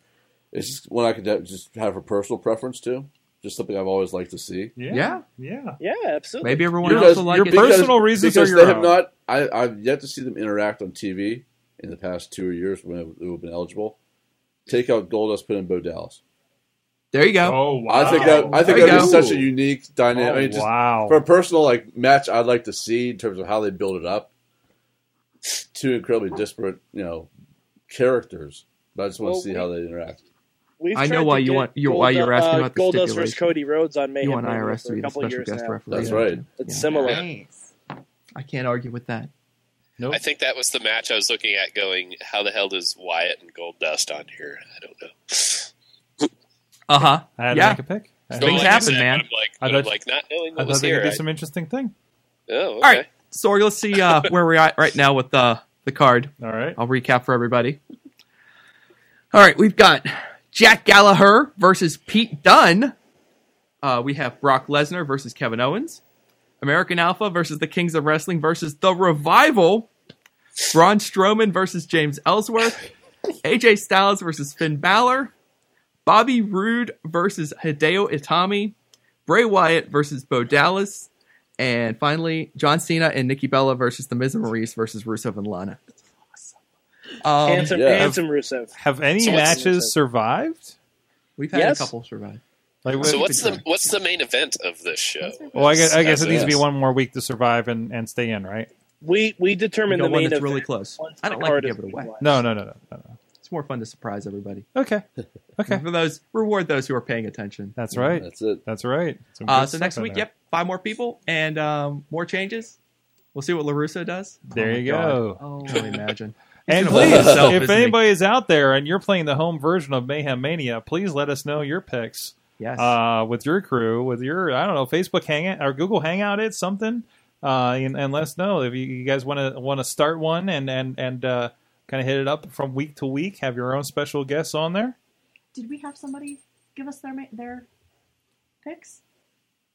S5: It's just one I could de- just have a personal preference to. Just something I've always liked to see.
S2: Yeah.
S3: Yeah, absolutely.
S10: Maybe everyone
S5: Because-
S10: else will like
S5: you're-
S10: it.
S5: because-
S10: Personal reasons
S5: because
S10: are your
S5: they
S10: own.
S5: have not. I, I've yet to see them interact on TV in the past two years when it- they've been eligible. Take out Goldust, put in Bo Dallas.
S10: There you go.
S2: Oh
S5: I think that I think that'd be such a unique dynamic.
S2: Oh,
S5: I mean, just
S2: wow.
S5: for a personal like match, I'd like to see in terms of how they build it up. Two incredibly disparate, you know, characters. But I just want
S3: Well,
S5: to see how they interact.
S3: We've
S10: I know
S3: tried
S10: why
S3: to
S10: you
S3: get
S10: want- you- why you're asking about the
S3: Goldust versus
S10: stipulation.
S3: Cody Rhodes on Mayhem
S10: You want
S3: Mania
S10: IRS
S3: for
S10: to
S3: a
S10: be the
S3: couple
S10: special
S3: years
S10: guest
S3: now.
S10: referee.
S5: That's right.
S3: It's similar.
S10: I can't argue with that.
S4: I think that was the match I was looking at going, how the hell does Wyatt and Gold Dust on here? I don't know.
S10: Uh huh.
S2: I had to
S10: yeah.
S2: make a pick. I had to
S10: Things
S2: make a
S10: happen,
S2: pick.
S10: man.
S4: I'm like,
S2: I
S4: I'm
S2: thought-
S4: like not knowing
S2: I
S4: what
S2: thought
S4: was
S2: they could
S4: here.
S2: do
S4: I-
S2: some interesting thing.
S4: oh,
S10: All right. So we're- let's see uh, where we're at right now with uh, the card.
S2: All right.
S10: I'll recap for everybody. All right. We've got Jack Gallagher versus Pete Dunne. Uh, we have Brock Lesnar versus Kevin Owens. American Alpha versus the Kings of Wrestling versus The Revival. Braun Strowman versus James Ellsworth.
S5: [LAUGHS]
S10: AJ Styles versus Finn Balor. Bobby Roode versus Hideo Itami. Bray Wyatt versus Bo Dallas. And finally, John Cena and Nikki Bella versus The Miz and Maurice versus Rusev and Lana. Um,
S3: handsome,
S10: yeah.
S3: handsome Rusev.
S2: Have any matches survived?
S10: We've
S3: had a Yes. couple
S10: survive.
S2: Like, what-
S4: So what's the what's the main event of this show?
S2: Well, I guess, I guess
S4: As
S2: it needs to be
S4: is.
S2: one more week to survive and, and stay in, right?
S3: We we determine
S10: You
S3: the
S10: got one
S3: main
S10: that's
S3: event
S10: really close.
S3: once
S10: I
S3: the
S10: don't like to
S3: card
S10: give
S3: has
S10: it
S3: been
S10: away.
S3: watched.
S2: No, no, no, no. no.
S10: It's more fun to surprise everybody. [LAUGHS]
S2: Okay. Okay.
S10: For those, reward those who are paying attention.
S2: That's right.
S5: That's it.
S2: That's right. Some
S10: Uh,
S2: good
S10: so
S2: stuff
S10: next
S2: in
S10: week,
S2: there.
S10: yep, five more people and um, more changes. We'll see what Larusso does.
S2: Oh There
S10: my
S2: you
S10: God.
S2: go.
S10: Oh,
S2: [LAUGHS]
S10: can only imagine. He's
S2: And
S10: gonna blow
S2: please,
S10: himself,
S2: if
S10: isn't he?
S2: anybody is out there and you're playing the home version of Mayhem Mania, please let us know your picks.
S10: Yes.
S2: Uh, with your crew, with your I don't know, Facebook Hangout or Google Hangout, it's something. uh, and, and let us know if you, you guys want to want to start one and and and uh, kind of hit it up from week to week. Have your own special guests on there.
S6: Did we have somebody give us their ma- their picks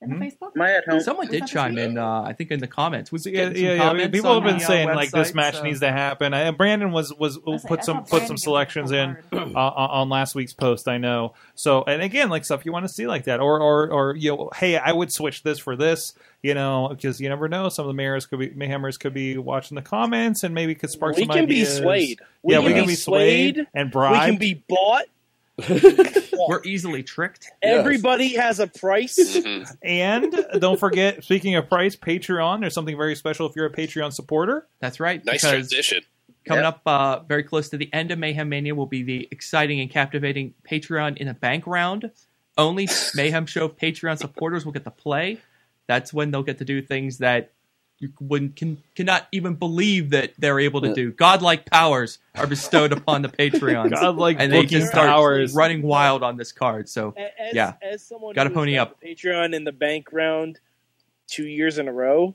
S6: in the Facebook?
S10: Hmm? Someone did chime in. Uh, I think in the comments. Was
S2: Yeah, yeah, yeah. I mean, people have
S10: uh,
S2: been saying like this match needs to happen. And Brandon was was put some put some selections in uh, on- on last week's post. I know. So and again, like stuff you want to see like that, or or or you know, hey, I would switch this for this. You know, because you never know. Some of the mayors could be mayhemers could be watching the comments, and maybe could spark
S3: We
S2: some
S3: can be
S2: ideas.
S3: swayed. We
S2: yeah,
S3: can
S2: we
S3: be
S2: can be swayed,
S3: swayed.
S2: and
S3: We
S2: bribed.
S3: can be bought.
S10: We're easily tricked. Mm-hmm.
S3: Everybody has
S10: [LAUGHS]
S3: a price.
S2: and don't forget, [LAUGHS] speaking of price, Patreon. There's something very special if you're a Patreon supporter.
S10: That's right.
S4: Nice
S10: because
S4: transition.
S10: Coming up uh, very close to the end of Mayhem Mania will be the exciting and captivating Patreon in a bank round. Only Mayhem Show Patreon supporters will get to play. That's when they'll get to do things that you wouldn't can cannot even believe that they're able to do. Godlike powers are bestowed upon the
S2: [LAUGHS]
S10: Patreons.
S2: Godlike
S10: and they
S2: booking
S10: just start
S2: powers.
S10: running wild on this card. So
S3: As,
S10: yeah,
S3: as someone
S10: got to
S3: who's
S10: pony
S3: got
S10: up.
S3: the Patreon in the bank round two years in a row,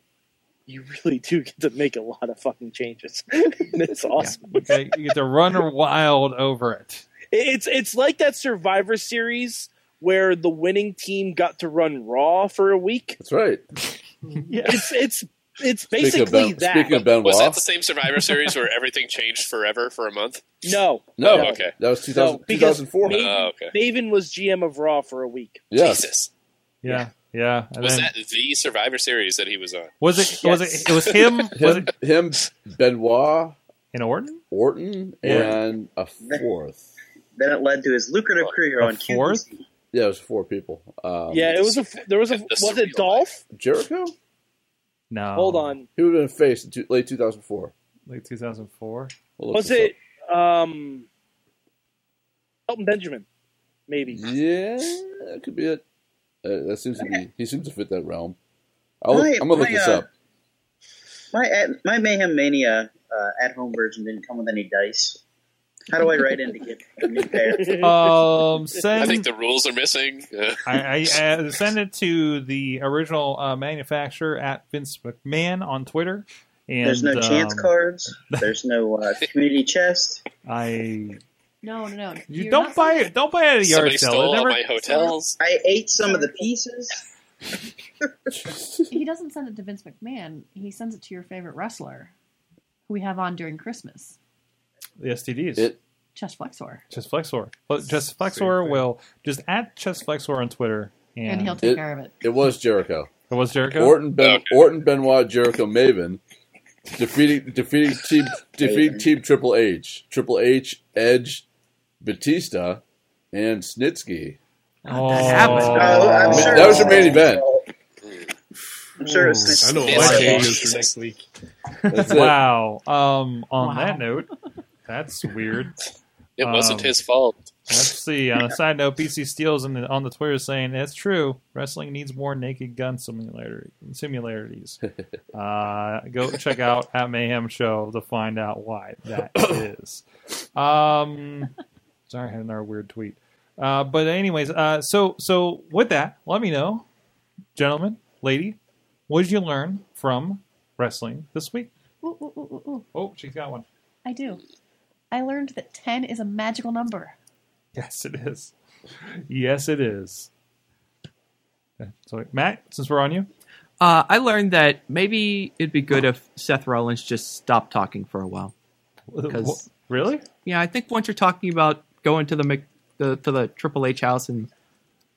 S3: you really do get to make a lot of fucking changes. [LAUGHS] it's awesome.
S2: Okay, you get to run wild over it.
S3: It's it's like that Survivor series where the winning team got to run Raw for a week.
S5: That's right.
S3: It's it's it's
S5: Speaking
S3: basically
S5: of Ben-
S3: that.
S5: speaking of Ben
S4: was
S5: Roth?
S4: that the same Survivor Series where everything changed forever for a month?
S3: No,
S5: No,
S4: Oh, okay.
S5: That was 2000,
S3: No, because
S5: 2004.
S3: Maven,
S4: Oh, okay.
S3: Maven was GM of Raw for a week.
S5: Yes.
S4: Jesus.
S2: Yeah, yeah. And
S4: Was
S2: then-
S4: that the Survivor Series that he was on?
S2: Was it? Was it? It was
S5: [LAUGHS]
S2: him. was
S5: him, him, Benoit,
S2: and Orton,
S5: Orton, and a fourth.
S14: Then it led to his lucrative career on QVC.
S5: Yeah, it was four people. Um,
S3: yeah, it was a there was a was it Dolph?
S5: Jericho.
S2: No,
S3: Hold on.
S5: He would have been faced in two, late 2004.
S2: Like 2004.
S3: Was it um Elton Benjamin? Maybe.
S5: Yeah, that could be it. Uh, that seems to be. He seems to fit that realm. I'll,
S14: My-
S5: I'm gonna look
S14: my,
S5: this
S14: uh,
S5: up.
S14: My at, my Mayhem Mania uh, at home version didn't come with any dice. How do I write in to get a new pair?
S2: Um, send-
S4: I think the rules are missing.
S2: [LAUGHS] I, I uh, send it to the original uh, manufacturer at Vince McMahon on Twitter. [LAUGHS] And
S14: There's no chance
S2: um,
S14: cards. There's
S2: [LAUGHS]
S14: no uh, community chest.
S2: I
S13: No, no, no.
S2: you don't buy it. Don't buy it at a yard
S4: Somebody
S2: sale.
S4: stole
S2: It never-
S4: all my
S2: [LAUGHS]
S4: hotels.
S14: I ate some of the pieces.
S13: he doesn't send it to Vince McMahon. He sends it to your favorite wrestler, who we have on during Christmas,
S2: the STDs.
S13: Chest Flexor,
S2: Chest Flexor. Well, Chest Flexor will just at Chest Flexor on Twitter, and,
S13: and he'll take care of it.
S5: It was Jericho.
S2: It was Jericho.
S5: Orton, ben, Orton, Benoit, Jericho, Maven, defeating defeating team defeating team Triple H, Triple H, Edge, Batista, and Snitsky.
S2: Oh,
S14: Oh, I'm sure
S5: that was
S14: it
S5: your main event.
S14: I'm sure it was.
S7: I know
S14: Snitsky.
S7: what my change is for next week.
S2: [LAUGHS]
S5: That's it.
S2: wow. Um, on
S13: Wow.
S2: that note, that's weird.
S4: [LAUGHS] It wasn't
S2: Um,
S4: his fault.
S2: Let's see. On a side note, BC Steele's in the, on the Twitter saying that's true. Wrestling needs more naked gun similarity,
S4: [LAUGHS]
S2: similarities. uh, go check out at Mayhem Show to find out why
S4: [COUGHS]
S2: that is. Um, sorry, I had another weird tweet. Uh, but anyways, uh, so so with that, let me know, gentlemen, lady, what did you learn from wrestling this week?
S13: Ooh, ooh, ooh, ooh, ooh.
S2: Oh, she's got one.
S13: I do. I learned that ten is a magical number.
S2: [LAUGHS] Yes, it is. Yes, it is. So, Matt, since we're on you,
S10: Uh, I learned that maybe it'd be good if Seth Rollins just stopped talking for a while. 'Cause-
S2: really?
S10: yeah, I think once you're talking about going to the, Mc- the to the Triple H house and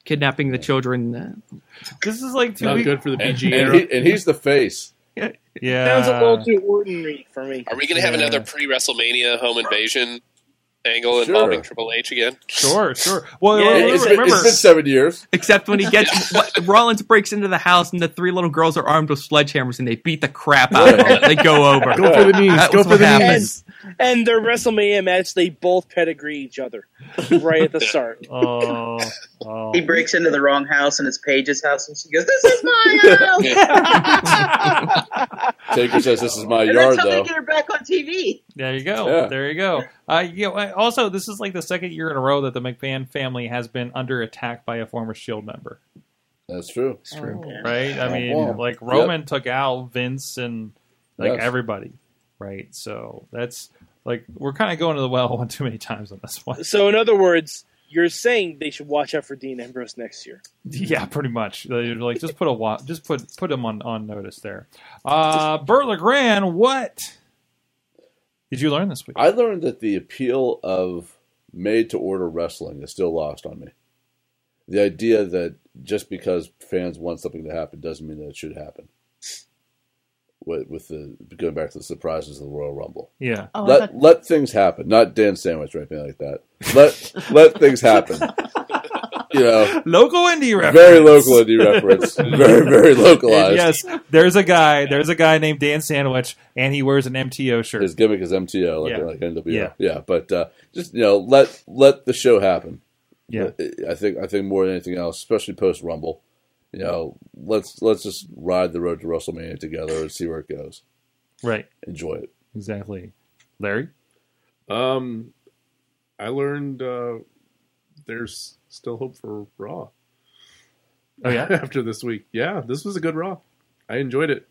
S10: kidnapping the children, uh,
S2: This is like two
S7: Not
S2: weeks.
S7: good for the
S5: And,
S7: PG
S5: and
S7: era.
S5: he, and he's the face.
S2: Yeah,
S3: Sounds a little too ordinary for me.
S4: Are we going to have
S2: Yeah.
S4: another pre WrestleMania home invasion angle
S5: Sure.
S4: involving Triple H again?
S2: sure, sure. Well,
S10: Yeah,
S2: remember,
S5: It's been,
S2: remember-
S5: it's been seven years.
S10: except when he gets what- Rollins breaks into the house and the three little girls are armed with sledgehammers and they beat the crap out of him. They go over.
S7: Go for the knees.
S10: That
S7: Go
S10: was
S7: for
S10: what
S7: the
S10: happened.
S7: knees.
S3: And their WrestleMania match, they both pedigree each other
S10: [LAUGHS]
S3: right at the start.
S2: oh, oh.
S14: He breaks into the wrong house and it's Paige's house, and she goes, "This is
S5: [LAUGHS]
S14: my house."
S5: Taker says this is my
S14: and
S5: yard,
S14: that's how
S5: though.
S14: they get her back on TV.
S2: There you go.
S5: Yeah.
S2: There you go. Uh, you know, I- also, this is like the second year in a row that the McMahon family has been under attack by a former Shield E member.
S5: That's true.
S2: That's true. Right?
S5: Oh,
S2: I mean,
S5: wow.
S2: like
S5: Yep.
S2: Roman took out Vince and like
S5: Yes.
S2: everybody. Right? So that's like we're kind of going to the well [LAUGHS] one too many times on this one.
S3: So, in other words, you're saying they should watch out for Dean Ambrose next year.
S2: [LAUGHS] Yeah, pretty much. They're like just put a wa- just put put him on on notice there. Uh Bert Legrand, what did you learn this week?
S5: I learned that the appeal of made to order wrestling is still lost on me. The idea that just because fans want something to happen doesn't mean that it should happen. With, with the going back to the surprises of the Royal Rumble,
S2: Yeah. Oh, I
S5: let
S2: thought-
S5: let things happen, not Dan sandwich or anything like that. Let [LAUGHS] let things happen. You know,
S2: local indie reference.
S5: very local
S2: [LAUGHS]
S5: indie reference, very very
S2: And
S5: localized.
S2: yes, there's a guy. There's a guy named Dan Sandwich, and he wears an MTO shirt.
S5: His gimmick is MTO, like,
S2: Yeah.
S5: like NWO.
S2: Yeah.
S5: Yeah. but uh, just you know, let let the show happen. Uh,
S2: Yeah.
S5: I think I think more than anything else, especially post Rumble, you know, let's let's just ride the road to WrestleMania together and see where it goes.
S2: Right.
S5: Enjoy it.
S2: Exactly. Larry?
S7: Um, I learned uh, there's still hope for Raw.
S2: Oh, yeah?
S7: [LAUGHS] After this week, yeah, this was a good Raw. I enjoyed it.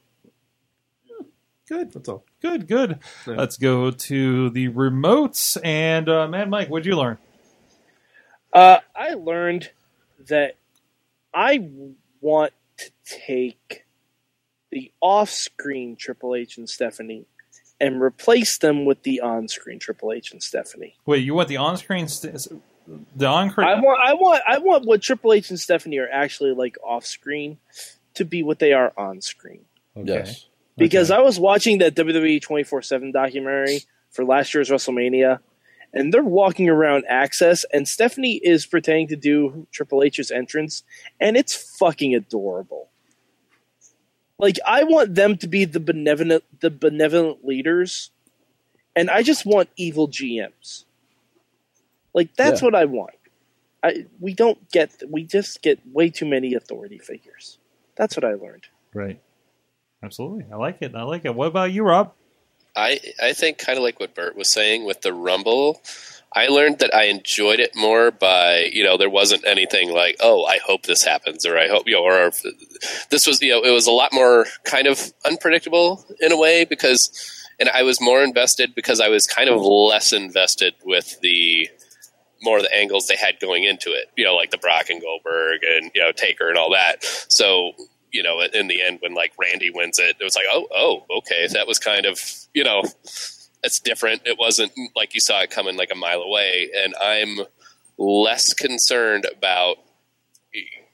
S2: Good.
S7: That's all.
S2: Good, good.
S7: Yeah.
S2: Let's go to the remotes and uh, Mad Mike. What'd you learn?
S3: Uh, I learned that I want to take the off screen Triple H and Stephanie and replace them with the on screen Triple H and Stephanie.
S2: Wait, you want the on-screen? St- the on-screen?
S3: I want I want I want what Triple H and Stephanie are actually like off screen to be what they are on screen.
S5: Yes.
S3: Because I was watching that WWE 24 7 documentary for last year's WrestleMania, and they're walking around Access, and Stephanie is pretending to do Triple H's entrance, and it's fucking adorable. Like, I want them to be the benevolent, the benevolent leaders, and I just want evil GMs. Like, that's
S5: Yeah.
S3: what I want. I, we don't get, we just get way too many authority figures. That's what I learned.
S2: Right. Absolutely. I like it. I like it. What about you, Rob?
S4: I, I think kind of like what Bert was saying with the Rumble, I learned that I enjoyed it more by, you know, there wasn't anything like, oh, I hope this happens or I hope, you know, or if- this was, you know, it was a lot more kind of unpredictable in a way because, and I was more invested because I was kind of less invested with the more of the angles they had going into it, you know, like the Brock and Goldberg and, you know, Taker and all that. So, you know, in the end, when like Randy wins it, it was like, oh, oh, okay, that was kind of, you know, that's different. It wasn't like you saw it coming like a mile away. And I'm less concerned about,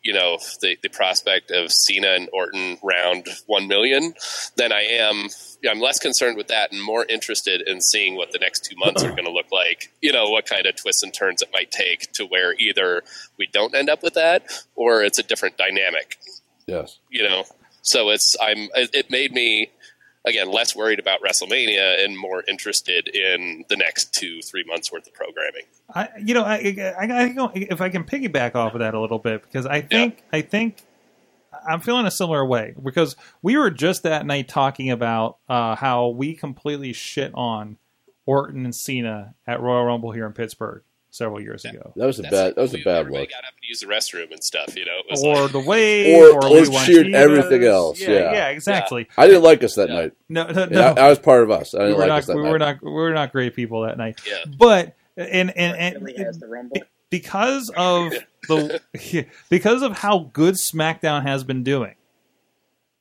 S4: you know, the, the prospect of Cena and Orton round 1 million than I am. I'm less concerned with that and more interested in seeing what the next two months are going to look like. You know, what kind of twists and turns it might take to where either we don't end up with that or it's a different dynamic
S5: Yes.
S4: you know so it's i'm it it made me again less worried about wrestlemania and more interested in the next two three months worth of programming
S2: I, you know, I, I, I don't- if I can piggyback off of that a little bit because I think I think I'm feeling a similar way because we were just that night talking about uh, how we completely shit on Orton and Cena at Royal Rumble here in Pittsburgh several years ago.
S5: That was a
S4: That's
S5: bad that was a
S4: completely-
S5: bad
S4: everybody
S5: look.
S4: got up and used the restroom and stuff you know it was
S2: Or
S4: like,
S2: the wave,
S5: Or,
S2: or,
S5: or,
S2: we want
S5: cheered
S2: Divas.
S5: everything else. Yeah.
S2: yeah, exactly.
S5: I didn't like us that night.
S2: No, no,
S5: Yeah, I,
S2: no.
S5: I was part of us. I didn't
S2: we were
S5: like
S2: not,
S5: us that
S2: we
S5: night.
S2: were not we were not great people that night. But and and, and be- because of the [LAUGHS] because of how good SmackDown has been doing,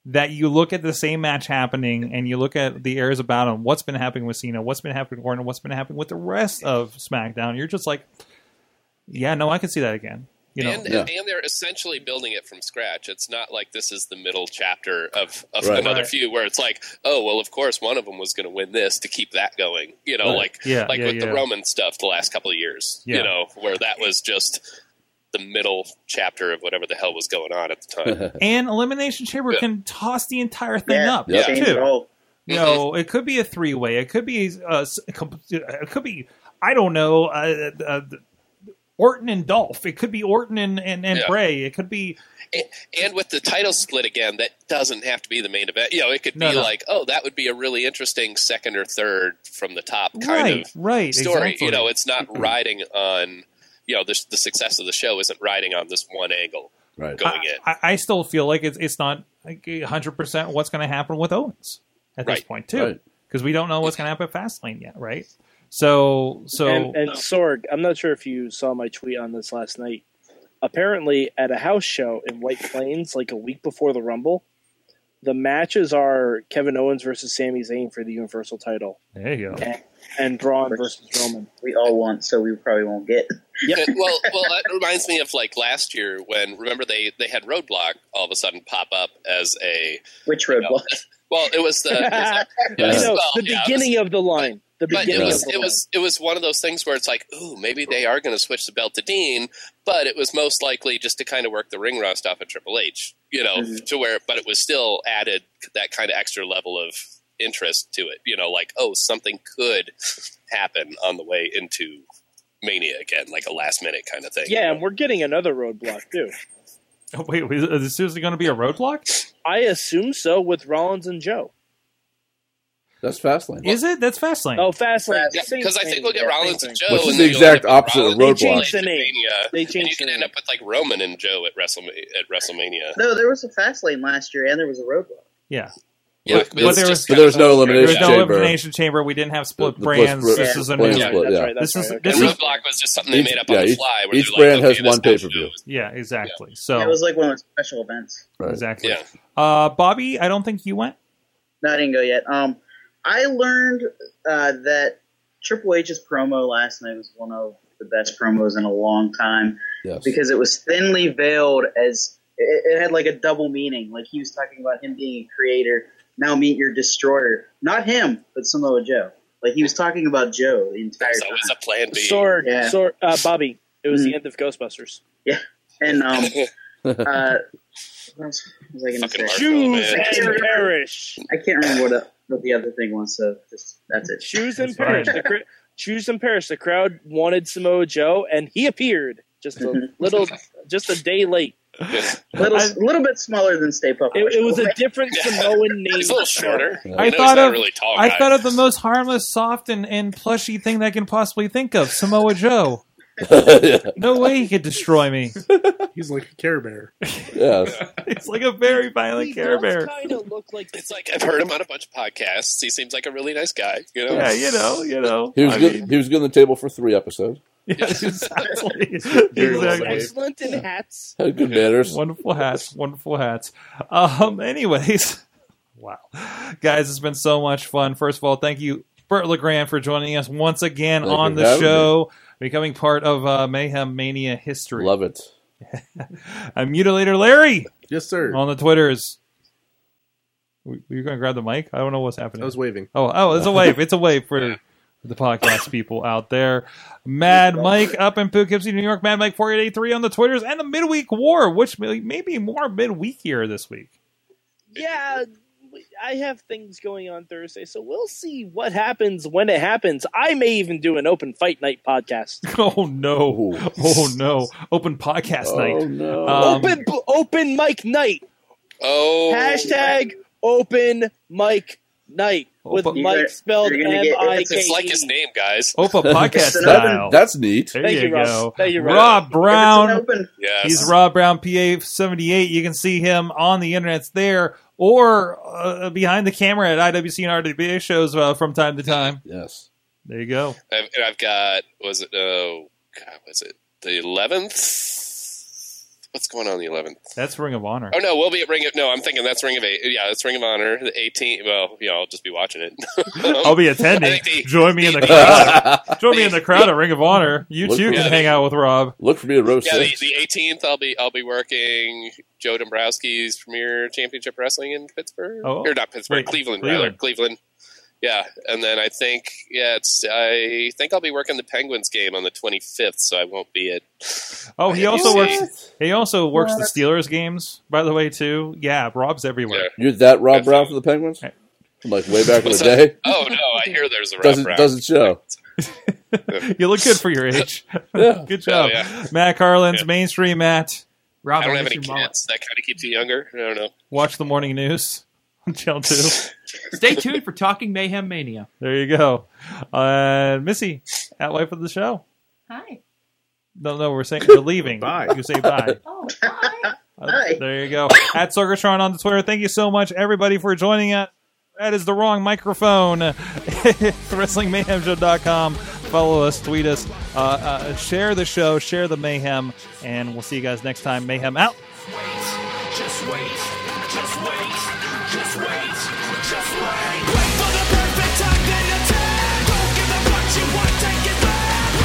S2: that you look at the same match happening and you look at the areas about and what's been happening with Cena, what's been happening with Orton, what's been happening with the rest of SmackDown, you're just like, yeah, no, I can see that again. You know,
S4: and, and they're essentially building it from scratch. It's not like this is the middle chapter of, of
S2: Right.
S4: another
S2: Right.
S4: few where it's like, oh, well, of course, one of them was going to win this to keep that going. You know,
S2: Right.
S4: like
S2: Yeah,
S4: like
S2: yeah,
S4: with
S2: yeah.
S4: the Roman stuff the last couple of years.
S2: Yeah.
S4: You know, where that was just the middle chapter of whatever the hell was going on at [LAUGHS]
S2: [LAUGHS]
S4: the time.
S2: and Elimination Chamber can toss the entire thing
S4: Yeah,
S2: up
S4: yeah. Mm-hmm. change it
S2: too.
S4: all.
S2: No, it could be a three way. It could be uh, s- com- it could be I don't know uh, uh, Orton and Dolph. It could be Orton and and, and
S4: Yeah.
S2: Bray. It could be
S4: and, and with the title split again, that doesn't have to be the main event. You know, it could
S2: No,
S4: be
S2: no.
S4: like, oh, that would be a really interesting second or third from the top kind
S2: Right,
S4: of
S2: right,
S4: story.
S2: exactly. Mm-hmm.
S4: You know, it's not riding on you know the, the success of the show isn't riding on this one angle.
S5: right.
S4: going in.
S2: I, I still feel like it's it's not like, 100% what's going to happen with Owens at this
S4: Right.
S2: point too
S3: Right.
S2: because we don't know what's going to happen at Fastlane yet, right?
S4: [LAUGHS]
S2: So so um,
S3: and, and Sorg, I'm not sure if you saw my tweet on this last night. Apparently, at a house show in White Plains, like a week before the Rumble, the matches are Kevin Owens versus Sami Zayn for the Universal title,
S2: There you go.
S3: and, and Braun versus Roman.
S14: We all want, so we probably won't get.
S4: Uh, well, well, that reminds me of like last year when remember they they had Roadblock all of a sudden pop up as a
S14: which Roadblock?
S4: well, it was the. It
S2: [LAUGHS]
S4: was the
S3: [LAUGHS] You know,
S4: well,
S3: the
S4: yeah, it was-
S3: beginning of the line. The
S4: But it
S3: beginning of
S4: was
S3: the
S4: it
S3: line.
S4: was it was one of those things where it's like, ooh, maybe they are going to switch the belt to Dean, but it was most likely just to kind of work the ring rust off of Triple H, you know,
S3: Mm-hmm.
S14: Mhm.
S4: to where, but it was still added that kind of extra level of interest to it, you know, like oh, something could happen on the way into Mania again, like a last minute kind of thing.
S3: Yeah, and we're getting another roadblock too.
S2: [LAUGHS] wait, wait, is this seriously going to be a roadblock?
S3: I assume so with Rollins and Joe.
S5: That's Fastlane.
S2: Is it? That's Fastlane.
S3: Oh, Fastlane.
S4: Yeah,
S3: Same
S4: because I think
S3: thing.
S4: we'll get
S3: Yeah,
S4: Rollins
S3: same
S4: and
S3: thing.
S4: Joe,
S5: Which is
S4: and
S5: the
S4: then you'll end up
S5: exact
S4: with
S5: opposite
S4: Rollins
S5: of They
S3: changed
S4: and
S3: the name.
S4: Mania,
S3: They
S4: and you
S3: changed
S4: can
S3: the
S4: end up with like Roman and Joe at WrestleMania. At WrestleMania.
S14: No, there was a fast lane last year, and there was a roadblock.
S2: Yeah.
S4: Yeah,
S5: But-
S4: but
S5: but
S4: it's
S5: there
S4: just
S5: was- but there was
S4: kind of-
S5: no elimination
S2: There's no
S5: chamber.
S2: elimination chamber. We didn't have split
S5: The- the split-
S2: brands. this
S5: yeah,
S2: is a new.
S5: brand split, Yeah, that's yeah. right,
S2: This
S5: that's
S2: is
S5: right,
S2: this
S4: and
S2: is
S4: Roadblock was just something they made up on the
S5: each,
S4: fly. Where
S5: each
S4: they're like,
S5: brand
S4: okay,
S5: has
S4: this
S5: one pay per view.
S2: yeah exactly. So
S14: It was like one of those special events.
S2: exactly. Uh, Bobby, I don't think you went.
S14: No, I didn't go yet. Um, I learned uh, that Triple H's promo last night was one of the best promos in a long time
S5: Yes.
S14: because it was thinly veiled as it, it had like a double meaning. Like he was talking about him being a creator. Now meet your destroyer. Not him, but Samoa Joe. Like he was talking about Joe the entire
S4: There's
S14: time.
S4: always a plan B.
S3: Sorg,
S14: Yeah.
S3: Sorg, uh, Bobby. It was
S14: Mm-hmm.
S3: the end of Ghostbusters.
S14: Yeah,
S4: [LAUGHS]
S14: and um, uh, what else was I going
S3: Fucking
S14: to say?
S3: Marco, Shoes man. and
S14: I can't remember-
S3: perish.
S14: I can't remember what, the- what the other thing was, so just that's it.
S3: Choose and perish. The cr- choose and perish. The crowd wanted Samoa Joe, and he appeared just
S14: [LAUGHS]
S3: a little, just a day late.
S14: little, little bit smaller than Stay Puft.
S3: It, it was
S14: [LAUGHS]
S3: a different Samoan name.
S4: He's a
S3: [LAUGHS]
S4: little shorter.
S2: I thought of I thought of the most harmless, soft, and, and plushy thing that I can possibly think of: Samoa Joe. No way he could destroy me.
S7: He's like a Care Bear.
S5: Yes.
S2: It's like a very violent
S3: He
S2: Care
S3: does
S2: Bear.
S3: kind of look like
S4: It's like I've heard him on a bunch of podcasts. He seems like a really nice guy. You know.
S2: Yeah, you know, you know.
S5: He was
S2: I
S5: good.
S2: mean-
S5: he was good on the table for three episodes.
S2: [LAUGHS]
S5: [LAUGHS]
S2: Very well Exactly. made.
S3: excellent in hats.
S5: Had good manners.
S2: Wonderful hats. Wonderful hats. Um. Anyways, [LAUGHS] wow, guys, it's been so much fun. First of all, thank you, Bert Legrand, for joining us once again
S5: Thank
S2: on
S5: you for
S2: the
S5: having
S2: show, becoming part of uh, Mayhem Mania history.
S5: Love it.
S2: [LAUGHS] I'm Mutilator Larry
S7: Yes, sir.
S2: on the Twitters. We- Were you going to grab the mic? I don't know what's happening.
S7: I was waving.
S2: Oh, oh, it's a wave. It's a wave for the podcast people out there. Mad Mike up in Poughkeepsie, New York. Mad Mike four eight eight three on the Twitters and the midweek war, which may, may be more midweek here this week. [LAUGHS]
S3: Yeah, we- I have things going on Thursday, so we'll see what happens when it happens. I may even do an open fight night podcast.
S2: Oh no! Oh no! Open podcast
S7: Oh,
S2: night.
S5: no!
S2: Um,
S3: open open mic night.
S4: Oh.
S3: Hashtag open mic night with
S2: Open-
S3: Mike spelled
S14: you're
S3: M
S14: gonna get-
S3: I K
S4: It's like his
S3: E.
S4: name, guys.
S5: [LAUGHS]
S4: [LAUGHS]
S2: Opa podcast style.
S5: That's neat.
S2: There
S3: Thank
S2: you,
S3: you, Russ.
S2: go.
S3: Thank you, Russ.
S2: Rob
S14: If
S2: Brown.
S14: it's an open,
S4: Yes.
S2: He's Rob Brown, PA seventy eight. You can see him on the internet's there or uh, behind the camera at IWC and RWBA shows uh, from time to time.
S5: Yes.
S2: There you go.
S4: I've, and I've got was it oh god was it the eleventh? What's going on the eleventh?
S2: That's Ring of Honor.
S4: Oh no, we'll be at Ring of No. I'm thinking that's Ring of Eight. Yeah, that's Ring of Honor. The 18th. Well, you know, I'll just be watching it. [LAUGHS]
S2: I'll be
S4: Oh, I
S2: attending.
S4: think the-
S2: Join me in the
S5: [LAUGHS]
S2: crowd. Join me in the crowd at Ring of Honor. You
S5: Look
S2: too
S5: for
S2: can
S5: that.
S2: hang out with Rob.
S5: Look for me to roast
S4: Yeah, the,
S5: six.
S4: the 18th. I'll be I'll be working Joe Dombrowski's Premier Championship Wrestling in Pittsburgh.
S2: Oh.
S4: or not Pittsburgh,
S2: Wait,
S4: Cleveland,
S2: Cleveland.
S4: rather Cleveland. Yeah, and then I think yeah, it's I think I'll be working the Penguins game on the 25th, so I won't be at.
S2: Oh, he
S4: Yeah,
S2: also
S4: you see.
S2: works. He also works the Steelers games, by the way, too. Yeah, Rob's everywhere.
S5: You're that Rob Brown for the Penguins? From like way back in the
S4: What's
S5: day.
S4: that? [LAUGHS] Oh no, I hear there's a Rob
S5: Doesn't
S4: Brown.
S5: doesn't show.
S2: [LAUGHS] You look good for your age.
S5: [LAUGHS] Yeah.
S2: good job,
S4: Oh, yeah.
S2: Matt Carlin's mainstream. Matt,
S4: I don't have any kids. That kind of keeps you younger. I don't know.
S2: watch the morning news on Channel Two.
S4: [LAUGHS]
S10: Stay tuned for Talking Mayhem Mania.
S2: there you go. Uh, Missy, at wife of the show.
S13: Hi.
S2: No, no, we're saying we're leaving.
S7: Bye.
S2: You say bye.
S13: [LAUGHS] Oh, hi.
S2: Uh, there you go. At Sorgatron on the Twitter. Thank you so much, everybody, for joining us. That is the wrong microphone. [LAUGHS] WrestlingMayhemShow.com. Follow us, tweet us, uh, uh, share the show, share the mayhem, and we'll see you guys next time. Mayhem out.
S1: Just wait, just wait, just wait, just wait. Wait for the perfect time, then attack. Don't give up what you want, take it back.